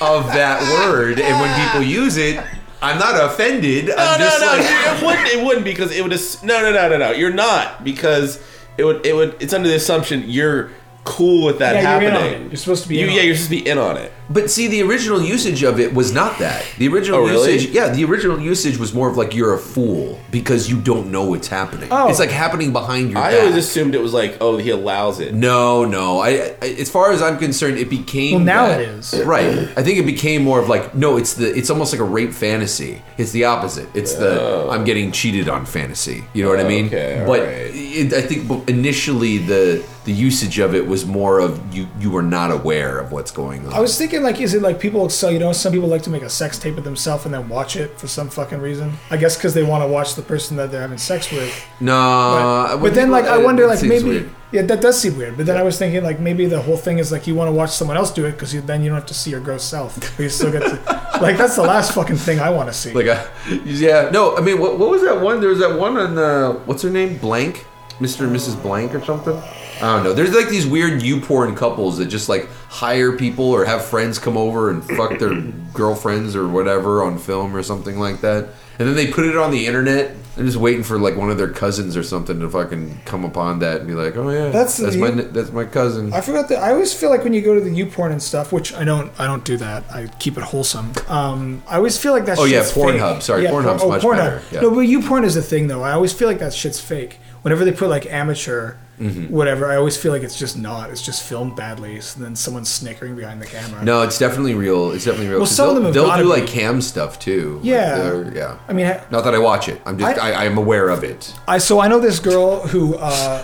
Speaker 4: of that word. And when people use it, I'm not offended.
Speaker 5: No,
Speaker 4: I'm
Speaker 5: no,
Speaker 4: just
Speaker 5: no.
Speaker 4: like,
Speaker 5: it wouldn't. It wouldn't because it would. Ass- no, no, no, no, no. You're not because it would. It would. It's under the assumption you're cool with that
Speaker 3: Yeah, you're in on
Speaker 5: happening.
Speaker 3: it. You're supposed to be
Speaker 5: You,
Speaker 3: in on
Speaker 5: yeah,
Speaker 3: it.
Speaker 5: you're supposed to be in on it.
Speaker 4: But see, the original usage of it was not that. The original
Speaker 5: Oh, really?
Speaker 4: usage, yeah, the original usage was more of like you're a fool because you don't know what's happening.
Speaker 3: Oh.
Speaker 4: It's like happening behind your
Speaker 5: I
Speaker 4: back.
Speaker 5: always assumed it was like, oh, he allows it.
Speaker 4: no, no. I, I, as far as I'm concerned, it became.
Speaker 3: Well, now
Speaker 4: that.
Speaker 3: it is.
Speaker 4: right. I think it became more of like no. It's the. It's almost like a rape fantasy. It's the opposite. It's the I'm getting cheated on fantasy. You know what I mean?
Speaker 5: Okay, all
Speaker 4: but
Speaker 5: right.
Speaker 4: it, I think b- initially the the usage of it was more of you. You were not aware of what's going on.
Speaker 3: I was thinking, like, is it like people? So you know, some people like to make a sex tape of themselves and then watch it for some fucking reason. I guess because they want to watch the person that they're having sex with.
Speaker 4: no, Uh, I
Speaker 3: but
Speaker 4: wouldn't-
Speaker 3: then, like, I
Speaker 4: it-
Speaker 3: wonder,
Speaker 4: it
Speaker 3: like,
Speaker 4: seems
Speaker 3: maybe
Speaker 4: weird.
Speaker 3: yeah, that does seem weird. But then I was thinking, like, maybe the whole thing is like you want to watch someone else do it because you, then you don't have to see your gross self. But you still
Speaker 4: [LAUGHS]
Speaker 3: get to, like, that's the last fucking thing I want to see.
Speaker 4: Like a, yeah, no. I mean, what, what was that one? There was that one on uh, what's her name, Blank, Mr. and Mrs. Blank or something. I don't know. There's like these weird you porn couples that just like hire people or have friends come over and fuck their girlfriends or whatever on film or something like that, and then they put it on the internet. They're just waiting for like one of their cousins or something to fucking come upon that and be like, oh yeah,
Speaker 3: That's
Speaker 4: that's,
Speaker 3: the-
Speaker 4: my that's my cousin.
Speaker 3: I forgot that. I always feel like when you go to the U porn and stuff, which I don't, I don't do that. I keep it wholesome. Um, I always feel like that.
Speaker 4: Oh, yeah,
Speaker 3: shit's
Speaker 4: Pornhub.
Speaker 3: fake.
Speaker 4: Sorry,
Speaker 3: porn-
Speaker 4: Pornhub's much better. Yeah.
Speaker 3: No, but U porn is a thing though. I always feel like that shit's fake. Whenever they put like amateur,
Speaker 4: Mm-hmm.
Speaker 3: whatever, I always feel like it's just not. It's just filmed badly, and then someone's snickering behind the camera.
Speaker 4: no, it's definitely real. It's definitely real.
Speaker 3: Well,
Speaker 4: 'Cause
Speaker 3: some of them
Speaker 4: they'll,
Speaker 3: have
Speaker 4: they'll do
Speaker 3: gotta be.
Speaker 4: like cam stuff too. Like,
Speaker 3: Yeah.
Speaker 4: they're- yeah.
Speaker 3: I mean, I-
Speaker 4: Not that I watch it. I'm just
Speaker 3: I-
Speaker 4: I, I am aware of it.
Speaker 3: I so I know this girl who, uh,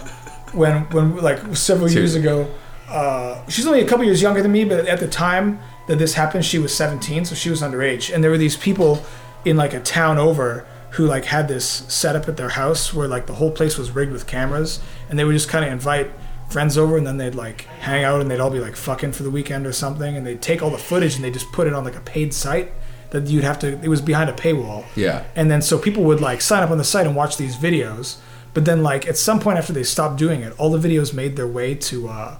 Speaker 3: when when like several years
Speaker 4: Seriously.
Speaker 3: ago, uh, she's only a couple years younger than me, but at the time that this happened, she was 17, so she was underage, and there were these people in like a town over who like had this set up at their house where like the whole place was rigged with cameras, and they would just kind of invite friends over and then they'd like hang out and they'd all be like fucking for the weekend or something and they'd take all the footage and they just put it on like a paid site that you'd have to it was behind a paywall
Speaker 4: Yeah.
Speaker 3: and then so people would like sign up on the site and watch these videos. But then like at some point after they stopped doing it, all the videos made their way to uh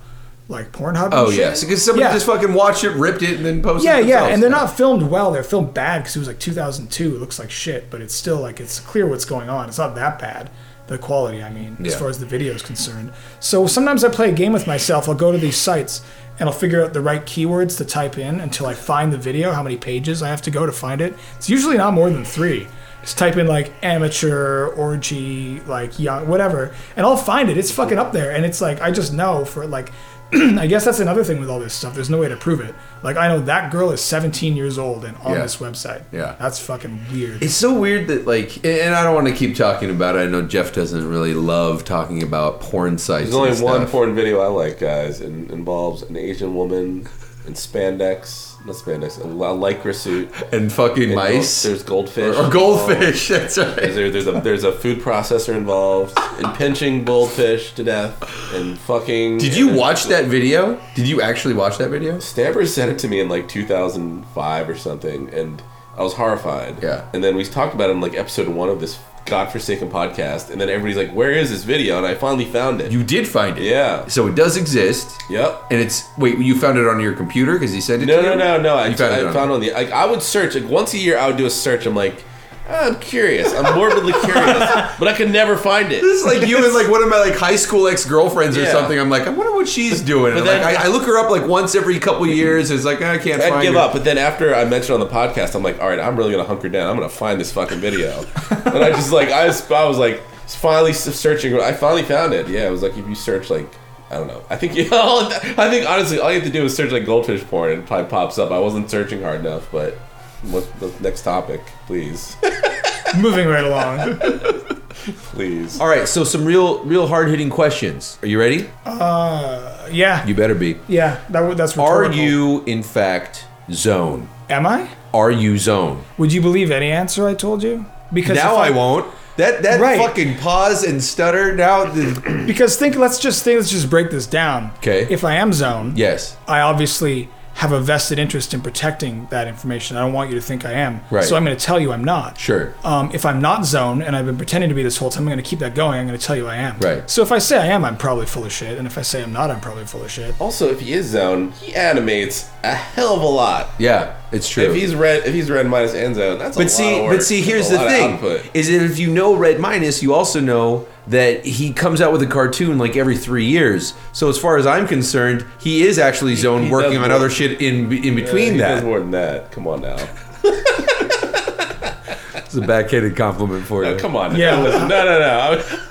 Speaker 3: like Pornhub. and
Speaker 4: Oh
Speaker 3: shit.
Speaker 4: yes, because somebody
Speaker 3: Yeah.
Speaker 4: just fucking watched it, ripped it, and then posted.
Speaker 3: Yeah,
Speaker 4: it
Speaker 3: yeah,
Speaker 4: themselves.
Speaker 3: and they're not filmed well. They're filmed bad because it was like 2002. It looks like shit, but it's still like it's clear what's going on. It's not that bad. The quality, I mean, as
Speaker 4: Yeah.
Speaker 3: far as the video is concerned. So sometimes I play a game with myself. I'll go to these sites and I'll figure out the right keywords to type in until I find the video. How many pages I have to go to find it? It's usually not more than three. Just type in like amateur orgy, like young, whatever, and I'll find it. It's fucking up there, and it's like I just know for like [CLEARS THROAT] I guess that's another thing with all this stuff. There's no way to prove it. Like I know that girl is 17 years old and on
Speaker 4: Yeah.
Speaker 3: this website.
Speaker 4: Yeah.
Speaker 3: that's fucking
Speaker 4: [LAUGHS]
Speaker 3: weird.
Speaker 4: It's so weird that like, and- and I don't want to keep talking about it. I know Jeff doesn't really love talking about porn sites.
Speaker 5: There's only
Speaker 4: and
Speaker 5: one
Speaker 4: stuff.
Speaker 5: porn video I like, guys, and involves an Asian woman in spandex Not spandex. A, li- a lycra suit.
Speaker 4: and fucking
Speaker 5: And
Speaker 4: mice
Speaker 5: gold- there's goldfish.
Speaker 4: or goldfish. [LAUGHS] That's right.
Speaker 5: There- there's a there's a food processor involved and pinching goldfish to death and fucking.
Speaker 4: Did you watch that video? Did you actually watch that video?
Speaker 5: Stamper sent it to me in like 2005 or something, and I was horrified.
Speaker 4: Yeah.
Speaker 5: And then we talked about it in like episode one of this godforsaken podcast, and then everybody's like, "Where is this video?" And I finally found it.
Speaker 4: You did find it.
Speaker 5: Yeah.
Speaker 4: So it does exist.
Speaker 5: Yep.
Speaker 4: And it's wait, you found it on your computer because he sent it
Speaker 5: No,
Speaker 4: to you?
Speaker 5: no, no, no. I,
Speaker 4: You found
Speaker 5: I
Speaker 4: it on-
Speaker 5: found on the. Like, I would search like once a year. I would do a search. I'm like, "Ah, I'm curious. I'm
Speaker 4: [LAUGHS]
Speaker 5: morbidly curious, but I could never find it.
Speaker 4: It's like you and like one of my like high school ex girlfriends or
Speaker 5: Yeah.
Speaker 4: something. I'm like, I wonder what she's doing.
Speaker 5: But
Speaker 4: And
Speaker 5: then-
Speaker 4: like I, I look her up like once every
Speaker 5: [LAUGHS]
Speaker 4: couple years. It's like I can't
Speaker 5: I'd
Speaker 4: find
Speaker 5: give
Speaker 4: her.
Speaker 5: up, but then after I mentioned on the podcast, I'm like, all right, I'm really gonna hunker down. I'm gonna find this fucking
Speaker 4: [LAUGHS]
Speaker 5: video, and I just like I was, I was like finally searching. I finally found it. Yeah, it was like if you search like I don't know. I think [LAUGHS] you know, I think honestly, all you have to do is search like goldfish porn, and it probably pops up. I wasn't searching hard enough, but what's the next topic, please,
Speaker 3: Moving right
Speaker 4: [LAUGHS]
Speaker 3: along.
Speaker 5: please.
Speaker 4: All right, so some real, real hard hitting questions. Are you ready?
Speaker 3: Uh, yeah,
Speaker 4: You better be.
Speaker 3: yeah. That w- that's
Speaker 4: Are
Speaker 3: rhetorical.
Speaker 4: you in fact zone?
Speaker 3: Am I?
Speaker 4: Are you zone?
Speaker 3: Would you believe any answer I told you? Because
Speaker 4: Now I
Speaker 3: if
Speaker 4: won't. That that
Speaker 3: Right.
Speaker 4: fucking pause and stutter. Now, the, [CLEARS THROAT]
Speaker 3: Because think, let's just think, let's just break this down.
Speaker 4: 'Kay.
Speaker 3: If I am zoned,
Speaker 4: yes.
Speaker 3: I obviously have a vested interest in protecting that information. I don't want you to think I am.
Speaker 4: Right.
Speaker 3: So I'm going to tell you I'm not.
Speaker 4: Sure.
Speaker 3: Um, if I'm not zoned and I've been pretending to be this whole time, I'm going to keep that going. I'm going to tell you I am.
Speaker 4: Right.
Speaker 3: So if I say I am, I'm probably full of shit. And if I say I'm not, I'm probably full of shit.
Speaker 5: Also, if he is zone, he animates a hell of a lot.
Speaker 4: Yeah, it's true.
Speaker 5: If he's red, if he's red minus end zone, that's a
Speaker 4: But
Speaker 5: lot
Speaker 4: see,
Speaker 5: of work.
Speaker 4: but see,
Speaker 5: That's a
Speaker 4: here's the
Speaker 5: lot of
Speaker 4: thing:
Speaker 5: output.
Speaker 4: is that if you know Red Minus, you also know that he comes out with a cartoon like every three years. So as far as I'm concerned, he is actually zoned
Speaker 5: he
Speaker 4: working
Speaker 5: does
Speaker 4: on
Speaker 5: more-
Speaker 4: other shit in in between
Speaker 5: he does
Speaker 4: that.
Speaker 5: more than that. Come on
Speaker 4: [LAUGHS]
Speaker 5: now.
Speaker 4: It's a backhanded compliment for you.
Speaker 5: Oh, come on.
Speaker 3: Yeah.
Speaker 5: Yeah. Listen, no, no, no. I'm-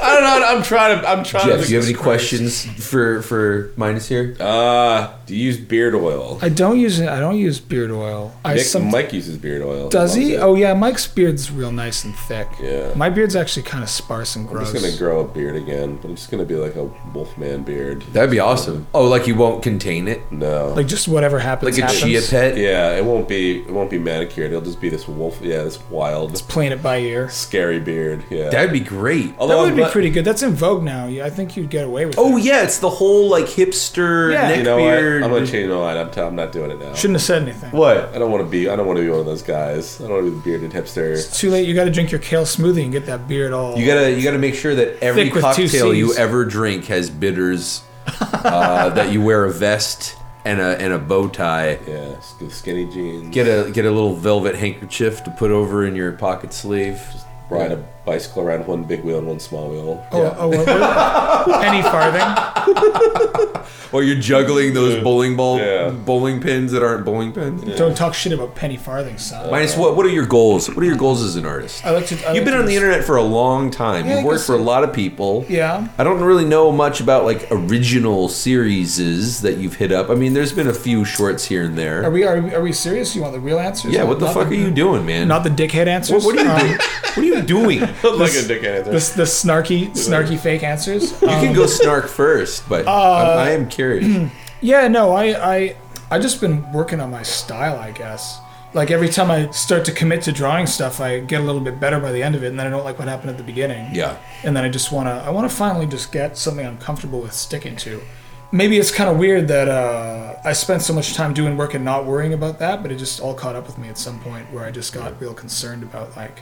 Speaker 5: [LAUGHS] I don't know. I'm trying to. I'm trying
Speaker 4: Jeff,
Speaker 5: to.
Speaker 4: do you have any questions for for Minus here?
Speaker 5: Uh, do you use beard oil?
Speaker 3: I don't use I don't use beard oil. I
Speaker 5: Nick,
Speaker 3: some-
Speaker 5: Mike uses beard oil.
Speaker 3: does
Speaker 5: loves
Speaker 3: he?
Speaker 5: it.
Speaker 3: Oh yeah, Mike's beard's real nice and thick.
Speaker 5: Yeah.
Speaker 3: My beard's actually kind of sparse and
Speaker 5: I'm
Speaker 3: gross.
Speaker 5: just gonna grow a beard again. But I'm just gonna be like a wolfman beard.
Speaker 4: That'd be awesome. Oh, like you won't contain it,
Speaker 5: No.
Speaker 3: like just whatever happens.
Speaker 4: like a
Speaker 3: happens.
Speaker 4: chia pet.
Speaker 5: yeah, it won't be. It won't be manicured. It'll just be this wolf. Yeah, this wild,
Speaker 3: Playing it by ear.
Speaker 5: scary beard. Yeah.
Speaker 4: That'd be great.
Speaker 5: Although
Speaker 3: That
Speaker 5: I'm
Speaker 3: would be
Speaker 5: glad-
Speaker 3: pretty good. That's in vogue now. Yeah, I think you'd get away with.
Speaker 4: Oh
Speaker 3: it.
Speaker 4: yeah, it's the whole like hipster
Speaker 3: Yeah.
Speaker 4: neck
Speaker 5: You know what?
Speaker 4: beard.
Speaker 5: I'm gonna change my mind. I'm, t- I'm not doing it now.
Speaker 3: shouldn't have said anything.
Speaker 4: what?
Speaker 5: I don't want to be. I don't want to be one of those guys. I don't want to be the bearded hipster.
Speaker 3: It's too late. You got to drink your kale smoothie and get that beard all.
Speaker 4: You gotta you gotta make sure that every
Speaker 3: Thick with two
Speaker 4: cocktail you
Speaker 3: Cs.
Speaker 4: ever drink has bitters. uh, that you wear a vest and a and a bow tie.
Speaker 5: Yeah, s- skinny jeans.
Speaker 4: Get a get a little velvet handkerchief to put over in your pocket sleeve.
Speaker 5: ride a bicycle around one big wheel and one small wheel.
Speaker 3: oh, oh, well,
Speaker 4: [LAUGHS]
Speaker 3: well, penny farthing.
Speaker 4: Or you're juggling those bowling ball
Speaker 5: Yeah.
Speaker 4: bowling pins that aren't bowling pins.
Speaker 3: Don't talk shit about penny farthing, son.
Speaker 4: Minus what? What are your goals? What are your goals as an artist?
Speaker 3: I like to. I like
Speaker 4: You've been
Speaker 3: to
Speaker 4: on the internet for a long time.
Speaker 3: Yeah,
Speaker 4: You've
Speaker 3: I
Speaker 4: worked
Speaker 3: guess
Speaker 4: for a lot of people.
Speaker 3: Yeah.
Speaker 4: I don't really know much about like original series that you've hit up. I mean, there's been a few shorts here and there.
Speaker 3: Are we are, we- are we serious? You want the real answers?
Speaker 4: yeah, what the
Speaker 3: Not
Speaker 4: fuck are you doing, man?
Speaker 3: Not the dickhead answers.
Speaker 4: what, what are you
Speaker 3: Um,
Speaker 4: doing? [LAUGHS] What are you doing? You
Speaker 5: like a dickhead.
Speaker 3: [LAUGHS] The, the snarky snarky fake answers. You
Speaker 4: can go snark first, but
Speaker 3: Uh,
Speaker 4: I'm, I am
Speaker 3: hmm.
Speaker 4: curious.
Speaker 3: Yeah, no, I, I, I just been working on my style, I guess. Like every time I start to commit to drawing stuff, I get a little bit better by the end of it, and then I don't like what happened at the beginning.
Speaker 4: Yeah.
Speaker 3: And then I just wanna, I wanna finally just get something I'm comfortable with sticking to. Maybe it's kind of weird that uh, I spent so much time doing work and not worrying about that, but it just all caught up with me at some point where I just got real concerned about like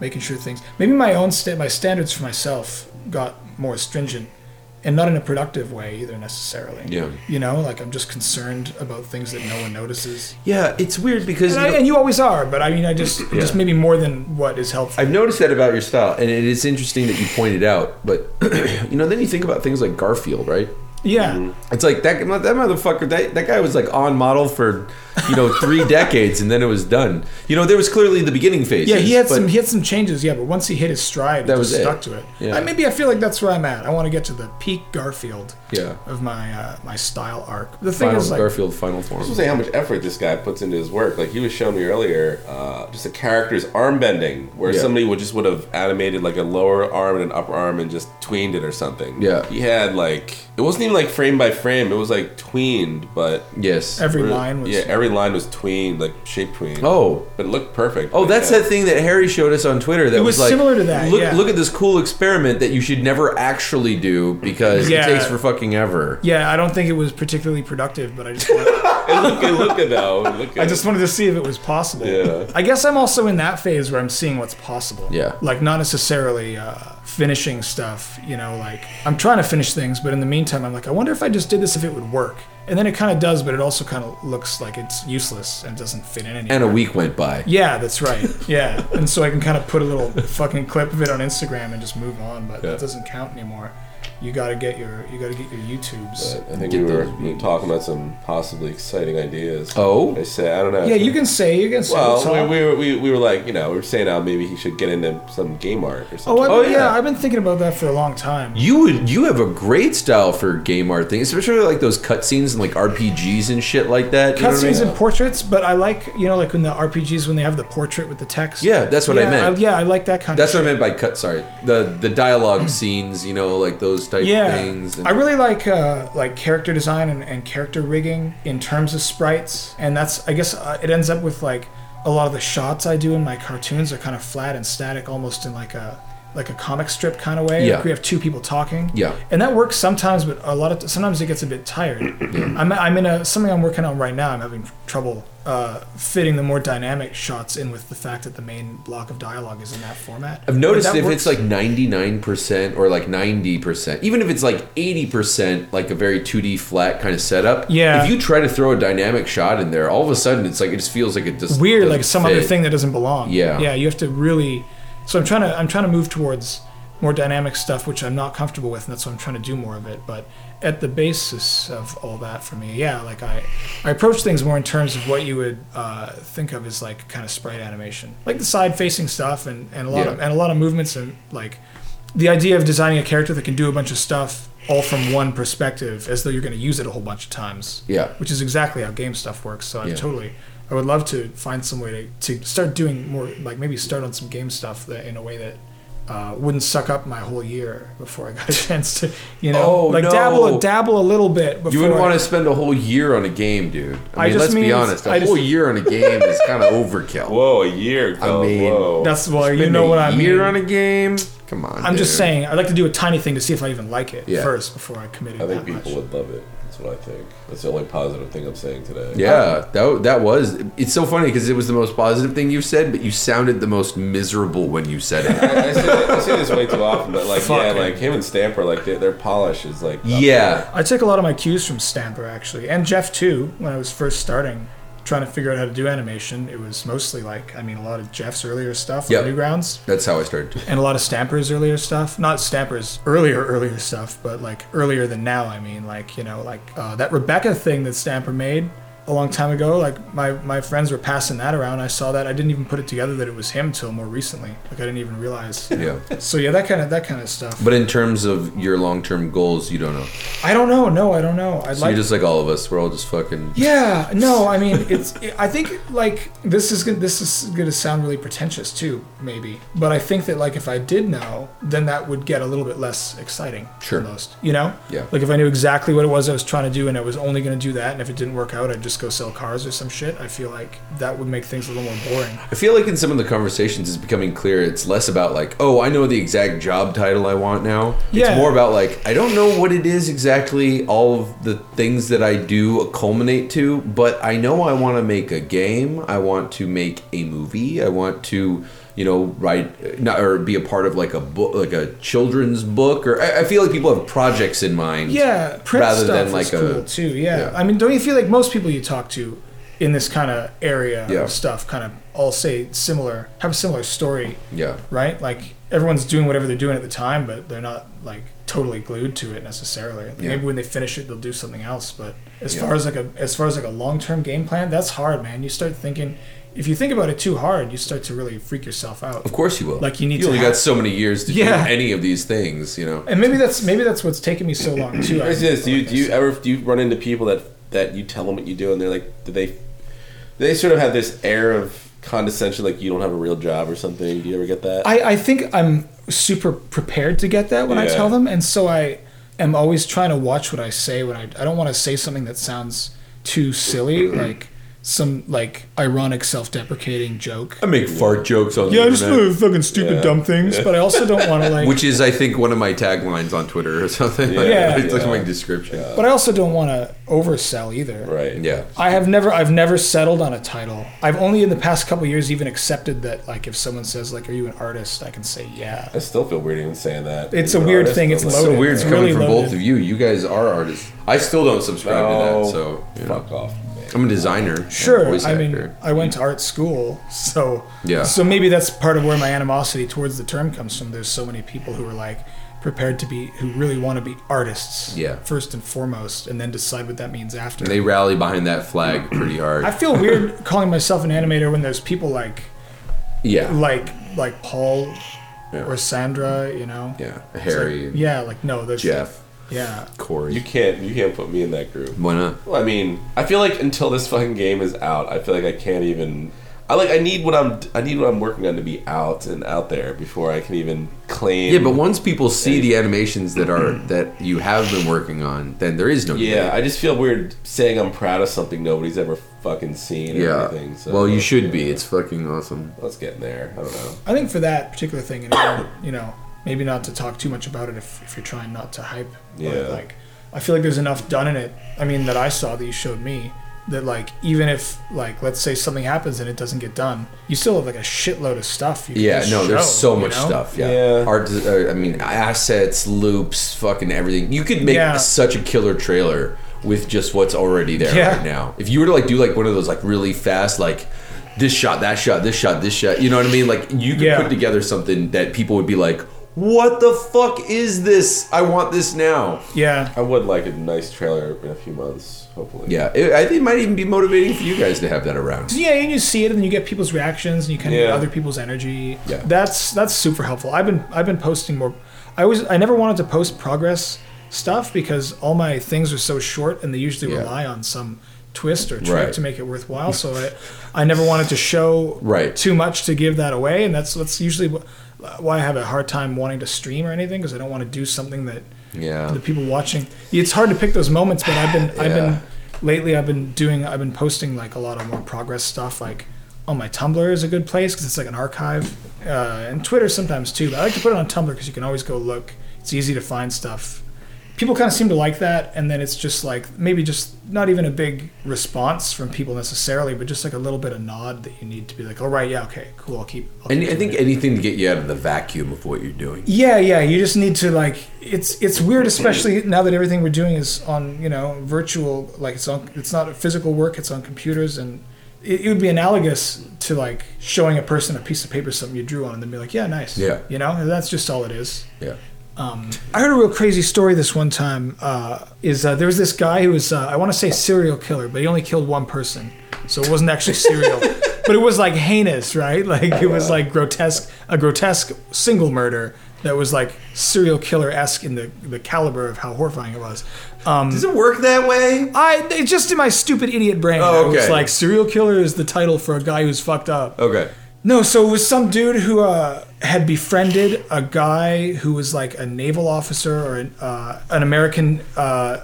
Speaker 3: making sure things. Maybe my own sta- my standards for myself got more stringent, and not in a productive way either necessarily.
Speaker 4: Yeah.
Speaker 3: You know, like I'm just concerned about things that no one notices.
Speaker 4: Yeah, it's weird because
Speaker 3: And,
Speaker 4: you
Speaker 3: I,
Speaker 4: know-
Speaker 3: and you always are, but I mean, I just just maybe more than what is helpful.
Speaker 4: I've noticed that about your style, and it is interesting that you pointed out. But [CLEARS THROAT] you know, then you think about things like Garfield, right?
Speaker 3: yeah.
Speaker 4: It's like that that motherfucker that, that guy was like on model for you know
Speaker 3: [LAUGHS]
Speaker 4: three decades and then it was done. You know there was clearly the beginning phase.
Speaker 3: Yeah, he had some he had some changes. Yeah, but once he hit his stride,
Speaker 4: That
Speaker 3: he
Speaker 4: was
Speaker 3: just
Speaker 4: it.
Speaker 3: stuck to it.
Speaker 4: Yeah.
Speaker 3: I, maybe I feel like that's where I'm at. I want to get to the peak Garfield.
Speaker 4: Yeah.
Speaker 3: Of my uh, my style arc. The thing
Speaker 4: final
Speaker 3: is like
Speaker 4: Garfield final form.
Speaker 5: I'm saying how much effort this guy puts into his work. Like he was showing me earlier, uh, just a character's arm bending, where
Speaker 4: Yeah.
Speaker 5: somebody would just would have animated like a lower arm and an upper arm and just tweened it or something.
Speaker 4: Yeah.
Speaker 5: he had like it wasn't even mean like frame by frame. It was like tweened, but
Speaker 4: Yes.
Speaker 3: Every line was.
Speaker 5: yeah, every line was tweened, like shape tweened.
Speaker 4: oh.
Speaker 5: but it looked perfect.
Speaker 4: Oh,
Speaker 5: like
Speaker 4: that's that thing that Harry showed us on Twitter. That
Speaker 3: uh, It
Speaker 4: was,
Speaker 3: was
Speaker 4: like,
Speaker 3: similar to that,
Speaker 4: Look,
Speaker 3: yeah.
Speaker 4: look at this cool experiment that you should never actually do because
Speaker 3: Yeah.
Speaker 4: it takes for fucking ever.
Speaker 3: Yeah, I don't think it was particularly productive, but I just wanted,
Speaker 5: It looked good. Look at though. It looked
Speaker 3: [LAUGHS] I
Speaker 5: good.
Speaker 3: just wanted to see if it was possible.
Speaker 5: Yeah.
Speaker 3: I guess I'm also in that phase where I'm seeing what's possible.
Speaker 4: Yeah.
Speaker 3: Like not necessarily uh, finishing stuff, you know, like I'm trying to finish things, but in the meantime I'm like I wonder if I just did this if it would work. And then it kind of does, but it also kind of looks like it's useless and doesn't fit in anywhere.
Speaker 4: And a week went by.
Speaker 3: Yeah, that's right. Yeah. and so I can kind of put a little fucking clip of it on Instagram and just move on, but that doesn't count anymore. You got to get your you got to get your YouTubes.
Speaker 5: I think
Speaker 4: Get
Speaker 5: we were
Speaker 4: those
Speaker 5: we were talking about some possibly exciting ideas.
Speaker 4: Oh?
Speaker 5: I said I don't know.
Speaker 3: Yeah, you can say you can say what's
Speaker 5: Well,
Speaker 3: up.
Speaker 5: we, we, were, we, we were like, you know, we were saying how maybe he should get into some game art or
Speaker 3: Oh,
Speaker 5: something.
Speaker 3: I've,
Speaker 4: Oh,
Speaker 3: yeah.
Speaker 4: yeah.
Speaker 3: I've been thinking about that for a long time.
Speaker 4: You would you have a great style for game art things, especially like those cutscenes and like RPGs and shit like that. you know what I mean?
Speaker 3: Cutscenes and portraits, but I like you know like when the RPGs when they have the portrait with the text.
Speaker 4: Yeah, that's what I
Speaker 3: Yeah,
Speaker 4: meant.
Speaker 3: yeah, I like that kind
Speaker 4: That's
Speaker 3: of.
Speaker 4: what I meant by cut. Sorry, the the dialogue [CLEARS THROAT] scenes, you know, like those type
Speaker 3: yeah,
Speaker 4: things.
Speaker 3: I really like uh, like character design and, and character rigging in terms of sprites, and that's I guess uh, it ends up with like a lot of the shots I do in my cartoons are kind of flat and static, almost in like a like a comic strip kind of way.
Speaker 4: Yeah.
Speaker 3: like we have two people talking.
Speaker 4: Yeah.
Speaker 3: and that works sometimes, but a lot of sometimes it gets a bit
Speaker 4: [CLEARS THROAT]
Speaker 3: tired. I'm I'm in a something I'm working on right now. I'm having trouble uh, fitting the more dynamic shots in with the fact that the main block of dialogue is in that format.
Speaker 4: I've noticed if it's like ninety nine percent or like ninety percent, even if it's like eighty percent, like a very two D flat kind of setup.
Speaker 3: Yeah.
Speaker 4: If you try to throw a dynamic shot in there, all of a sudden it's like it just feels like it just
Speaker 3: weird,
Speaker 4: doesn't
Speaker 3: like some
Speaker 4: fit.
Speaker 3: other thing that doesn't belong.
Speaker 4: Yeah.
Speaker 3: yeah. You have to really. So I'm trying to I'm trying to move towards more dynamic stuff, which I'm not comfortable with, and that's why I'm trying to do more of it. But at the basis of all that for me, yeah, like I I approach things more in terms of what you would uh, think of as like kind of sprite animation, like the side facing stuff and and a lot of
Speaker 4: Yeah.
Speaker 3: and a lot of movements and like the idea of designing a character that can do a bunch of stuff all from one perspective as though you're going to use it a whole bunch of times [LAUGHS]
Speaker 4: Yeah.
Speaker 3: which is exactly how game stuff works so i
Speaker 4: Yeah.
Speaker 3: totally i would love to find some way to, to start doing more like maybe start on some game stuff that in a way that uh, wouldn't suck up my whole year before i got a [LAUGHS] chance to you know
Speaker 4: Oh,
Speaker 3: like
Speaker 4: no.
Speaker 3: dabble dabble a little bit before
Speaker 4: You wouldn't want to spend a whole year on a game, dude. I
Speaker 3: I
Speaker 4: mean,
Speaker 3: just
Speaker 4: let's be
Speaker 3: mean-
Speaker 4: honest, a
Speaker 3: I just-
Speaker 4: whole year on a game is kind of overkill.
Speaker 5: Whoa, a year. Ago,
Speaker 4: mean,
Speaker 5: whoa.
Speaker 3: that's [LAUGHS] well you
Speaker 4: Spend
Speaker 3: know
Speaker 4: a
Speaker 3: what i mean
Speaker 4: Year on a game. Come on.
Speaker 3: i'm just
Speaker 4: dude.
Speaker 3: saying i'd like to do a tiny thing to see if i even like it
Speaker 4: Yeah.
Speaker 3: first before i committed
Speaker 5: I think
Speaker 3: that
Speaker 5: people
Speaker 3: much
Speaker 5: would love it. That's what I think. That's the only positive thing I'm saying today.
Speaker 4: Yeah, that that was. It's so funny because it was the most positive thing you've said, but you sounded the most miserable when you said it. [LAUGHS]
Speaker 5: I, I, say, that- I say this way too often, but like, yeah, like him and Stamper, like their, their polish is like, up there.
Speaker 4: yeah,
Speaker 3: I took a lot of my cues from Stamper actually, and Jeff too. When I was first starting, trying to figure out how to do animation, it was mostly like I mean a lot of Jeff's earlier stuff,
Speaker 4: Yep.
Speaker 3: like Newgrounds,
Speaker 4: that's how I started.
Speaker 3: and a lot of Stamper's earlier stuff. Not Stamper's earlier earlier stuff, but like earlier than now. I mean, like you know, like uh, that Rebecca thing that Stamper made a long time ago. Like my my friends were passing that around. I saw that. I didn't even put it together that it was him till more recently. Like I didn't even realize.
Speaker 4: Yeah,
Speaker 3: So yeah, that kind of that kind of stuff.
Speaker 4: but in terms of your long-term goals, you don't know.
Speaker 3: I don't know. No, I don't know. I'd
Speaker 4: So
Speaker 3: like
Speaker 4: you're just like all of us. We're all just fucking.
Speaker 3: Yeah, no, I mean it's. I think like this is gonna, this is going to sound really pretentious too, maybe. But I think that like if I did know, then that would get a little bit less exciting.
Speaker 4: Sure.
Speaker 3: Almost, you know.
Speaker 4: Yeah.
Speaker 3: Like if I knew exactly what it was I was trying to do, and I was only going to do that, and if it didn't work out, I'd just go sell cars or some shit. I feel like that would make things a little more boring.
Speaker 4: I feel like in some of the conversations, it's becoming clear. It's less about like, oh, I know the exact job title I want now.
Speaker 3: Yeah.
Speaker 4: It's more about like, I don't know what it is exactly. All of the things that I do culminate to, but I know I want to make a game. I want to make a movie. I want to, you know, write not, or be a part of like a book, like a children's book. Or I, I feel like people have projects in mind.
Speaker 3: Yeah, print
Speaker 4: rather
Speaker 3: stuff
Speaker 4: than
Speaker 3: is
Speaker 4: like
Speaker 3: cool
Speaker 4: a
Speaker 3: too. Yeah.
Speaker 4: yeah.
Speaker 3: I mean, don't you feel like most people you talk to in this kind of area
Speaker 4: Yeah.
Speaker 3: of stuff kind of all say similar, have a similar story,
Speaker 4: yeah.
Speaker 3: right? Like everyone's doing whatever they're doing at the time, but they're not like totally glued to it necessarily. Like,
Speaker 4: Yeah.
Speaker 3: Maybe when they finish it, they'll do something else. But as
Speaker 4: Yeah.
Speaker 3: far as like a as far as like a long term game plan, that's hard, man. You start thinking if you think about it too hard, you start to really freak yourself out.
Speaker 4: Of course you will.
Speaker 3: Like, you need
Speaker 4: You
Speaker 3: to
Speaker 4: only
Speaker 3: have-
Speaker 4: got so many years to
Speaker 3: Yeah.
Speaker 4: do any of these things. You know.
Speaker 3: And maybe that's maybe that's what's taking me so long too. I-
Speaker 5: Let me say this: Do you do you ever do you run into people that that you tell them what you do and they're like, do they they sort of have this air of condescension, like you don't have a real job or something? Do you ever get that?
Speaker 3: I, I think I'm super prepared to get that when I
Speaker 5: Yeah.
Speaker 3: tell them, and so I am always trying to watch what I say when I I don't want to say something that sounds too [CLEARS THROAT] silly, like some like ironic self-deprecating joke.
Speaker 4: I make fart jokes on
Speaker 3: Yeah,
Speaker 4: the
Speaker 3: I just
Speaker 4: internet,
Speaker 3: do fucking stupid dumb things, but I also don't want to like
Speaker 4: which is I think one of my taglines on Twitter or something. Like,
Speaker 3: Yeah.
Speaker 4: [LAUGHS] it's like my description.
Speaker 3: [LAUGHS] but I also don't want to oversell either.
Speaker 5: Right.
Speaker 4: Yeah.
Speaker 3: I have never I've never settled on a title. I've only in the past couple years even accepted that like if someone says like are you an artist, I can say yeah.
Speaker 5: I still feel weird even saying that.
Speaker 3: It's
Speaker 5: Even
Speaker 3: a weird
Speaker 5: artist,
Speaker 3: thing,
Speaker 5: but
Speaker 3: it's
Speaker 5: like,
Speaker 3: loaded.
Speaker 4: So weird it's
Speaker 3: It's
Speaker 4: coming
Speaker 3: really
Speaker 4: from
Speaker 3: loaded.
Speaker 4: both of you. You guys are artists. I still don't subscribe to
Speaker 5: Oh,
Speaker 4: that. So you know.
Speaker 5: Fuck off. man.
Speaker 4: I'm a designer. and a
Speaker 3: Sure,
Speaker 4: voice
Speaker 3: I mean
Speaker 4: actor.
Speaker 3: I went to art school, so
Speaker 4: Yeah.
Speaker 3: So maybe that's part of where my animosity towards the term comes from. There's so many people who are like prepared to be who really want to be artists
Speaker 4: Yeah.
Speaker 3: first and foremost and then decide what that means after.
Speaker 4: they rally behind that
Speaker 3: [CLEARS THROAT]
Speaker 4: flag pretty hard.
Speaker 3: I feel weird calling myself an animator when there's people like
Speaker 4: yeah.
Speaker 3: like like Paul or Sandra, you know.
Speaker 4: Yeah. Harry. and
Speaker 3: Yeah, like no, there's
Speaker 4: Jeff.
Speaker 3: Yeah.
Speaker 4: Corey.
Speaker 5: You can't. You can't put me in that group.
Speaker 4: Why not?
Speaker 5: Well, I mean, I feel like until this fucking game is out, I feel like I can't even. I like. I need what I'm. I need what I'm working on to be out and out there before I can even claim.
Speaker 4: Yeah, but once people see the animations that
Speaker 3: [CLEARS THROAT]
Speaker 4: are that you have been working on, then there is no
Speaker 5: Yeah, I just feel weird saying I'm proud of something nobody's ever fucking seen. Or
Speaker 4: Yeah.
Speaker 5: Anything, so
Speaker 4: well, you should be. It's fucking awesome.
Speaker 5: Let's get in there. I don't know.
Speaker 3: I think for that particular thing, and again, you know, maybe not to talk too much about it if, if you're trying not to hype. but,
Speaker 5: Yeah.
Speaker 3: Like, I feel like there's enough done in it. I mean, that I saw that you showed me that, like, even if, like, let's say something happens and it doesn't get done, you still have, like, a shitload of stuff. You can
Speaker 4: Yeah,
Speaker 3: just
Speaker 4: no, there's
Speaker 3: show,
Speaker 4: so
Speaker 3: you
Speaker 4: much
Speaker 3: know?
Speaker 4: stuff. Yeah,
Speaker 5: Yeah.
Speaker 4: art. Uh, I mean, assets, loops, fucking everything. You could make
Speaker 3: Yeah.
Speaker 4: such a killer trailer with just what's already there
Speaker 3: Yeah.
Speaker 4: right now. If you were to like do like one of those like really fast like this shot, that shot, this shot, this shot. You know what I mean? Like you could
Speaker 3: Yeah.
Speaker 4: put together something that people would be like, "What the fuck is this? I want this now."
Speaker 3: Yeah.
Speaker 5: I would like a nice trailer in a few months, hopefully.
Speaker 4: Yeah, it, I think it might even be motivating for you guys to have that around.
Speaker 3: Yeah, and you see it, and you get people's reactions, and you kind of
Speaker 5: Yeah.
Speaker 3: get other people's energy.
Speaker 4: Yeah.
Speaker 3: that's that's super helpful. I've been I've been posting more. I was I never wanted to post progress stuff because all my things are so short, and they usually
Speaker 4: Yeah.
Speaker 3: rely on some twist or trick
Speaker 4: Right.
Speaker 3: to make it worthwhile. So I I never wanted to show
Speaker 4: Right.
Speaker 3: too much to give that away, and that's that's usually wh- why I have a hard time wanting to stream or anything because I don't want to do something that
Speaker 4: Yeah.
Speaker 3: the people watching. It's hard to pick those moments, but I've been I've
Speaker 4: Yeah.
Speaker 3: been lately I've been doing I've been posting like a lot of more progress stuff like on my Tumblr is a good place because it's like an archive uh, and Twitter sometimes too. But I like to put it on Tumblr because you can always go look. It's easy to find stuff. People kind of seem to like that, and then it's just like maybe just not even a big response from people necessarily, but just like a little bit of nod that you need to be like, all right, yeah, okay, cool, I'll keep. I'll
Speaker 4: And
Speaker 3: keep
Speaker 4: I
Speaker 3: doing
Speaker 4: think
Speaker 3: it."
Speaker 4: anything to get you out of the vacuum of what you're doing.
Speaker 3: Yeah, yeah. You just need to like. It's it's weird, especially now that everything we're doing is on you know virtual. Like it's on. It's not physical work. It's on computers, and it, it would be analogous to like showing a person a piece of paper something you drew on, and then be like, yeah, nice.
Speaker 4: Yeah.
Speaker 3: You know, and that's just all it is.
Speaker 4: Yeah.
Speaker 3: I heard a real crazy story this one time. Uh, is uh, there was this guy who was uh, I want to say serial killer, but he only killed one person, so it wasn't actually serial, but it was like heinous, right? [LAUGHS] Like it was like grotesque, a grotesque single murder that was like serial killer esque in the the caliber of how horrifying it was. Um,
Speaker 4: Does it work that way?
Speaker 3: I it's just in my stupid idiot brain,
Speaker 4: Oh,
Speaker 3: I was
Speaker 4: okay.
Speaker 3: like serial killer is the title for a guy who's fucked up.
Speaker 4: Okay.
Speaker 3: No, so it was some dude who uh, had befriended a guy who was like a naval officer or an, uh, an American uh,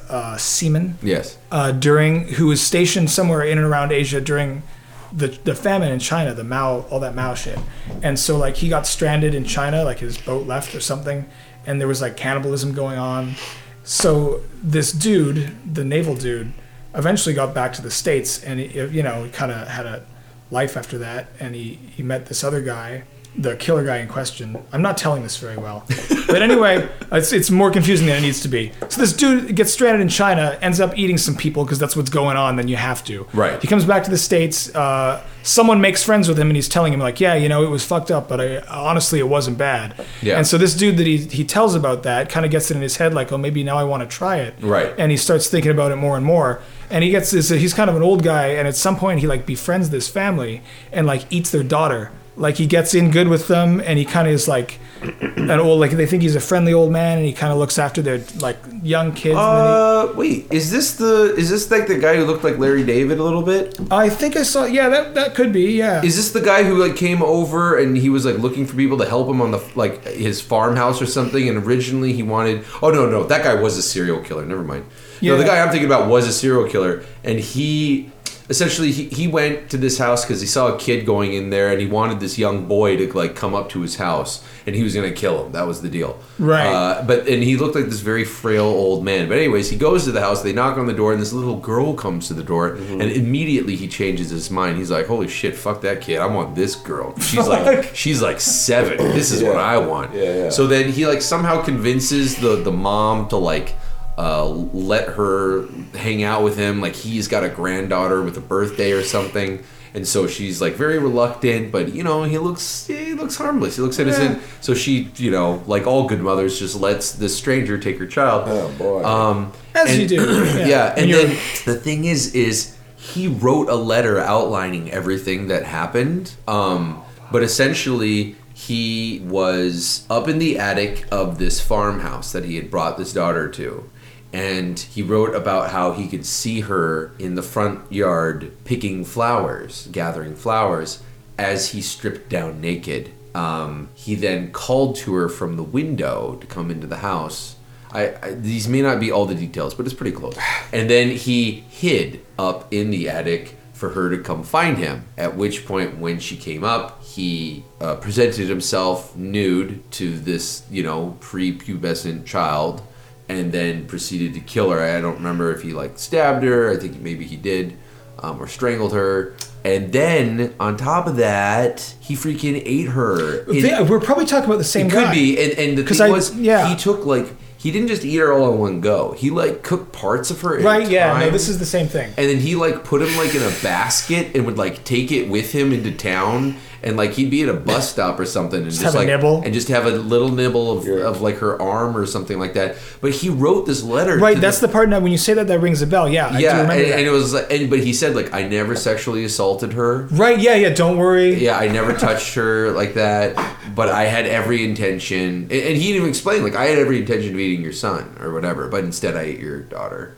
Speaker 3: uh, seaman
Speaker 4: Yes.
Speaker 3: uh, during who was stationed somewhere in and around Asia during the the famine in China, the Mao, all that Mao shit. And so like he got stranded in China, like his boat left or something, and there was like cannibalism going on. So this dude, the naval dude, eventually got back to the states, and he, you know kind of had a life after that. And he he met this other guy, the killer guy in question. I'm not telling this
Speaker 4: [LAUGHS]
Speaker 3: very well, but anyway, it's it's more confusing than it needs to be. So this dude gets stranded in China, ends up eating some people because that's what's going on. Then you have to.
Speaker 4: Right.
Speaker 3: He comes back to the states. Uh, someone makes friends with him, and he's telling him like, "Yeah, you know, it was fucked up, but I honestly, it wasn't bad."
Speaker 4: Yeah.
Speaker 3: And so this dude that he he tells about that kind of gets it in his head like, "Oh, maybe now I want to try it."
Speaker 4: Right.
Speaker 3: And he starts thinking about it more and more. And he gets this. He's kind of an old guy, and at some point he like befriends this family and like eats their daughter. Like he gets in good with them, and he kind of is like [CLEARS THROAT] an old like they think he's a friendly old man, and he kind of looks after their like young kids. and then
Speaker 4: Uh, wait, is this the is this like the guy who looked like Larry David a little bit?
Speaker 3: he, I think I saw. Yeah, that that could be. Yeah.
Speaker 4: Uh, Is this the guy who like came over and he was like looking for people to help him on the like his farmhouse or something? And originally he wanted. Oh no, no, that guy was a serial killer. Never mind. No, the
Speaker 3: Yeah.
Speaker 4: guy I'm thinking about was a serial killer, and he essentially he, he went to this house because he saw a kid going in there and he wanted this young boy to like come up to his house and he was gonna kill him that was the deal
Speaker 3: Right.
Speaker 4: uh, but and he looked like this very frail old man but anyways he goes to the house they knock on the door and this little girl comes to the door
Speaker 5: Mm-hmm.
Speaker 4: and immediately he changes his mind he's like holy shit fuck that kid i want this girl she's
Speaker 5: [LAUGHS]
Speaker 4: like she's like seven this is what i want
Speaker 5: Yeah, yeah.
Speaker 4: so then he like somehow convinces the the mom to like uh, let her hang out with him. Like he's got a granddaughter with a birthday or something, and so she's like very reluctant. But you know he looks he looks harmless. He looks innocent. So she you know like all good mothers just lets this stranger take her child.
Speaker 5: Oh boy.
Speaker 4: Um,
Speaker 3: As
Speaker 4: and-
Speaker 3: you
Speaker 4: [CLEARS THROAT]
Speaker 3: do, yeah.
Speaker 4: Yeah,
Speaker 3: When
Speaker 4: and
Speaker 3: you're-
Speaker 4: then the thing is, is he wrote a letter outlining everything that happened. Um, but essentially, he was up in the attic of this farmhouse that he had brought this daughter to. And he wrote about how he could see her in the front yard picking flowers, gathering flowers, as he stripped down naked. Um, he then called to her from the window to come into the house. I, I these may not be all the details, but it's pretty close. And then he hid up in the attic for her to come find him. At which point, when she came up, he uh, presented himself nude to this, you know, prepubescent child, and then proceeded to kill her. I don't remember if he like stabbed her. I think maybe he did, um, or strangled her. And then on top of that, he freaking ate her. in-
Speaker 3: They- we're probably talking about the same
Speaker 4: it
Speaker 3: guy.
Speaker 4: could be, and, and the
Speaker 3: 'Cause
Speaker 4: thing
Speaker 3: I-
Speaker 4: was,
Speaker 3: yeah.
Speaker 4: he took like he didn't just eat her all in one go. He like cooked parts of her, at a
Speaker 3: Right? Yeah. No,
Speaker 4: time,
Speaker 3: this is the same thing.
Speaker 4: And then he like put him like in a basket and would like take it with him into town, and like he'd be at a bus stop or something, and just,
Speaker 3: have a
Speaker 4: like
Speaker 3: nibble?
Speaker 4: and just have a little nibble of,
Speaker 5: Yeah.
Speaker 4: of like her arm or something like that. But he wrote this letter,
Speaker 3: Right.
Speaker 4: to
Speaker 3: That's the part now when you say that that rings a bell. Yeah. I do
Speaker 4: yeah, and,
Speaker 3: remember that.
Speaker 4: and it was like, and, but he said like I never sexually assaulted her.
Speaker 3: right. Yeah. Yeah. Don't worry.
Speaker 4: yeah, I never touched her like that, but I had every intention. And, and he didn't even explain, like, I had every intention of eating your son or whatever, but instead I ate your daughter.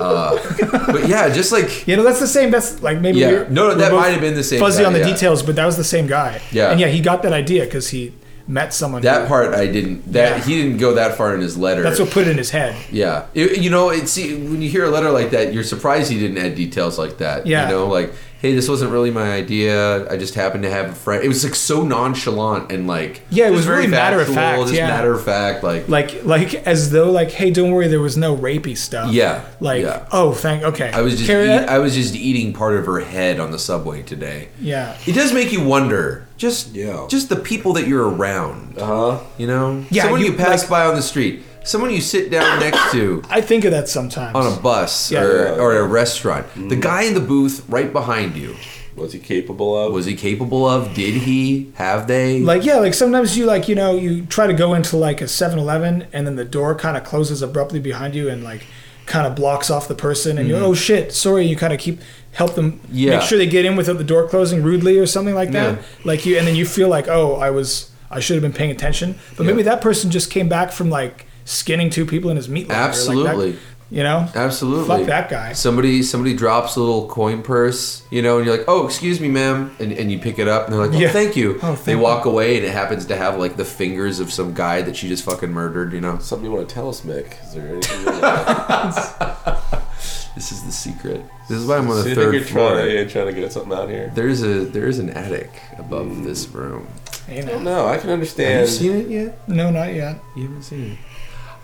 Speaker 4: Uh, but yeah, just like,
Speaker 3: You know, that's the same. That's like maybe
Speaker 4: Yeah.
Speaker 3: we're-
Speaker 4: No, no,
Speaker 3: we're
Speaker 4: that
Speaker 3: both
Speaker 4: might have been the same
Speaker 3: Fuzzy
Speaker 4: guy,
Speaker 3: on the
Speaker 4: yeah.
Speaker 3: details, but that was the same guy.
Speaker 4: Yeah.
Speaker 3: and yeah, he got that idea because he met someone. who-
Speaker 4: that part I didn't, that
Speaker 3: Yeah.
Speaker 4: he didn't go that far in his letter.
Speaker 3: that's what put it in his head.
Speaker 4: Yeah, It- you know, it's see, when you hear a letter like that, you're surprised he didn't add details like that.
Speaker 3: Yeah.
Speaker 4: you know, like, hey, this wasn't really my idea. I just happened to have a friend. It was like so nonchalant and like
Speaker 3: Yeah, it
Speaker 4: just
Speaker 3: was really matter of fact,
Speaker 4: just
Speaker 3: yeah.
Speaker 4: matter of fact, like,
Speaker 3: Like, like as though, like, hey, don't worry, there was no rapey stuff.
Speaker 4: Yeah,
Speaker 3: Like,
Speaker 4: yeah.
Speaker 3: oh, thank. Okay.
Speaker 4: I was just
Speaker 3: Carry
Speaker 4: eat,
Speaker 3: that?
Speaker 4: I was just eating part of her head on the subway today.
Speaker 3: yeah.
Speaker 4: It does make you wonder, just
Speaker 5: Yeah.
Speaker 4: just the people that you're around.
Speaker 5: huh?
Speaker 4: You know,
Speaker 3: Yeah,
Speaker 4: someone you,
Speaker 3: you-
Speaker 4: pass
Speaker 3: like-
Speaker 4: by on the street, someone you sit
Speaker 3: [COUGHS]
Speaker 4: down next to
Speaker 3: I think of that sometimes.
Speaker 4: on a bus
Speaker 3: Yeah.
Speaker 4: or, or a restaurant. The guy in the booth right behind you,
Speaker 5: Was he capable of?
Speaker 4: was he capable of? Did he? Have they?
Speaker 3: like yeah, like sometimes you like you know you try to go into like a 7-Eleven and then the door kind of closes abruptly behind you and like kind of blocks off the person and you're oh shit sorry you kind of keep help them
Speaker 4: Mm-hmm. Yeah.
Speaker 3: make sure they get in without the door closing rudely or something like that
Speaker 4: Yeah.
Speaker 3: like you and then you feel like oh I was I should have been paying attention but maybe that person just came back from like skinning two people in his meat locker, like that-
Speaker 4: Absolutely.
Speaker 3: you know
Speaker 4: Absolutely.
Speaker 3: Fuck that guy.
Speaker 4: Somebody somebody drops a little coin purse, you know, and you're like, "Oh, excuse me, ma'am," and, and you pick it up, and they're like, "Oh,
Speaker 3: Yeah.
Speaker 4: thank you."
Speaker 3: Oh, thank
Speaker 4: they
Speaker 3: you.
Speaker 4: walk away, and it happens to have like the fingers of some guy that she just fucking murdered. You know,
Speaker 5: Something you want to tell us, Mick? Is there anything?
Speaker 4: [LAUGHS]
Speaker 5: you
Speaker 4: this is the secret. This is why I'm on
Speaker 5: So
Speaker 4: the
Speaker 5: you think
Speaker 4: third
Speaker 5: you're trying,
Speaker 4: floor.
Speaker 5: to, you're trying to get something out here?
Speaker 4: There's a there is an attic above this room.
Speaker 3: you know.
Speaker 5: No, I can
Speaker 4: Have you
Speaker 5: understand.
Speaker 4: seen it yet?
Speaker 3: no not yet
Speaker 4: You haven't seen it.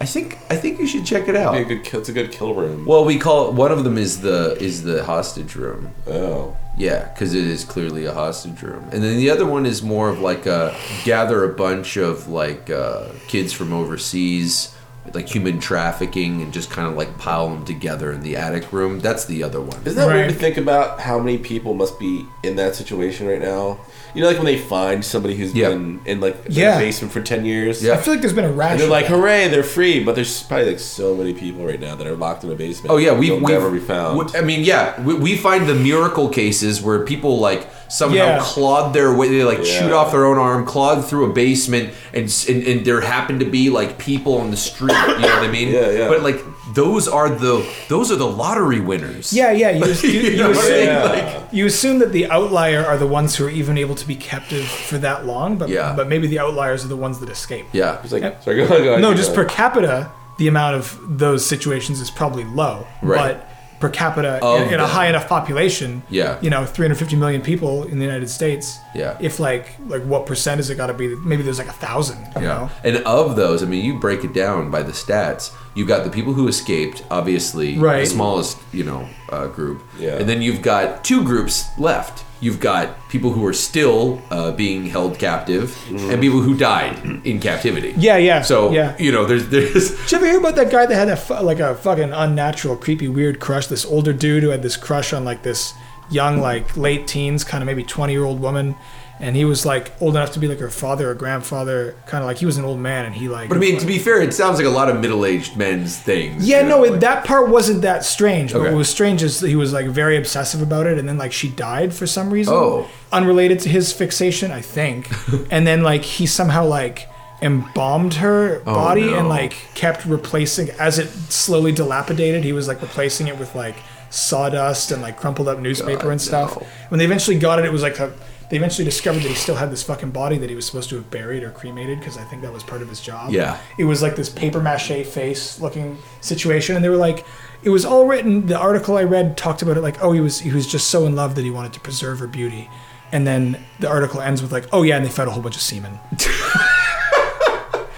Speaker 4: I think I think you should check it out.
Speaker 5: It'd be a good kill- it's a good kill room.
Speaker 4: Well, we call one of them is the is the hostage room.
Speaker 5: Oh,
Speaker 4: Yeah, because it is clearly a hostage room, and then the other one is more of like a gather a bunch of like uh, kids from overseas, like human trafficking, and just kind of like pile them together in the attic room. That's the other one.
Speaker 5: isn't that weird
Speaker 3: Right.
Speaker 5: to think about? How many people must be in that situation right now? You know, like when they find somebody who's
Speaker 4: Yeah.
Speaker 5: been in like in
Speaker 3: Yeah.
Speaker 5: the basement for ten years.
Speaker 3: I
Speaker 4: Yeah.
Speaker 3: feel like there's been a rash
Speaker 5: And they're
Speaker 3: of
Speaker 5: like,
Speaker 3: that.
Speaker 5: hooray, they're free. But there's probably like so many people right now that are locked in a basement.
Speaker 4: Oh yeah,
Speaker 5: that
Speaker 4: we
Speaker 5: they'll [LAUGHS]
Speaker 4: we
Speaker 5: never be found.
Speaker 4: we- I mean, yeah, we, we find the miracle cases where people like somehow
Speaker 3: Yeah.
Speaker 4: clawed their way. They like chewed
Speaker 5: Yeah.
Speaker 4: off their own arm, clawed through a basement, and, s- and and there happened to be like people on the street. You know what I mean?
Speaker 5: Yeah, yeah.
Speaker 4: But like those are the those are the lottery winners.
Speaker 3: Yeah,
Speaker 4: [LAUGHS]
Speaker 3: yeah. You, you,
Speaker 4: You
Speaker 3: you
Speaker 4: know what I'm
Speaker 3: assume,
Speaker 4: saying?
Speaker 5: Yeah.
Speaker 4: Like,
Speaker 3: you assume that the outlier are the ones who are even able to be captive for that long, but
Speaker 4: Yeah.
Speaker 3: but maybe the outliers are the ones that escape.
Speaker 4: yeah.
Speaker 5: It's like, sorry, go on, go on.
Speaker 3: No,
Speaker 5: keep
Speaker 3: just per
Speaker 5: going.
Speaker 3: capita, the amount of those situations is probably low.
Speaker 4: Right.
Speaker 3: But per capita
Speaker 4: Of
Speaker 3: in, in a
Speaker 4: them.
Speaker 3: high enough population,
Speaker 4: Yeah.
Speaker 3: you know, 350 million people in the United States.
Speaker 4: Yeah.
Speaker 3: If like like what percent is it got to be? Maybe there's like a thousand. You
Speaker 4: Yeah.
Speaker 3: know?
Speaker 4: And of those, I mean, you break it down by the stats. You got the people who escaped, obviously, the
Speaker 3: Right.
Speaker 4: smallest, you know, uh, group.
Speaker 5: Yeah.
Speaker 4: And then you've got two groups left. You've got people who are still uh, being held captive, and people who died in captivity.
Speaker 3: Yeah, yeah,
Speaker 4: So
Speaker 3: yeah.
Speaker 4: you know, there's there's [LAUGHS]
Speaker 3: Did you ever hear about that guy that had a fu- like a fucking unnatural, creepy, weird crush? This older dude who had this crush on like this young, like late teens, kind of maybe twenty year old woman, and he was like old enough to be like her father or grandfather, kind of like he was an old man, and he like.
Speaker 4: But I mean, to be fair, it sounds like a lot of middle-aged men's [LAUGHS] things.
Speaker 3: yeah,
Speaker 4: you know,
Speaker 3: no, it,
Speaker 4: like-
Speaker 3: that part wasn't that strange. But
Speaker 4: Okay.
Speaker 3: what was strange is that he was like very obsessive about it, and then like she died for some reason,
Speaker 4: Oh.
Speaker 3: unrelated to his fixation, I think.
Speaker 4: [LAUGHS]
Speaker 3: and then like he somehow like embalmed her body
Speaker 4: Oh, no.
Speaker 3: and like kept replacing as it slowly dilapidated. He was like replacing it with like sawdust and like crumpled up newspaper
Speaker 4: God,
Speaker 3: and stuff.
Speaker 4: no.
Speaker 3: When they eventually got it, it was like a, they eventually discovered that he still had this fucking body that he was supposed to have buried or cremated because I think that was part of his job.
Speaker 4: Yeah.
Speaker 3: It was like this paper mache face looking situation, and they were like, it was all written. The article I read talked about it like, oh, he was he was just so in love that he wanted to preserve her beauty, and then the article ends with like, oh yeah, and they found a whole bunch of
Speaker 4: [LAUGHS]
Speaker 3: semen.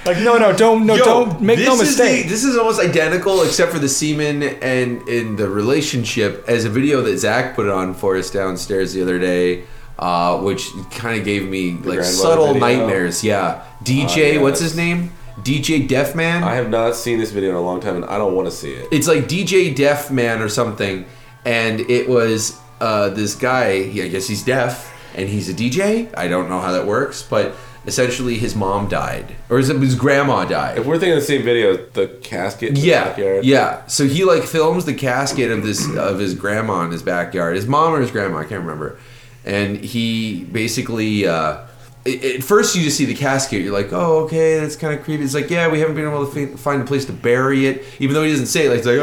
Speaker 3: like no no don't no
Speaker 4: Yo,
Speaker 3: don't make no
Speaker 4: this is the-
Speaker 3: mistake.
Speaker 4: this is almost identical, except for the semen and in the relationship, as a video that Zach put on for us downstairs the other day, uh, which kind of gave me like
Speaker 5: grandmother
Speaker 4: subtle
Speaker 5: video.
Speaker 4: nightmares. Yeah, DJ,
Speaker 5: Ah, yes.
Speaker 4: what's his name? DJ Deaf Man.
Speaker 5: I have not seen this video in a long time, and I don't want to see it.
Speaker 4: it's like DJ Deaf Man or something, and it was uh, this guy. He, I guess he's deaf and he's a DJ. I don't know how that works, but essentially his mom died, or his, his grandma died.
Speaker 5: If we're thinking the same video, the casket. in the
Speaker 4: Yeah,
Speaker 5: backyard.
Speaker 4: yeah. So he like films the casket of this of his grandma in his backyard, his mom or his grandma, I can't remember. And he basically, uh, it, at first you just see the casket, you're like, oh, okay, that's kind of creepy. It's like, yeah, we haven't been able to fi- find a place to bury it, even though he doesn't say it. Like, it's like,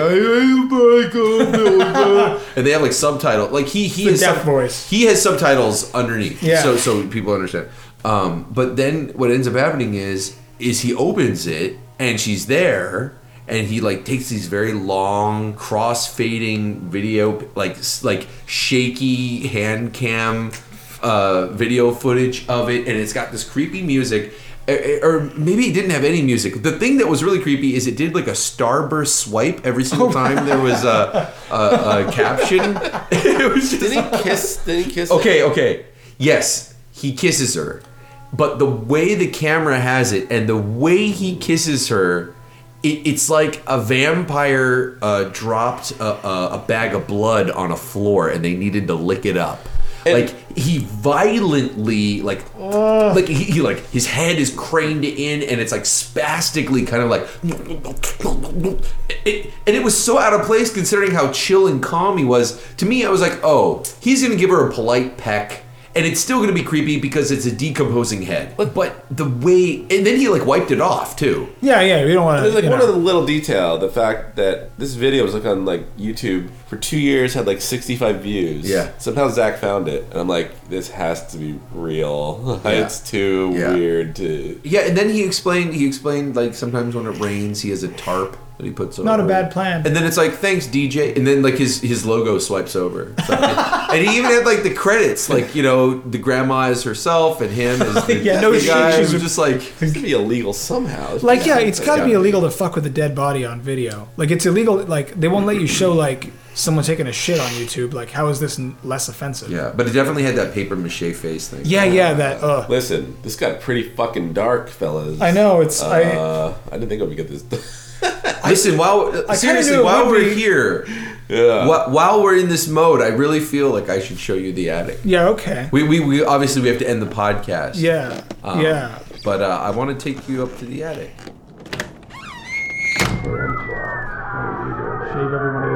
Speaker 4: oh my God, my
Speaker 3: [LAUGHS]
Speaker 4: God." and they have like subtitle, like he he
Speaker 3: The
Speaker 4: has
Speaker 3: deaf voice.
Speaker 4: He has subtitles underneath,
Speaker 3: Yeah.
Speaker 4: So so people understand. Um, but then what ends up happening is is he opens it and she's there and he like takes these very long cross fading video like s- like shaky hand cam uh, video footage of it and it's got this creepy music Eh, eh, or maybe it didn't have any music. The thing that was really creepy is it did like a starburst swipe every single time there was a, a, a caption. It was just
Speaker 5: Did he kiss? Did he kiss?
Speaker 4: Okay, okay. Yes, he kisses her. But the way the camera has it and the way he kisses her, it, it's like a vampire uh, dropped a, a, a bag of blood on a floor and they needed to lick it up. like he violently like like he, he like his head is craned in and it's like spastically kind of like it, and it was so out of place considering how chill and calm he was to me i was like oh he's gonna give her a polite peck and it's still gonna be creepy because it's a decomposing head but the way and then he like wiped it off too
Speaker 3: Yeah yeah we don't want
Speaker 5: There's
Speaker 3: to.
Speaker 5: like
Speaker 3: you
Speaker 5: one
Speaker 3: know.
Speaker 5: other little detail: the fact that this video was like on like YouTube for two years, had like 65 views.
Speaker 4: Yeah.
Speaker 5: Somehow Zach found it, and I'm like, this has to be real. [LAUGHS]
Speaker 4: Yeah.
Speaker 5: it's too
Speaker 4: Yeah.
Speaker 5: weird to.
Speaker 4: yeah and then he explained he explained like sometimes when it rains he has a tarp that he puts
Speaker 3: Not a
Speaker 4: over
Speaker 3: bad
Speaker 4: it.
Speaker 3: plan.
Speaker 4: And then it's like, thanks, DJ. And then like his his logo swipes over, It's like- [LAUGHS] and he even had like the credits, like you know, the grandma is herself and him
Speaker 3: [LAUGHS]
Speaker 4: is the,
Speaker 3: Yeah, no
Speaker 4: the
Speaker 3: shit,
Speaker 4: guy.
Speaker 3: she's
Speaker 4: It was
Speaker 3: a-
Speaker 4: just like
Speaker 5: It's to be illegal somehow.
Speaker 3: Like yeah, it's got to
Speaker 4: gotta
Speaker 3: be
Speaker 4: be.
Speaker 3: illegal to fuck with a dead body on video. Like it's illegal. Like they won't let you show like someone taking a shit on YouTube. Like how is this n- less offensive?
Speaker 4: yeah, but it definitely had that paper mache face thing.
Speaker 3: yeah, yeah, That. Uh,
Speaker 5: Listen, this got pretty fucking dark, fellas.
Speaker 3: I know. It's I.
Speaker 5: Uh, I didn't think I would get this. [LAUGHS]
Speaker 4: Listen, while
Speaker 3: I
Speaker 4: seriously,
Speaker 3: knew it
Speaker 4: while
Speaker 3: would
Speaker 4: we're
Speaker 3: be.
Speaker 4: here,
Speaker 5: yeah.
Speaker 4: while, while we're in this mode, I really feel like I should show you the attic.
Speaker 3: Yeah. Okay.
Speaker 4: We, we, we obviously we have to end the podcast.
Speaker 3: Yeah. yeah.
Speaker 4: But uh, I want to take you up to the attic.
Speaker 3: Shave everyone